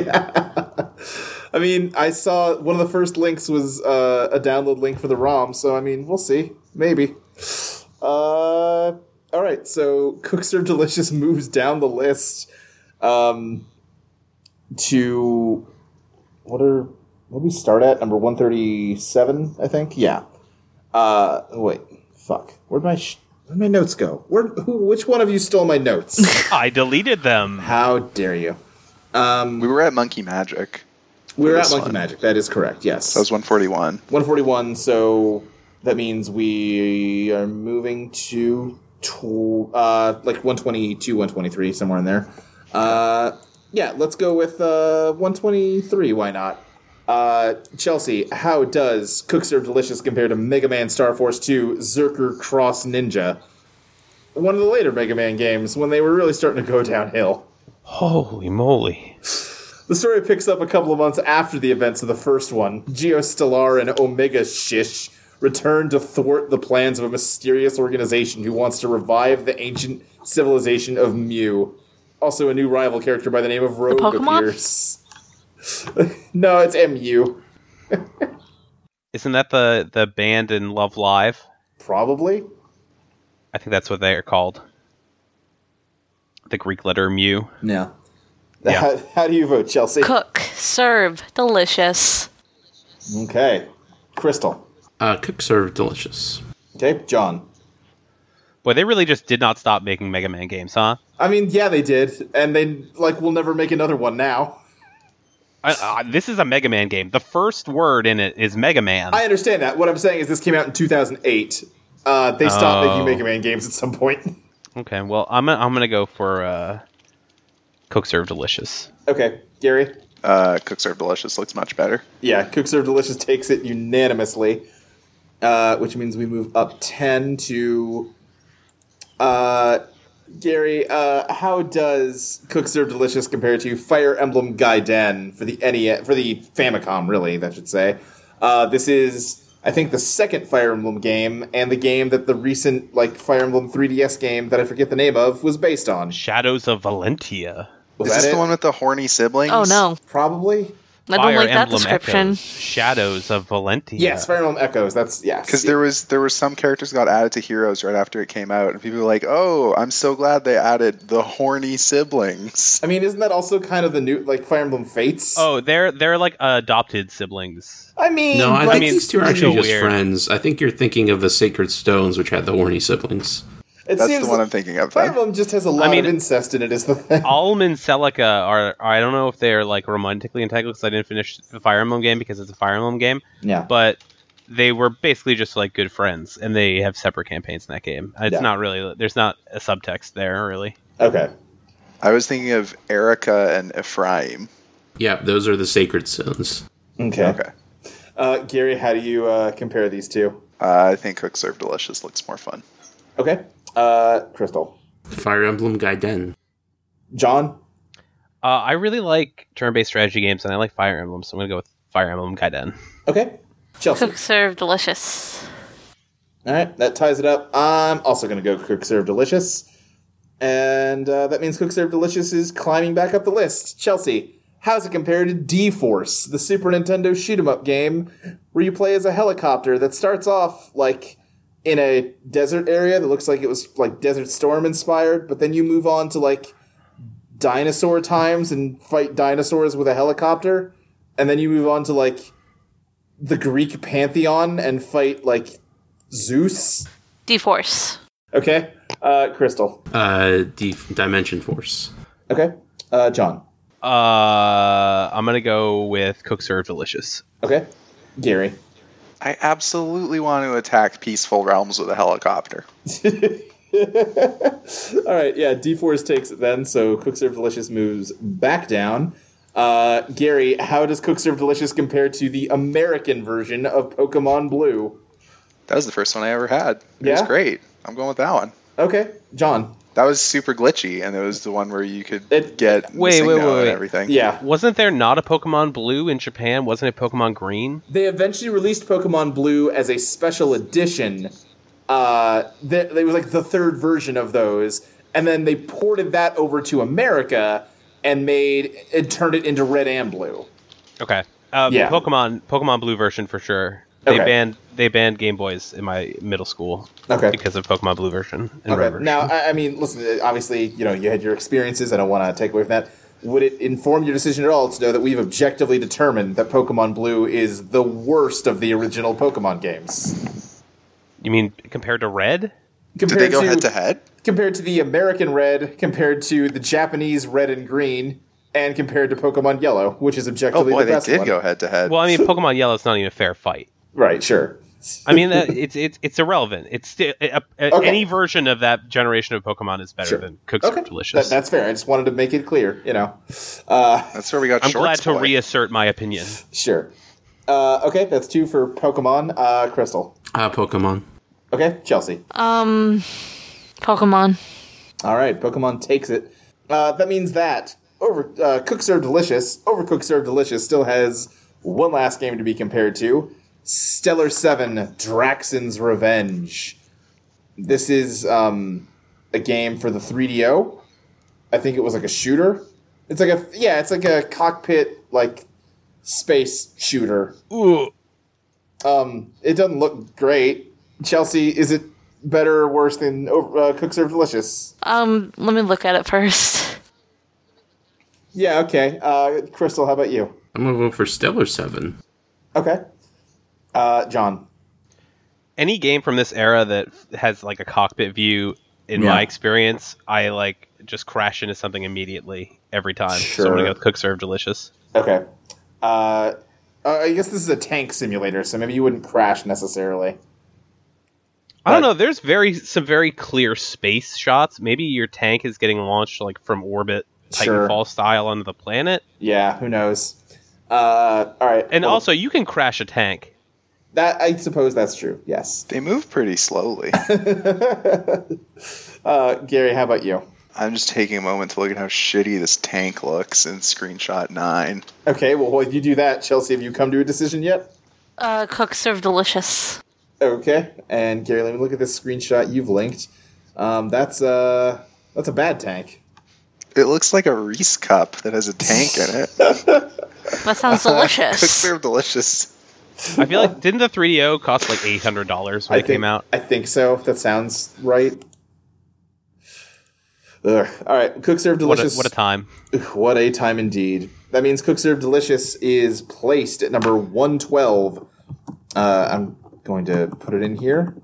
[SPEAKER 2] I mean, I saw one of the first links was uh, a download link for the ROM, so I mean, we'll see, maybe. Uh, all right, so Cook Serve Delicious moves down the list um, to what are what did we start at number one thirty seven? I think, yeah. Uh, wait, fuck, where'd my sh- where'd my notes go? Where who? Which one of you stole my notes?
[SPEAKER 5] I deleted them.
[SPEAKER 2] How dare you? Um,
[SPEAKER 6] We were at Monkey Magic.
[SPEAKER 2] we we're at
[SPEAKER 6] That's
[SPEAKER 2] Monkey
[SPEAKER 6] fine.
[SPEAKER 2] Magic. That is correct. Yes,
[SPEAKER 6] That was 141.
[SPEAKER 2] 141, so that means we are moving to tw- uh, like 122, 123, somewhere in there. Uh, yeah, let's go with uh, 123. Why not? Uh, Uh, Chelsea, how does Cook Serve Delicious compare to Mega Man Star Force 2 Zerker Cross Ninja? One of the later Mega Man games when they were really starting to go downhill.
[SPEAKER 5] Holy moly.
[SPEAKER 2] The story picks up a couple of months after the events of the first one. Geostellar and Omega Shish return to thwart the plans of a mysterious organization who wants to revive the ancient civilization of Mew. Also, a new rival character by the name of Rogue
[SPEAKER 3] Pokemon?
[SPEAKER 2] appears. no, it's MU.
[SPEAKER 5] Isn't that the, the band in Love Live?
[SPEAKER 2] Probably.
[SPEAKER 5] I think that's what they are called. The Greek letter mu.
[SPEAKER 2] No.
[SPEAKER 5] Yeah.
[SPEAKER 2] How, how do you vote, Chelsea?
[SPEAKER 3] Cook, serve, delicious.
[SPEAKER 2] Okay. Crystal.
[SPEAKER 4] Uh, cook serve delicious.
[SPEAKER 2] Okay, John.
[SPEAKER 5] Boy, they really just did not stop making Mega Man games, huh?
[SPEAKER 2] I mean, yeah, they did, and they like will never make another one now.
[SPEAKER 5] I, I, this is a Mega Man game. The first word in it is Mega Man.
[SPEAKER 2] I understand that. What I'm saying is this came out in 2008. Uh, they stopped
[SPEAKER 5] Oh.
[SPEAKER 2] making Mega Man games at some point.
[SPEAKER 5] okay, well, I'm gonna, I'm gonna go for uh, Cook Serve Delicious.
[SPEAKER 2] okay, Gary.
[SPEAKER 6] Uh, Cook Serve Delicious looks much better.
[SPEAKER 2] Yeah, Cook Serve Delicious takes it unanimously, uh, which means we move up 10 to. Uh, Gary, uh, how does Cook Serve Delicious compare to Fire Emblem Gaiden for the NES, for the Famicom, really, that should say? Uh, this is, I think, the second Fire Emblem game, and the game that the recent, like, Fire Emblem 3DS game that I forget the name of was based on.
[SPEAKER 5] Shadows of Valentia.
[SPEAKER 2] Was
[SPEAKER 6] is
[SPEAKER 2] that
[SPEAKER 6] this
[SPEAKER 2] it?
[SPEAKER 6] the one with the horny siblings?
[SPEAKER 3] Oh no,
[SPEAKER 2] Probably?
[SPEAKER 3] I don't
[SPEAKER 5] Fire
[SPEAKER 3] like that
[SPEAKER 5] Emblem
[SPEAKER 3] description.
[SPEAKER 5] Echoes. Shadows of Valentia.
[SPEAKER 2] Yes, Fire Emblem Echoes, that's, yes.
[SPEAKER 6] Because there was there were some characters got added to Heroes right after it came out, and people were like, "Oh, I'm so glad they added the horny siblings."
[SPEAKER 2] I mean, isn't that also kind of the new like Fire Emblem Fates?
[SPEAKER 5] Oh, they're they're like adopted siblings.
[SPEAKER 2] I mean,
[SPEAKER 4] No, I
[SPEAKER 2] like,
[SPEAKER 4] think these two are actually just
[SPEAKER 5] weird.
[SPEAKER 4] friends. I think you're thinking of the Sacred Stones, which had the horny siblings.
[SPEAKER 2] it
[SPEAKER 6] That's
[SPEAKER 2] seems
[SPEAKER 6] the one
[SPEAKER 2] like
[SPEAKER 6] I'm thinking of.
[SPEAKER 2] Fire
[SPEAKER 6] Then.
[SPEAKER 2] Emblem just has a lot
[SPEAKER 5] mean-
[SPEAKER 2] of incest in it. Is the thing?
[SPEAKER 5] Alm and Celica are, are I don't know if they're like romantically entangled because I didn't finish the Fire Emblem game because it's a Fire Emblem game,
[SPEAKER 2] Yeah,
[SPEAKER 5] but they were basically just like good friends and they have separate campaigns in that game. It's
[SPEAKER 2] Yeah.
[SPEAKER 5] not really there's not a subtext there really.
[SPEAKER 2] okay.
[SPEAKER 6] I was thinking of Erica and Ephraim.
[SPEAKER 4] Yep, those are the Sacred Stones.
[SPEAKER 2] okay,
[SPEAKER 6] Okay,
[SPEAKER 2] Uh, Gary, how do you uh, compare these two?
[SPEAKER 6] uh, I think Cook Serve Delicious looks more fun.
[SPEAKER 2] Okay, uh, Crystal,
[SPEAKER 4] Fire Emblem Gaiden.
[SPEAKER 2] John.
[SPEAKER 5] Uh, I really like turn-based strategy games and I like Fire Emblem, so I'm gonna go with Fire Emblem Gaiden.
[SPEAKER 2] Okay, Chelsea.
[SPEAKER 3] Cook, serve, delicious.
[SPEAKER 2] All right, that ties it up. I'm also going to go Cook Serve Delicious, and uh, that means Cook Serve Delicious is climbing back up the list. Chelsea. How's it compare to D Force, the Super Nintendo shoot 'em up game where you play as a helicopter that starts off like in a desert area that looks like it was like Desert Storm inspired, but then you move on to like dinosaur times and fight dinosaurs with a helicopter, and then you move on to like the Greek pantheon and fight like Zeus.
[SPEAKER 3] D-force.
[SPEAKER 2] Okay, uh, Crystal.
[SPEAKER 4] Uh, D- Dimension Force.
[SPEAKER 2] Okay, uh, John.
[SPEAKER 5] Uh, I'm gonna go with Cook Serve Delicious.
[SPEAKER 2] Okay, Gary.
[SPEAKER 6] I absolutely want to attack peaceful realms with a helicopter.
[SPEAKER 2] All right, yeah, D Force takes it then, so Cook Serve Delicious moves back down. Uh, Gary, how does Cook Serve Delicious compare to the American version of Pokemon Blue?
[SPEAKER 6] That was the first one I ever had. It was
[SPEAKER 2] Yeah?
[SPEAKER 6] great. I'm going with that one.
[SPEAKER 2] Okay, John.
[SPEAKER 6] That was super glitchy, and it was the one where you could
[SPEAKER 2] It-
[SPEAKER 6] get
[SPEAKER 5] Wait,
[SPEAKER 6] missing
[SPEAKER 5] wait,
[SPEAKER 6] note
[SPEAKER 5] wait,
[SPEAKER 6] and
[SPEAKER 5] wait.
[SPEAKER 6] everything.
[SPEAKER 2] Yeah.
[SPEAKER 5] Wasn't there not a Pokemon Blue in Japan? Wasn't it Pokemon Green?
[SPEAKER 2] They eventually released Pokemon Blue as a special edition. Uh, th- it was like the third version of those, and then they ported that over to America and made and turned it into Red and Blue.
[SPEAKER 5] Okay. Um,
[SPEAKER 2] Yeah.
[SPEAKER 5] Pokemon Pokemon Blue version for sure. They
[SPEAKER 2] Okay.
[SPEAKER 5] banned they banned Game Boys in my middle school
[SPEAKER 2] Okay.
[SPEAKER 5] because of Pokemon Blue version and Red
[SPEAKER 2] Okay.
[SPEAKER 5] version.
[SPEAKER 2] Now, I, I mean, listen. uh, Obviously, you know, you had your experiences. I don't want to take away from that. Would it inform your decision at all to know that we've objectively determined that Pokemon Blue is the worst of the original Pokemon games?
[SPEAKER 5] you mean compared to Red?
[SPEAKER 6] Did
[SPEAKER 2] Compared
[SPEAKER 6] they go head to head?
[SPEAKER 2] Compared to the American Red, compared to the Japanese Red and Green, and compared to Pokemon Yellow, which is
[SPEAKER 6] Oh
[SPEAKER 2] objectively
[SPEAKER 6] boy,
[SPEAKER 2] the
[SPEAKER 6] they
[SPEAKER 2] best
[SPEAKER 6] did
[SPEAKER 2] one.
[SPEAKER 6] go head to head.
[SPEAKER 5] Well, I mean Pokemon Yellow's not even a fair fight.
[SPEAKER 2] Right. Sure.
[SPEAKER 5] I mean, that, it's it's it's irrelevant. It's still a, a-
[SPEAKER 2] Okay.
[SPEAKER 5] any version of that generation of Pokemon is better
[SPEAKER 2] Sure.
[SPEAKER 5] than Cooks
[SPEAKER 2] Okay,
[SPEAKER 5] Are Delicious.
[SPEAKER 2] That- that's fair. I just wanted to make it clear, you know. Uh,
[SPEAKER 6] That's where we got.
[SPEAKER 5] I'm glad
[SPEAKER 6] shorts
[SPEAKER 5] to
[SPEAKER 6] boy.
[SPEAKER 5] reassert my opinion.
[SPEAKER 2] sure. Uh, okay, that's two for Pokemon. Uh, Crystal.
[SPEAKER 4] Uh, Pokemon.
[SPEAKER 2] Okay, Chelsea.
[SPEAKER 3] Um, Pokemon.
[SPEAKER 2] All right, Pokemon takes it. Uh, that means that over uh, Cooks Are Delicious, Overcooked Serve Delicious still has one last game to be compared to Stellar 7 Draxon's Revenge. This is um, a game for the 3DO. I think it was like a shooter. It's like a yeah, it's like a cockpit like space shooter.
[SPEAKER 5] Ooh,
[SPEAKER 2] Um, it doesn't look great. Chelsea, is it better or worse than uh, Cook Serve Delicious?
[SPEAKER 3] Um, let me look at it first.
[SPEAKER 2] Yeah, okay. Uh, Crystal, how about you?
[SPEAKER 4] I'm gonna vote for Stellar Seven.
[SPEAKER 2] Okay. Uh, John.
[SPEAKER 5] any game from this era that has like a cockpit view, in
[SPEAKER 4] Yeah.
[SPEAKER 5] my experience, I like just crash into something immediately every time. So I'm
[SPEAKER 2] Sure.
[SPEAKER 5] gonna go with Cook Serve Delicious.
[SPEAKER 2] Okay. Uh, uh, I guess this is a tank simulator, so maybe you wouldn't crash necessarily.
[SPEAKER 5] I don't
[SPEAKER 2] Right.
[SPEAKER 5] know. There's very some very clear space shots. Maybe your tank is getting launched like from orbit,
[SPEAKER 2] Sure.
[SPEAKER 5] Titanfall style, onto the planet.
[SPEAKER 2] Yeah, who knows? Uh, all right.
[SPEAKER 5] And
[SPEAKER 2] Well,
[SPEAKER 5] also, you can crash a tank.
[SPEAKER 2] that I suppose that's true. Yes.
[SPEAKER 6] They move pretty slowly.
[SPEAKER 2] Uh, Gary, how about you?
[SPEAKER 6] I'm just taking a moment to look at how shitty this tank looks in screenshot nine.
[SPEAKER 2] Okay. Well, while you do that, Chelsea, have you come to a decision yet?
[SPEAKER 3] Uh, Cook Serve Delicious.
[SPEAKER 2] Okay. And Gary, let me look at this screenshot you've linked. Um, that's uh, that's a bad tank.
[SPEAKER 6] It looks like a Reese cup that has a tank in it.
[SPEAKER 3] That sounds
[SPEAKER 6] Cook
[SPEAKER 3] delicious.
[SPEAKER 6] serve delicious.
[SPEAKER 5] I feel like didn't the 3DO cost like eight hundred dollars when
[SPEAKER 2] I
[SPEAKER 5] it came
[SPEAKER 2] think-
[SPEAKER 5] out?
[SPEAKER 2] I think so. If that sounds right. Ugh. All right, cook serve
[SPEAKER 5] What a,
[SPEAKER 2] delicious.
[SPEAKER 5] what a time!
[SPEAKER 2] Ugh, what a time indeed. That means cook serve delicious is placed at number one twelve. Uh, I'm going to put it in here.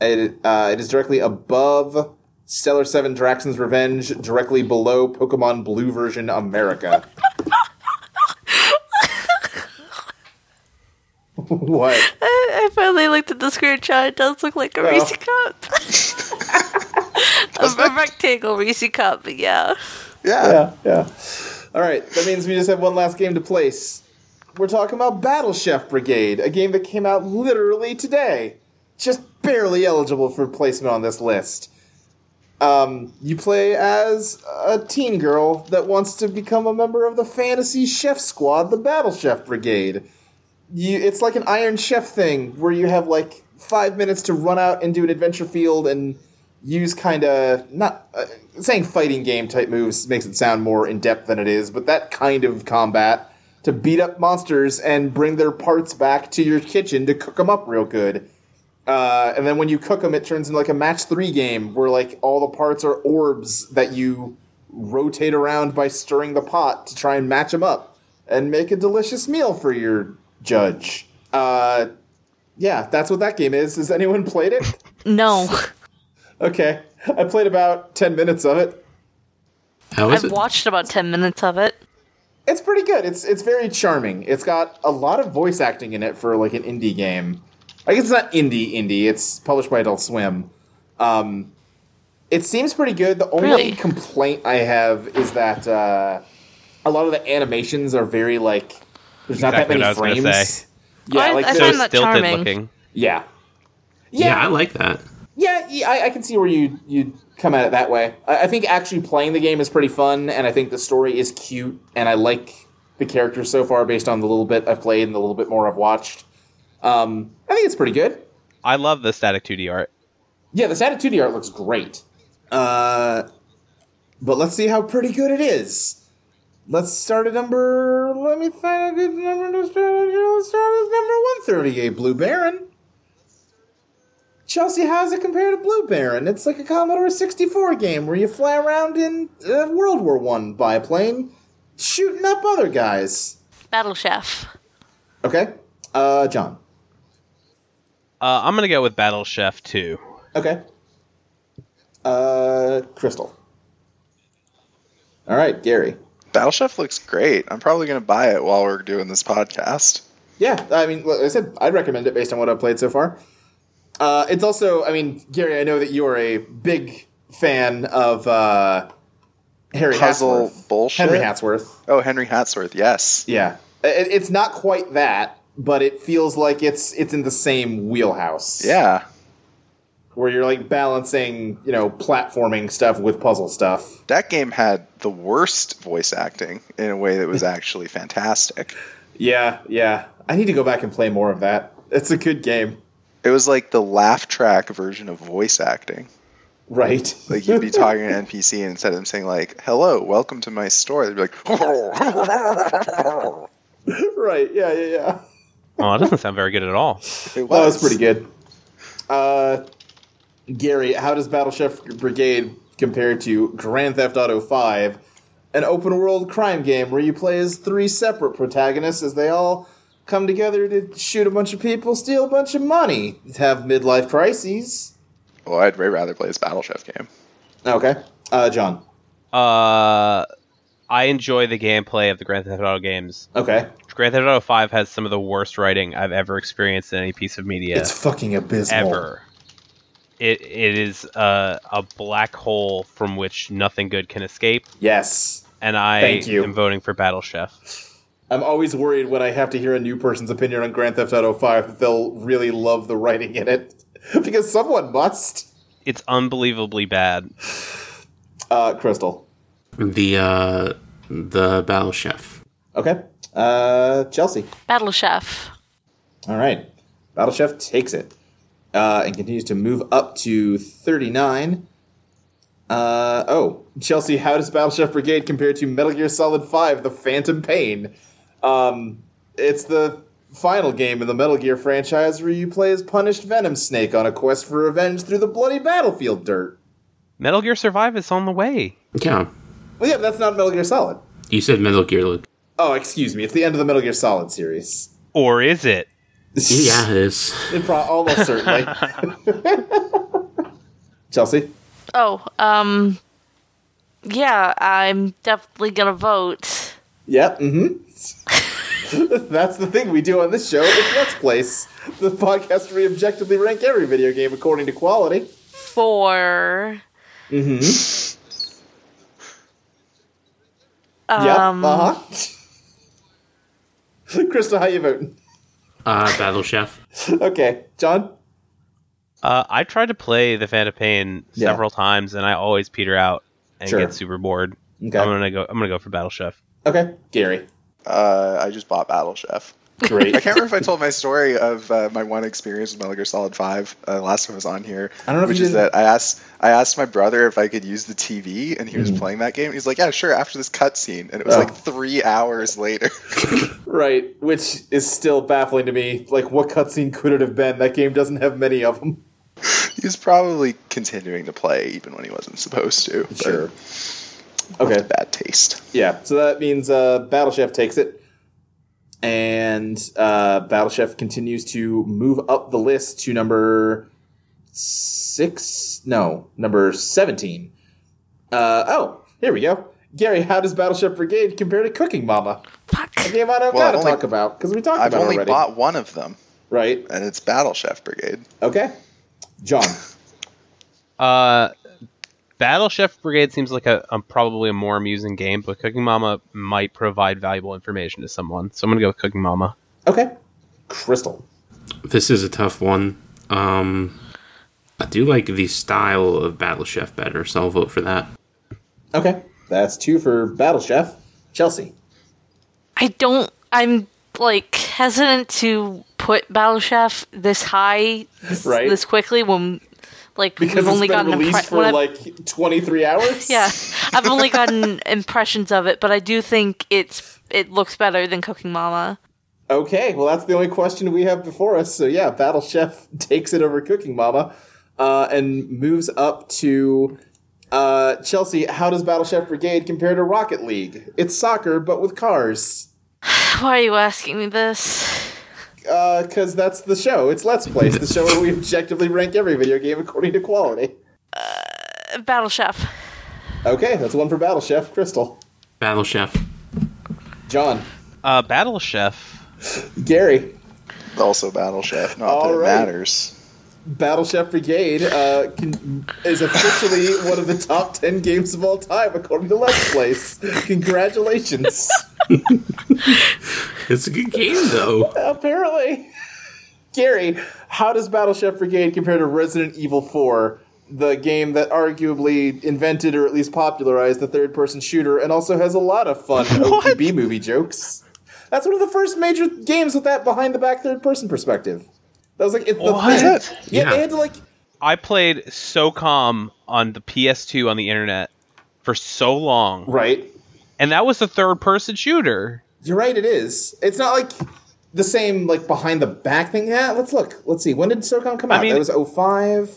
[SPEAKER 2] It uh, it is directly above Stellar Seven Draxon's Revenge, directly below Pokemon Blue version America. what?
[SPEAKER 3] I finally looked at the screenshot. It does look like a
[SPEAKER 2] Yeah.
[SPEAKER 3] Reese cup. a, a rectangle Reese cup, but yeah.
[SPEAKER 6] Yeah.
[SPEAKER 2] yeah, yeah. All right, that means we just have one last game to place. We're talking about Battle Chef Brigade, a game that came out literally today, just barely eligible for placement on this list. Um, you play as a teen girl that wants to become a member of the fantasy chef squad, the Battle Chef Brigade. You, it's like an Iron Chef thing where you have like five minutes to run out and do an adventure field and use kind of not uh, saying fighting game type moves makes it sound more in depth than it is, but that kind of combat to beat up monsters and bring their parts back to your kitchen to cook them up real good. Uh, and then when you cook them, it turns into like a match three game where like all the parts are orbs that you rotate around by stirring the pot to try and match them up and make a delicious meal for your judge. Uh, yeah, that's what that game is. Has anyone played it?
[SPEAKER 3] No.
[SPEAKER 2] Okay. I played about 10 minutes of it.
[SPEAKER 4] How is
[SPEAKER 3] I've
[SPEAKER 4] it?
[SPEAKER 3] watched about 10 minutes of it.
[SPEAKER 2] It's pretty good. It's it's very charming. It's got a lot of voice acting in it for like an indie game. I guess it's not indie indie. It's published by Adult Swim. Um, it seems pretty good. The only
[SPEAKER 3] Really?
[SPEAKER 2] complaint I have is that uh, a lot of the animations are very like there's not
[SPEAKER 5] Exactly
[SPEAKER 2] that
[SPEAKER 5] what I was
[SPEAKER 2] many
[SPEAKER 5] gonna
[SPEAKER 2] frames.
[SPEAKER 5] say.
[SPEAKER 2] Yeah,
[SPEAKER 3] I-
[SPEAKER 2] like
[SPEAKER 3] I
[SPEAKER 2] the-
[SPEAKER 5] So
[SPEAKER 3] find that
[SPEAKER 5] stilted
[SPEAKER 3] charming.
[SPEAKER 5] looking.
[SPEAKER 2] yeah.
[SPEAKER 4] yeah. I like that.
[SPEAKER 2] Yeah, y- I, I can see where you you come at it that way. I, I think actually playing the game is pretty fun, and I think the story is cute, and I like the characters so far based on the little bit I've played and the little bit more I've watched. Um, I think it's pretty good.
[SPEAKER 5] I love the static 2D art.
[SPEAKER 2] Yeah, this attitude art looks great. Uh, but let's see how pretty good it is. Let's start at number. Let me find a good number to start. at. Let's start at number one thirty-eight. Blue Baron. Chelsea, how's it compared to Blue Baron? It's like a Commodore sixty-four game where you fly around in a World War One biplane, shooting up other guys.
[SPEAKER 3] Battle Chef.
[SPEAKER 2] Okay, uh, John.
[SPEAKER 5] Uh, I'm gonna go with Battle Chef 2.
[SPEAKER 2] Okay. Uh, Crystal. All right, Gary.
[SPEAKER 6] Battle Chef looks great. I'm probably gonna buy it while we're doing this podcast.
[SPEAKER 2] Yeah, I mean, like I said, I'd recommend it based on what I've played so far. Uh, it's also, I mean, Gary, I know that you are a big fan of uh, Harry
[SPEAKER 6] Puzzle
[SPEAKER 2] Hatsworth.
[SPEAKER 6] bullshit.
[SPEAKER 2] Henry Hatsworth.
[SPEAKER 6] Oh, Henry Hatsworth. Yes.
[SPEAKER 2] Yeah, it, it's not quite that, but it feels like it's it's in the same wheelhouse.
[SPEAKER 6] Yeah.
[SPEAKER 2] where you're like balancing, you know, platforming stuff with puzzle stuff.
[SPEAKER 6] That game had the worst voice acting in a way that was actually fantastic.
[SPEAKER 2] Yeah, yeah. I need to go back and play more of that. It's a good game,
[SPEAKER 6] It was like the laugh track version of voice acting.
[SPEAKER 2] right?
[SPEAKER 6] Like you'd be talking to an NPC and instead of them saying like, "Hello, welcome to my store," they'd be "Oh, like,
[SPEAKER 2] right. Yeah, yeah, yeah.
[SPEAKER 5] Oh, it doesn't sound very good at all.
[SPEAKER 6] It
[SPEAKER 2] Well, that's pretty good. Uh, Gary, how does Battle Chef Brigade compare to Grand Theft Auto Five, an open-world crime game where you play as three separate protagonists as they all come together to shoot a bunch of people, steal a bunch of money, have midlife crises?
[SPEAKER 6] Well, I'd way rather play this Battle Chef game.
[SPEAKER 2] Okay, uh, John.
[SPEAKER 5] Uh, I enjoy the gameplay of the Grand Theft Auto games.
[SPEAKER 2] Okay,
[SPEAKER 5] Grand Theft Auto Five has some of the worst writing I've ever experienced in any piece of media
[SPEAKER 2] it's fucking abysmal.
[SPEAKER 5] ever. It it is a a black hole from which nothing good can escape,
[SPEAKER 2] Yes.
[SPEAKER 5] and I
[SPEAKER 2] Thank you.
[SPEAKER 5] am voting for Battle Chef.
[SPEAKER 2] I'm always worried when I have to hear a new person's opinion on Grand Theft Auto 5 that they'll really love the writing in it. because someone must.
[SPEAKER 5] It's unbelievably bad.
[SPEAKER 2] Uh, Crystal.
[SPEAKER 4] The uh, the Battle Chef.
[SPEAKER 2] Okay. Uh, Chelsea.
[SPEAKER 3] Battle Chef.
[SPEAKER 2] All right. Battle Chef takes it uh, and continues to move up to 39. Uh, oh, Chelsea, how does Battle Chef Brigade compare to Metal Gear Solid 5 The Phantom Pain? Um, it's the final game in the Metal Gear franchise where you play as punished Venom Snake on a quest for revenge through the bloody battlefield dirt.
[SPEAKER 5] Metal Gear Survive is on the way.
[SPEAKER 4] Yeah,
[SPEAKER 2] Well, yeah, but that's not Metal Gear Solid.
[SPEAKER 4] you said Metal Gear. Luke.
[SPEAKER 2] Oh, excuse me. It's the end of the Metal Gear Solid series.
[SPEAKER 5] Or is it?
[SPEAKER 4] Yeah, it is.
[SPEAKER 2] It pro- almost certainly. Chelsea?
[SPEAKER 3] Oh, um, yeah, I'm definitely gonna vote.
[SPEAKER 2] Yeah, mm-hmm. That's the thing we do on this show. It's Let's Place, the podcast where we objectively rank every video game according to quality.
[SPEAKER 3] for
[SPEAKER 2] Mm-hmm.
[SPEAKER 3] um
[SPEAKER 2] yeah, uh-huh. Krista, how you voting?
[SPEAKER 4] Uh, Battle Chef.
[SPEAKER 2] Okay, John?
[SPEAKER 5] Uh, I tried to play the Phantom Pain
[SPEAKER 2] Yeah.
[SPEAKER 5] several times, and I always peter out and
[SPEAKER 2] Sure.
[SPEAKER 5] get super bored.
[SPEAKER 2] Okay.
[SPEAKER 5] I'm gonna go. I'm gonna go for Battle Chef.
[SPEAKER 2] Okay, Gary.
[SPEAKER 6] Uh, I just bought Battle Chef.
[SPEAKER 2] Great.
[SPEAKER 6] I can't remember if I told my story of uh, my one experience with Metal Gear Solid Five uh, last time I was on here,
[SPEAKER 2] I don't know if
[SPEAKER 6] which
[SPEAKER 2] you
[SPEAKER 6] is
[SPEAKER 2] did-
[SPEAKER 6] that I asked I asked my brother if I could use the TV, and he was playing that game. He's like, "Yeah, sure." After this cutscene, and it was
[SPEAKER 2] Mm-hmm. Oh.
[SPEAKER 6] like three hours later.
[SPEAKER 2] right, which is still baffling to me. Like, what cutscene could it have been? That game doesn't have many of them.
[SPEAKER 6] he was probably continuing to play even when he wasn't supposed to. but
[SPEAKER 2] Okay.
[SPEAKER 6] bad taste.
[SPEAKER 2] Yeah, so that means uh, Battle Chef takes it, and uh, Battle Chef continues to move up the list to number six. No, number seventeen. Uh, oh, here we go. Gary, how does Battle Chef Brigade compare to Cooking Mama? A
[SPEAKER 3] fuck.
[SPEAKER 2] game I don't
[SPEAKER 6] Well, I've
[SPEAKER 2] gotta
[SPEAKER 6] only-
[SPEAKER 2] talk about because we talked
[SPEAKER 6] I've
[SPEAKER 2] about it
[SPEAKER 6] only
[SPEAKER 2] already.
[SPEAKER 6] bought one of them,
[SPEAKER 2] Right?
[SPEAKER 6] and it's Battle Chef Brigade.
[SPEAKER 2] Okay. John.
[SPEAKER 5] Uh, Battle Chef Brigade seems like a, a probably a more amusing game, but Cooking Mama might provide valuable information to someone. So I'm gonna go with Cooking Mama.
[SPEAKER 2] Okay. Crystal.
[SPEAKER 4] This is a tough one. Um, I do like the style of Battle Chef better, so I'll vote for that.
[SPEAKER 2] Okay, that's two for Battle Chef. Chelsea.
[SPEAKER 3] I don't. I'm like hesitant to put Battle Chef this high, this,
[SPEAKER 2] Right.
[SPEAKER 3] this quickly when like
[SPEAKER 2] Because
[SPEAKER 3] we've
[SPEAKER 2] it's
[SPEAKER 3] only
[SPEAKER 2] been
[SPEAKER 3] gotten
[SPEAKER 2] released
[SPEAKER 3] impre-
[SPEAKER 2] for
[SPEAKER 3] when I've-
[SPEAKER 2] like twenty three hours.
[SPEAKER 3] yeah, I've only gotten impressions of it, but I do think it's it looks better than Cooking Mama.
[SPEAKER 2] Okay, well, that's the only question we have before us. So yeah, Battle Chef takes it over Cooking Mama, uh, and moves up to uh, Chelsea. How does Battle Chef Brigade compare to Rocket League? It's soccer, but with cars.
[SPEAKER 3] Why are you asking me this?
[SPEAKER 2] Because uh, that's the show. It's Let's Plays, the show where we objectively rank every video game according to quality.
[SPEAKER 3] Battle Chef.
[SPEAKER 2] Okay, that's one for Battle Chef. Crystal,
[SPEAKER 4] Battle Chef.
[SPEAKER 2] John,
[SPEAKER 5] Uh, Battle Chef.
[SPEAKER 2] Gary,
[SPEAKER 6] Also, Battle Chef. Not
[SPEAKER 2] All
[SPEAKER 6] that it
[SPEAKER 2] right.
[SPEAKER 6] matters.
[SPEAKER 2] Battle Chef Brigade uh, can, is officially one of the top 10 games of all time, according to Let's Place. Congratulations.
[SPEAKER 4] It's a good game though.
[SPEAKER 2] Apparently. Gary, how does Battle Chef Brigade compare to Resident Evil 4, the game that arguably invented or at least popularized the third person shooter and also has a lot of fun OPB movie jokes? That's one of the first major games with that behind the back third person perspective. That was like it's the
[SPEAKER 5] What?
[SPEAKER 2] thing. Yeah,
[SPEAKER 4] Yeah.
[SPEAKER 2] they had to like
[SPEAKER 5] I played SOCOM on the PS2 on the internet for so long,
[SPEAKER 2] right.
[SPEAKER 5] and that was a third-person shooter.
[SPEAKER 2] You're right, it is. It's not like the same like behind the back thing. Yeah, let's look. Let's see. When did SOCOM come out?
[SPEAKER 5] mean-
[SPEAKER 2] that was 05.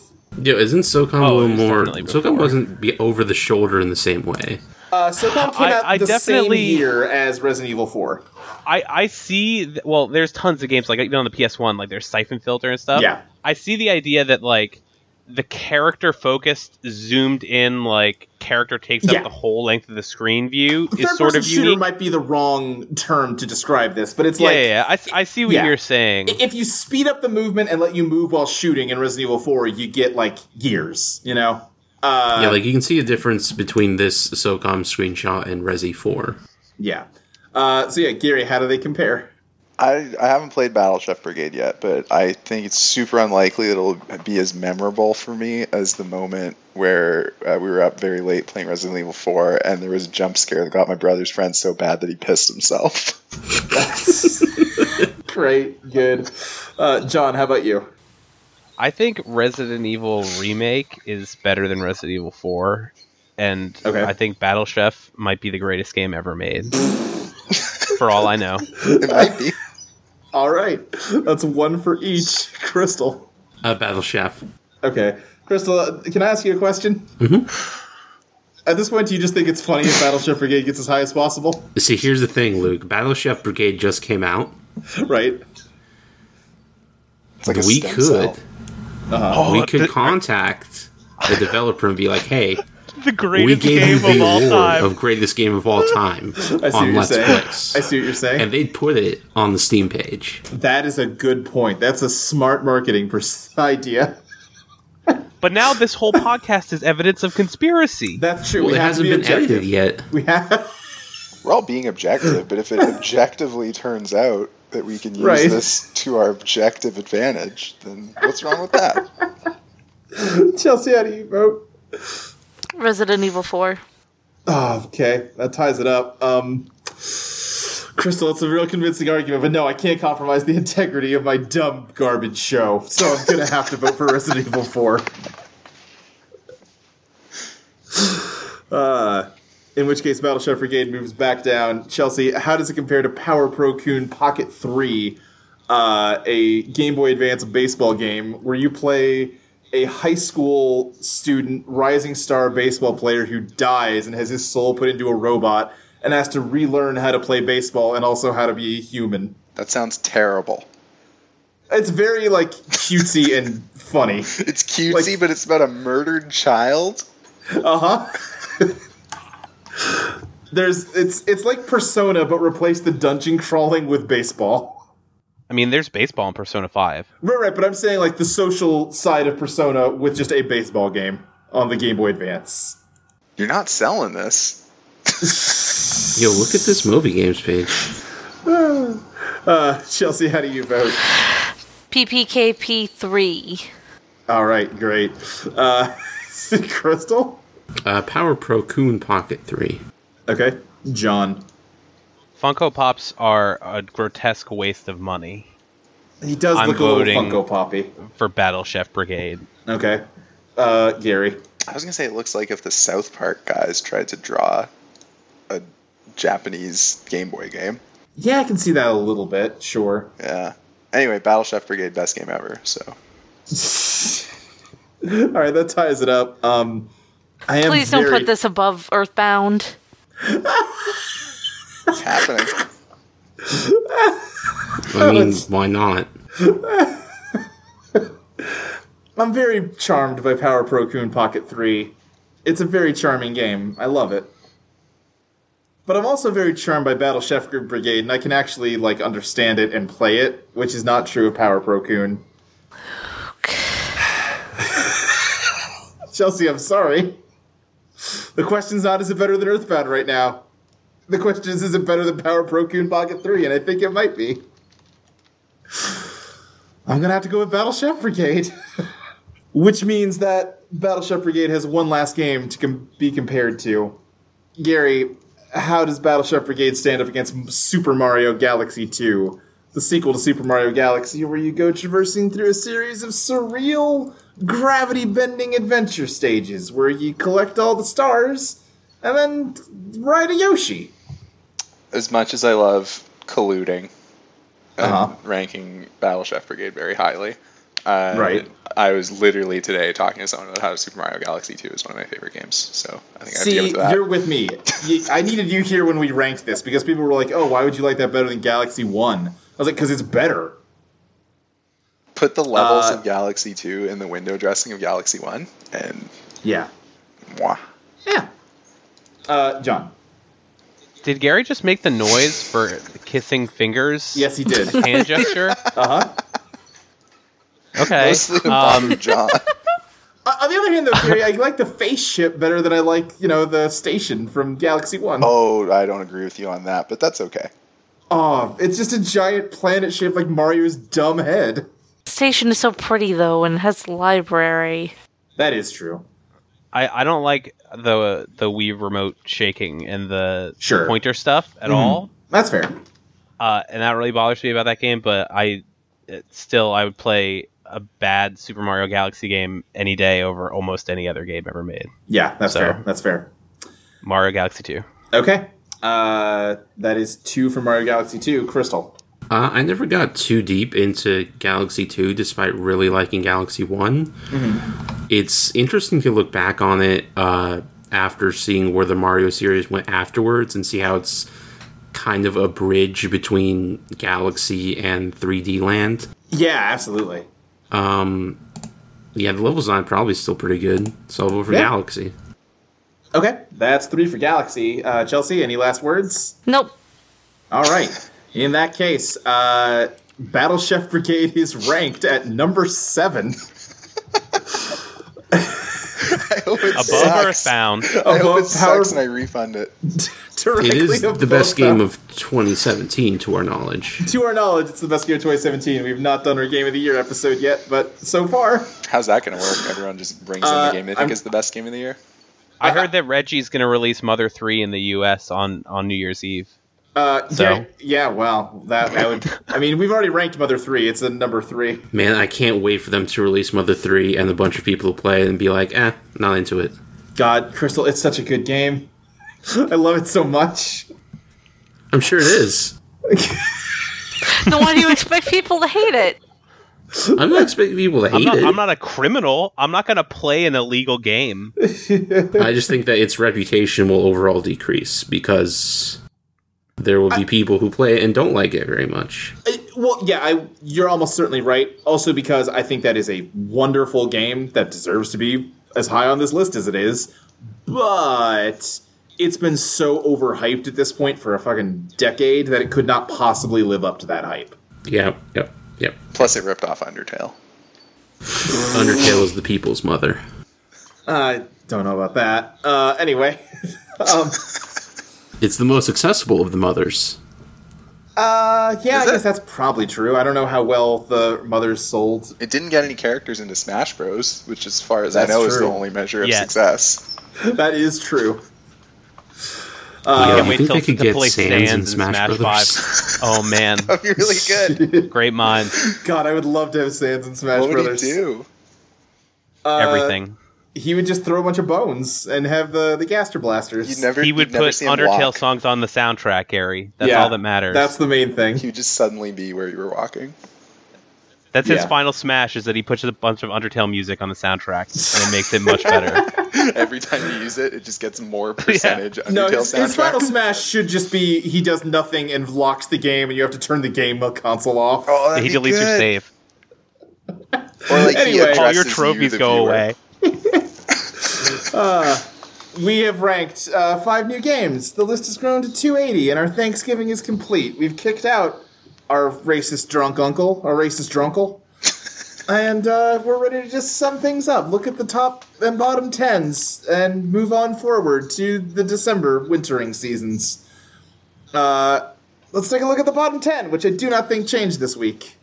[SPEAKER 4] Yeah, isn't SOCOM
[SPEAKER 5] Oh,
[SPEAKER 4] a little
[SPEAKER 5] it was
[SPEAKER 4] more?
[SPEAKER 5] definitely before.
[SPEAKER 4] SOCOM wasn't be over the shoulder in the same way.
[SPEAKER 2] Uh, SOCOM came
[SPEAKER 5] I-
[SPEAKER 2] out
[SPEAKER 5] I
[SPEAKER 2] the
[SPEAKER 5] definitely-
[SPEAKER 2] same year as Resident Evil 4.
[SPEAKER 5] I I see. th- Well, there's tons of games like even on the PS1, like there's Siphon Filter and stuff.
[SPEAKER 2] Yeah.
[SPEAKER 5] I see the idea that like the character focused, zoomed in, like character takes
[SPEAKER 2] Yeah.
[SPEAKER 5] up the whole length of the screen view is
[SPEAKER 2] Third
[SPEAKER 5] sort
[SPEAKER 2] person
[SPEAKER 5] of
[SPEAKER 2] shooter
[SPEAKER 5] unique.
[SPEAKER 2] might be the wrong term to describe this, but it's
[SPEAKER 5] yeah,
[SPEAKER 2] like
[SPEAKER 5] yeah, yeah. I s- I, see what
[SPEAKER 2] yeah.
[SPEAKER 5] you're saying.
[SPEAKER 2] if you speed up the movement and let you move while shooting in Resident Evil 4, you get like years, you know? Uh,
[SPEAKER 4] yeah, like you can see a difference between this SOCOM screenshot and Resi Four.
[SPEAKER 2] yeah. Uh, so yeah, Gary, how do they compare?
[SPEAKER 6] I, I haven't played Battle Chef Brigade yet, but I think it's super unlikely that it'll be as memorable for me as the moment where uh, we were up very late playing Resident Evil 4 and there was a jump scare that got my brother's friend so bad that he pissed himself.
[SPEAKER 2] Great, good. Uh, John, how about you?
[SPEAKER 5] I think Resident Evil Remake is better than Resident Evil 4, and
[SPEAKER 2] Okay.
[SPEAKER 5] I think Battle Chef might be the greatest game ever made. For all I know,
[SPEAKER 6] it might be.
[SPEAKER 2] All right, that's one for each. Crystal.
[SPEAKER 4] Uh, Battle Chef.
[SPEAKER 2] Okay, Crystal, can I ask you a question?
[SPEAKER 4] Mm-hmm.
[SPEAKER 2] At this point, do you just think it's funny if Battleship Brigade gets as high as possible?
[SPEAKER 4] See, here's the thing, Luke. Battle Chef Brigade just came out.
[SPEAKER 2] Right.
[SPEAKER 6] It's like a
[SPEAKER 4] we
[SPEAKER 6] stem
[SPEAKER 4] could,
[SPEAKER 6] cell. Uh-huh.
[SPEAKER 2] Oh,
[SPEAKER 4] we could contact the developer and be like, "Hey,
[SPEAKER 5] the
[SPEAKER 4] we
[SPEAKER 5] greatest
[SPEAKER 4] gave you the award of greatest game of all time
[SPEAKER 2] I see what
[SPEAKER 4] on
[SPEAKER 2] you're
[SPEAKER 4] Let's
[SPEAKER 2] saying. I
[SPEAKER 4] Plays,"
[SPEAKER 2] see what you're saying.
[SPEAKER 4] and they'd put it on the Steam page.
[SPEAKER 2] that is a good point. That's a smart marketing pers- idea.
[SPEAKER 5] But now this whole podcast is evidence of conspiracy.
[SPEAKER 2] That's true.
[SPEAKER 4] Well,
[SPEAKER 2] we
[SPEAKER 4] it
[SPEAKER 2] have
[SPEAKER 4] hasn't
[SPEAKER 2] to be
[SPEAKER 4] been
[SPEAKER 2] objective.
[SPEAKER 4] edited yet.
[SPEAKER 2] We have.
[SPEAKER 6] We're all being objective, but if it objectively turns out that we can use
[SPEAKER 2] Right.
[SPEAKER 6] this to our objective advantage, then what's wrong with that?
[SPEAKER 2] Chelsea, how do you vote?
[SPEAKER 3] Resident Evil 4.
[SPEAKER 2] Oh, okay, that ties it up. Um, Crystal, it's a real convincing argument, but no, I can't compromise the integrity of my dumb garbage show, so I'm gonna have to vote for Resident Evil 4. Uh, in which case, Battleship Brigade moves back down. Chelsea, how does it compare to Power Pro Coon Pocket 3, uh, a Game Boy Advance baseball game where you play a high school student, rising star baseball player who dies and has his soul put into a robot and has to relearn how to play baseball and also how to be a human?
[SPEAKER 6] That sounds terrible.
[SPEAKER 2] It's very, like, cutesy and funny.
[SPEAKER 6] It's cutesy,
[SPEAKER 2] Like-
[SPEAKER 6] but it's about a murdered child.
[SPEAKER 2] Uh huh. There's it's it's like Persona, but replace the dungeon crawling with baseball.
[SPEAKER 5] I mean, there's baseball in Persona 5.
[SPEAKER 2] Right, right. But I'm saying like the social side of Persona with just a baseball game on the Game Boy Advance.
[SPEAKER 6] You're not selling this.
[SPEAKER 4] Yo, look at this Moby Games page.
[SPEAKER 2] Uh, Chelsea, how do you vote?
[SPEAKER 3] PPKP 3.
[SPEAKER 2] All right, great. Uh, Crystal.
[SPEAKER 4] Uh, Power Pro Coon Pocket Three.
[SPEAKER 2] Okay, John.
[SPEAKER 5] Funko Pops are a grotesque waste of money
[SPEAKER 2] He does
[SPEAKER 5] I'm
[SPEAKER 2] look
[SPEAKER 5] voting-
[SPEAKER 2] a little Funko Poppy.
[SPEAKER 5] for Battle Chef Brigade.
[SPEAKER 2] Okay, uh, Gary.
[SPEAKER 6] I was gonna say it looks like if the South Park guys tried to draw a Japanese Game Boy game.
[SPEAKER 2] Yeah, I can see that a little bit. Sure.
[SPEAKER 6] Yeah. Anyway, Battle Chef Brigade, best game ever. So
[SPEAKER 2] All right, that ties it up. Um, I am
[SPEAKER 3] Please don't
[SPEAKER 2] very,
[SPEAKER 3] put this above Earthbound.
[SPEAKER 6] it's happening.
[SPEAKER 4] I mean, why not?
[SPEAKER 2] I'm very charmed by Power Pro Coon Pocket Three. It's a very charming game. I love it. But I'm also very charmed by Battle Chef Group Brigade, and I can actually like understand it and play it, which is not true of Power Pro Coon. Chelsea, I'm sorry. The question's not is it better than Earthbound right now? The question is is it better than Power Pro Coon Pocket 3, and I think it might be. I'm gonna have to go with Battle Chef Brigade. Which means that Battle Chef Brigade has one last game to com- be compared to. Gary, how does Battle Chef Brigade stand up against Super Mario Galaxy 2, the sequel to Super Mario Galaxy, where you go traversing through a series of surreal, gravity bending adventure stages where you collect all the stars and then ride a Yoshi?
[SPEAKER 6] As much as I love colluding and
[SPEAKER 2] Uh-huh.
[SPEAKER 6] ranking Battle Chef Brigade very highly, uh,
[SPEAKER 2] Right.
[SPEAKER 6] I was literally today talking to someone about how Super Mario Galaxy 2 is one of my favorite games, so I think I have to give it
[SPEAKER 2] See,
[SPEAKER 6] to that.
[SPEAKER 2] you're with me. You- I needed you here when we ranked this because people were like, oh, why would you like that better than Galaxy 1? I was like, because it's better.
[SPEAKER 6] Put the levels
[SPEAKER 2] uh,
[SPEAKER 6] of Galaxy 2 in the window dressing of Galaxy 1, and
[SPEAKER 2] Yeah.
[SPEAKER 6] mwah.
[SPEAKER 2] Yeah. Uh, John.
[SPEAKER 5] Did Gary just make the noise for kissing fingers?
[SPEAKER 2] Yes, he did.
[SPEAKER 5] Hand gesture.
[SPEAKER 2] Uh huh.
[SPEAKER 5] Okay.
[SPEAKER 6] Mostly
[SPEAKER 5] Um,
[SPEAKER 6] um, John.
[SPEAKER 2] Uh, on the other hand, though, Gary, I like the face ship better than I like, you know, the station from Galaxy One. Oh,
[SPEAKER 6] Oh, I don't agree with you on that, but that's okay.
[SPEAKER 2] Oh, it's just a giant planet shaped like Mario's dumb head.
[SPEAKER 3] Station is so pretty though, and it has a library.
[SPEAKER 2] That is true.
[SPEAKER 5] I, I don't like the the Wii remote shaking and the
[SPEAKER 2] Sure. Mm-hmm.
[SPEAKER 5] pointer stuff at all,
[SPEAKER 2] That's fair.
[SPEAKER 5] uh, and that really bothers me about that game. But I it, still I would play a bad Super Mario Galaxy game any day over almost any other game ever made.
[SPEAKER 2] Yeah, that's
[SPEAKER 5] So-
[SPEAKER 2] fair. That's fair.
[SPEAKER 5] Mario Galaxy Two.
[SPEAKER 2] Okay. Uh, that is two from Mario Galaxy Two. Crystal.
[SPEAKER 4] Uh, I never got too deep into Galaxy 2, despite really liking Galaxy one Mm-hmm. It's interesting to look back on it uh, after seeing where the Mario series went afterwards and see how it's kind of a bridge between Galaxy and 3D Land.
[SPEAKER 2] Yeah, absolutely.
[SPEAKER 4] Yeah, the level design probably still pretty good. So I'll vote for
[SPEAKER 2] Yeah.
[SPEAKER 4] Galaxy.
[SPEAKER 2] Okay, that's three for Galaxy. Uh, Chelsea, any last words?
[SPEAKER 3] Nope.
[SPEAKER 2] All right. In that case, uh, Battle Chef Brigade is ranked at number seven.
[SPEAKER 5] Above Earthbound.
[SPEAKER 6] I hope
[SPEAKER 2] Above Power-
[SPEAKER 6] it sucks and I refund it.
[SPEAKER 4] It
[SPEAKER 2] directly
[SPEAKER 4] is the
[SPEAKER 2] above
[SPEAKER 4] best game
[SPEAKER 2] that.
[SPEAKER 4] of 2017 to our knowledge.
[SPEAKER 2] To our knowledge, it's the best game of 2017. We've not done our Game of the Year episode yet, but so far,
[SPEAKER 6] How's that going to work? Everyone just brings
[SPEAKER 2] Uh,
[SPEAKER 6] in the game they think
[SPEAKER 2] I'm-
[SPEAKER 6] is the best game of the year.
[SPEAKER 5] I heard that Reggie's going to release Mother 3 in the US on, on New Year's Eve.
[SPEAKER 2] uh,
[SPEAKER 5] So?
[SPEAKER 2] yeah, yeah, well, that I would. I mean, we've already ranked Mother Three. It's a number three.
[SPEAKER 4] Man, I can't wait for them to release Mother 3 and a bunch of people to play it and be like, eh, not into it.
[SPEAKER 2] God, Crystal, it's such a good game. I love it so much.
[SPEAKER 4] I'm sure it is.
[SPEAKER 3] Then why do you expect people to hate it?
[SPEAKER 4] I'm not expecting people to hate
[SPEAKER 5] I'm not,
[SPEAKER 4] it.
[SPEAKER 5] I'm not a criminal. I'm not going to play an illegal game.
[SPEAKER 4] I just think that its reputation will overall decrease because there will be people who play it and don't like it very much.
[SPEAKER 2] Uh, Well, yeah, I, you're almost certainly right. Also, because I think that is a wonderful game that deserves to be as high on this list as it is, but it's been so overhyped at this point for a fucking decade that it could not possibly live up to that hype.
[SPEAKER 4] Yep, yep, yep.
[SPEAKER 6] Plus, it ripped off Undertale.
[SPEAKER 4] Undertale is the people's mother.
[SPEAKER 2] I don't know about that. Uh, anyway, um,
[SPEAKER 4] It's the most accessible of the mothers.
[SPEAKER 2] uh, yeah, I
[SPEAKER 6] Is it?
[SPEAKER 2] guess that's probably true. I don't know how well the mothers sold.
[SPEAKER 6] It didn't get any characters into Smash Bros, which, as far as
[SPEAKER 2] That's
[SPEAKER 6] I know, is the
[SPEAKER 2] true.
[SPEAKER 6] only measure of
[SPEAKER 5] Yeah.
[SPEAKER 6] success.
[SPEAKER 2] that is true.
[SPEAKER 4] Yeah,
[SPEAKER 5] Uh, Can't
[SPEAKER 4] you
[SPEAKER 5] wait
[SPEAKER 4] think
[SPEAKER 5] till
[SPEAKER 4] they could
[SPEAKER 5] to
[SPEAKER 4] get
[SPEAKER 5] play
[SPEAKER 4] Sans in
[SPEAKER 5] Sans in
[SPEAKER 4] Smash
[SPEAKER 5] Smash,
[SPEAKER 4] Brothers?
[SPEAKER 5] 5. Oh, man.
[SPEAKER 6] That'd be really good.
[SPEAKER 5] Great minds.
[SPEAKER 2] God, I would love to have Sans and Smash
[SPEAKER 6] what would
[SPEAKER 2] Brothers.
[SPEAKER 6] he do?
[SPEAKER 2] Uh,
[SPEAKER 5] Everything.
[SPEAKER 2] he would just throw a bunch of bones and have the the gaster blasters.
[SPEAKER 6] You'd never.
[SPEAKER 5] He
[SPEAKER 6] you'd
[SPEAKER 5] would
[SPEAKER 6] never
[SPEAKER 5] put
[SPEAKER 6] see him
[SPEAKER 5] Undertale
[SPEAKER 6] walk.
[SPEAKER 5] songs on the soundtrack, Gary. That's
[SPEAKER 2] Yeah,
[SPEAKER 5] all that matters.
[SPEAKER 2] That's
[SPEAKER 5] That's,
[SPEAKER 2] the main
[SPEAKER 6] He
[SPEAKER 2] thing.
[SPEAKER 6] would just suddenly be where you were walking.
[SPEAKER 5] his
[SPEAKER 2] yeah.
[SPEAKER 5] final smash is that he puts a bunch of Undertale music on the soundtrack, and it makes it much better.
[SPEAKER 6] Every time you use it, it just gets more percentage Undertale
[SPEAKER 2] No, his, his
[SPEAKER 6] soundtrack.
[SPEAKER 2] final smash should just be he does nothing and locks the game, and you have to turn the game console off.
[SPEAKER 6] Oh, that'd
[SPEAKER 5] he
[SPEAKER 6] be
[SPEAKER 5] deletes your
[SPEAKER 6] good.
[SPEAKER 5] save.
[SPEAKER 6] Or like he
[SPEAKER 2] Anyway. All your
[SPEAKER 5] All
[SPEAKER 6] addresses you,
[SPEAKER 5] your trophies
[SPEAKER 6] the
[SPEAKER 5] go
[SPEAKER 6] viewer.
[SPEAKER 5] away.
[SPEAKER 2] We have ranked uh, five new games. The list has grown to 280, and our Thanksgiving is complete. We've kicked out our racist drunk uncle, our racist drunkle, and uh, we're ready to just sum things up. Look at the top and bottom tens, and move on forward to the December wintering seasons. Uh, let's take a look at the bottom ten, which I do not think changed this week.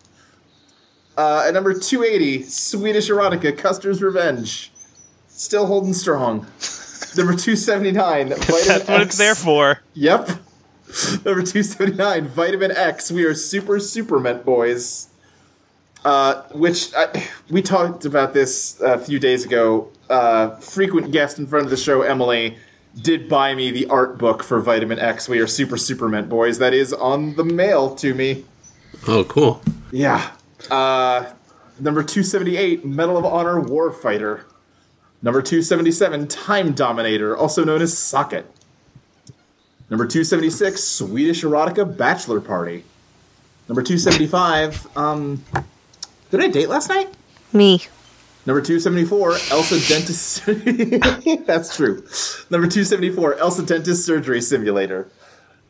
[SPEAKER 2] Uh, at number 280, Swedish erotica, Custer's Revenge, still holding strong. Number 279,
[SPEAKER 5] That's what it's there for.
[SPEAKER 2] Yep. Number 279, Vitamin X. We are super, super meant boys. Uh, which I, we talked about this a few days ago. Uh, frequent guest in front of the show, Emily, did buy me the art book for Vitamin X. We are super, super meant boys. That is on the mail to me.
[SPEAKER 4] Oh, cool.
[SPEAKER 2] Yeah. Uh, number 278, Medal of Honor Warfighter. Number 277, Time Dominator, also known as Socket. Number 276, Swedish Erotica Bachelor Party. Number 275, um, did I date last night?
[SPEAKER 3] Me.
[SPEAKER 2] Number 274, Elsa Dentist. That's true. Number 274, Elsa Dentist Surgery Simulator.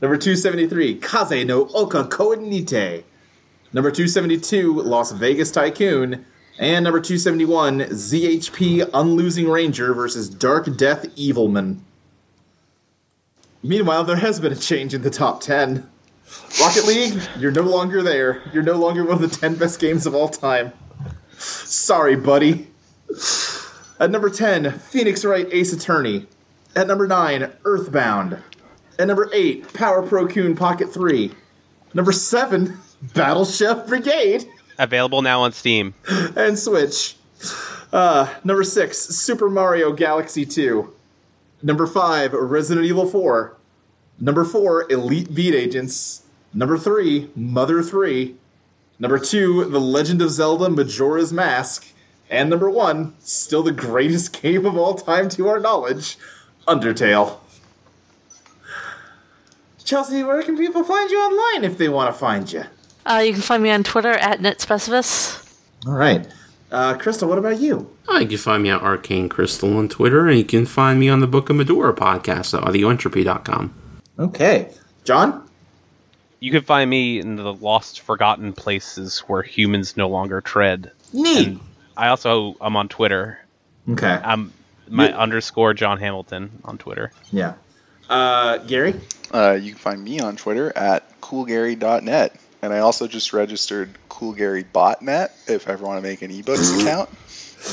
[SPEAKER 2] Number 273, Kaze no Oka Koenite. Number 272, Las Vegas Tycoon. And number 271, ZHP Unlosing Ranger versus Dark Death Evilman. Meanwhile, there has been a change in the top 10. Rocket League, you're no longer there. You're no longer one of the 10 best games of all time. Sorry, buddy. At number 10, Phoenix Wright Ace Attorney. At number 9, Earthbound. At number 8, Power Pro Coon Pocket 3. Number 7, Battleship Brigade
[SPEAKER 5] Available now on Steam.
[SPEAKER 2] and Switch. Uh, number 6, Super Mario Galaxy 2. Number 5, Resident Evil 4. Number 4, Elite Beat Agents. Number 3, Mother 3. Number 2, The Legend of Zelda Majora's Mask. And number 1, still the greatest game of all time to our knowledge, Undertale. Chelsea, where can people find you online if they want to find you?
[SPEAKER 3] Uh, you can find me on Twitter at netspecifus.
[SPEAKER 2] All right. Uh, Crystal, what about you?
[SPEAKER 4] Uh, you can find me at Arcane Crystal on Twitter, and you can find me on the Book of Medora podcast at audioentropy.com.
[SPEAKER 2] Okay. John?
[SPEAKER 5] You can find me in the lost, forgotten places where humans no longer tread.
[SPEAKER 2] Neat.
[SPEAKER 5] I also am on Twitter.
[SPEAKER 2] Okay.
[SPEAKER 5] I'm my
[SPEAKER 2] Yeah.
[SPEAKER 5] underscore John Hamilton on Twitter.
[SPEAKER 2] yeah. Uh, Gary?
[SPEAKER 6] Uh, you can find me on Twitter at coolgary.net. And I also just registered coolgarybotnet if I ever want to make an ebooks account,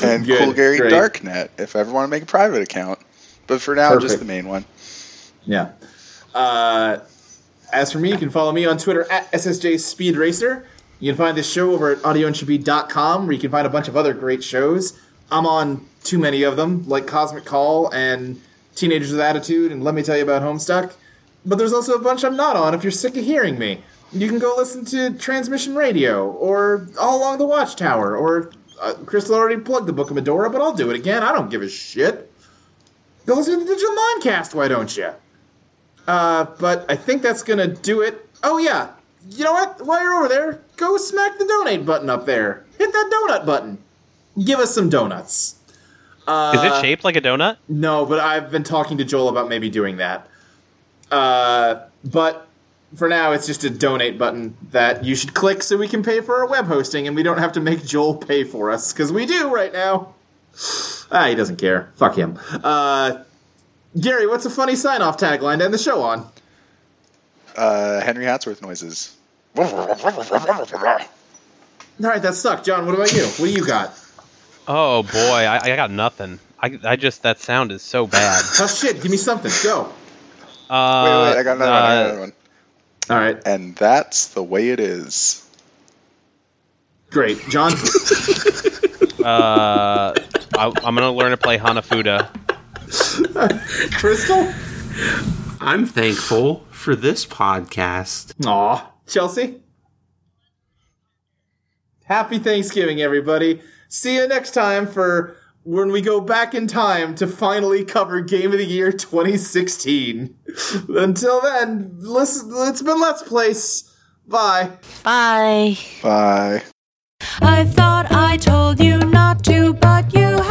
[SPEAKER 6] and
[SPEAKER 2] Good, great.
[SPEAKER 6] coolgarydarknet if I ever want to make a private account. But for now,
[SPEAKER 2] Perfect.
[SPEAKER 6] just the main one.
[SPEAKER 2] Yeah. Uh, as for me, you can follow me on Twitter at SSJ Speed Racer. You can find this show over at audioentropy.com where you can find a bunch of other great shows. I'm on too many of them, like Cosmic Call and Teenagers with Attitude and Let Me Tell You About Homestuck. But there's also a bunch I'm not on if you're sick of hearing me. You can go listen to Transmission Radio or All Along the Watchtower or uh, Crystal already plugged the Book of Medora, but I'll do it again. I don't give a shit. Go listen to the Digital Moncast, why don't you? Uh, but I think that's gonna do it. Oh yeah, you know what? While you're over there, go smack the donate button up there. Hit that donut button. Give us some donuts.
[SPEAKER 5] Is
[SPEAKER 6] Uh,
[SPEAKER 5] it shaped like a donut?
[SPEAKER 2] No, but I've been talking to Joel about maybe doing that. Uh, but for now, it's just a donate button that you should click so we can pay for our web hosting and we don't have to make Joel pay for us because we do right now. Ah, he doesn't care. Fuck him. Uh, Gary, what's a funny sign off tagline to end the show on?
[SPEAKER 6] Uh, Henry Hatsworth noises.
[SPEAKER 2] All right, that sucked, John. What about you? What do you got?
[SPEAKER 5] Oh boy, I, I got nothing. I, I just that sound is so bad.
[SPEAKER 2] Tough shit. Give me something. Go.
[SPEAKER 5] Uh,
[SPEAKER 6] Wait, wait, I got another one. I got
[SPEAKER 5] uh,
[SPEAKER 6] another one.
[SPEAKER 2] All right,
[SPEAKER 6] And that's the way it is.
[SPEAKER 2] great, John.
[SPEAKER 5] uh, I, I'm gonna learn to play Hanafuda.
[SPEAKER 2] Crystal.
[SPEAKER 4] I'm thankful for this podcast.
[SPEAKER 2] Aw, Chelsea. Happy Thanksgiving, everybody. See you next time for when we go back in time to finally cover Game of the Year 2016. Until then, listen. It's been Let's Place. Bye.
[SPEAKER 3] Bye.
[SPEAKER 6] Bye.
[SPEAKER 1] I thought I told you not to, but you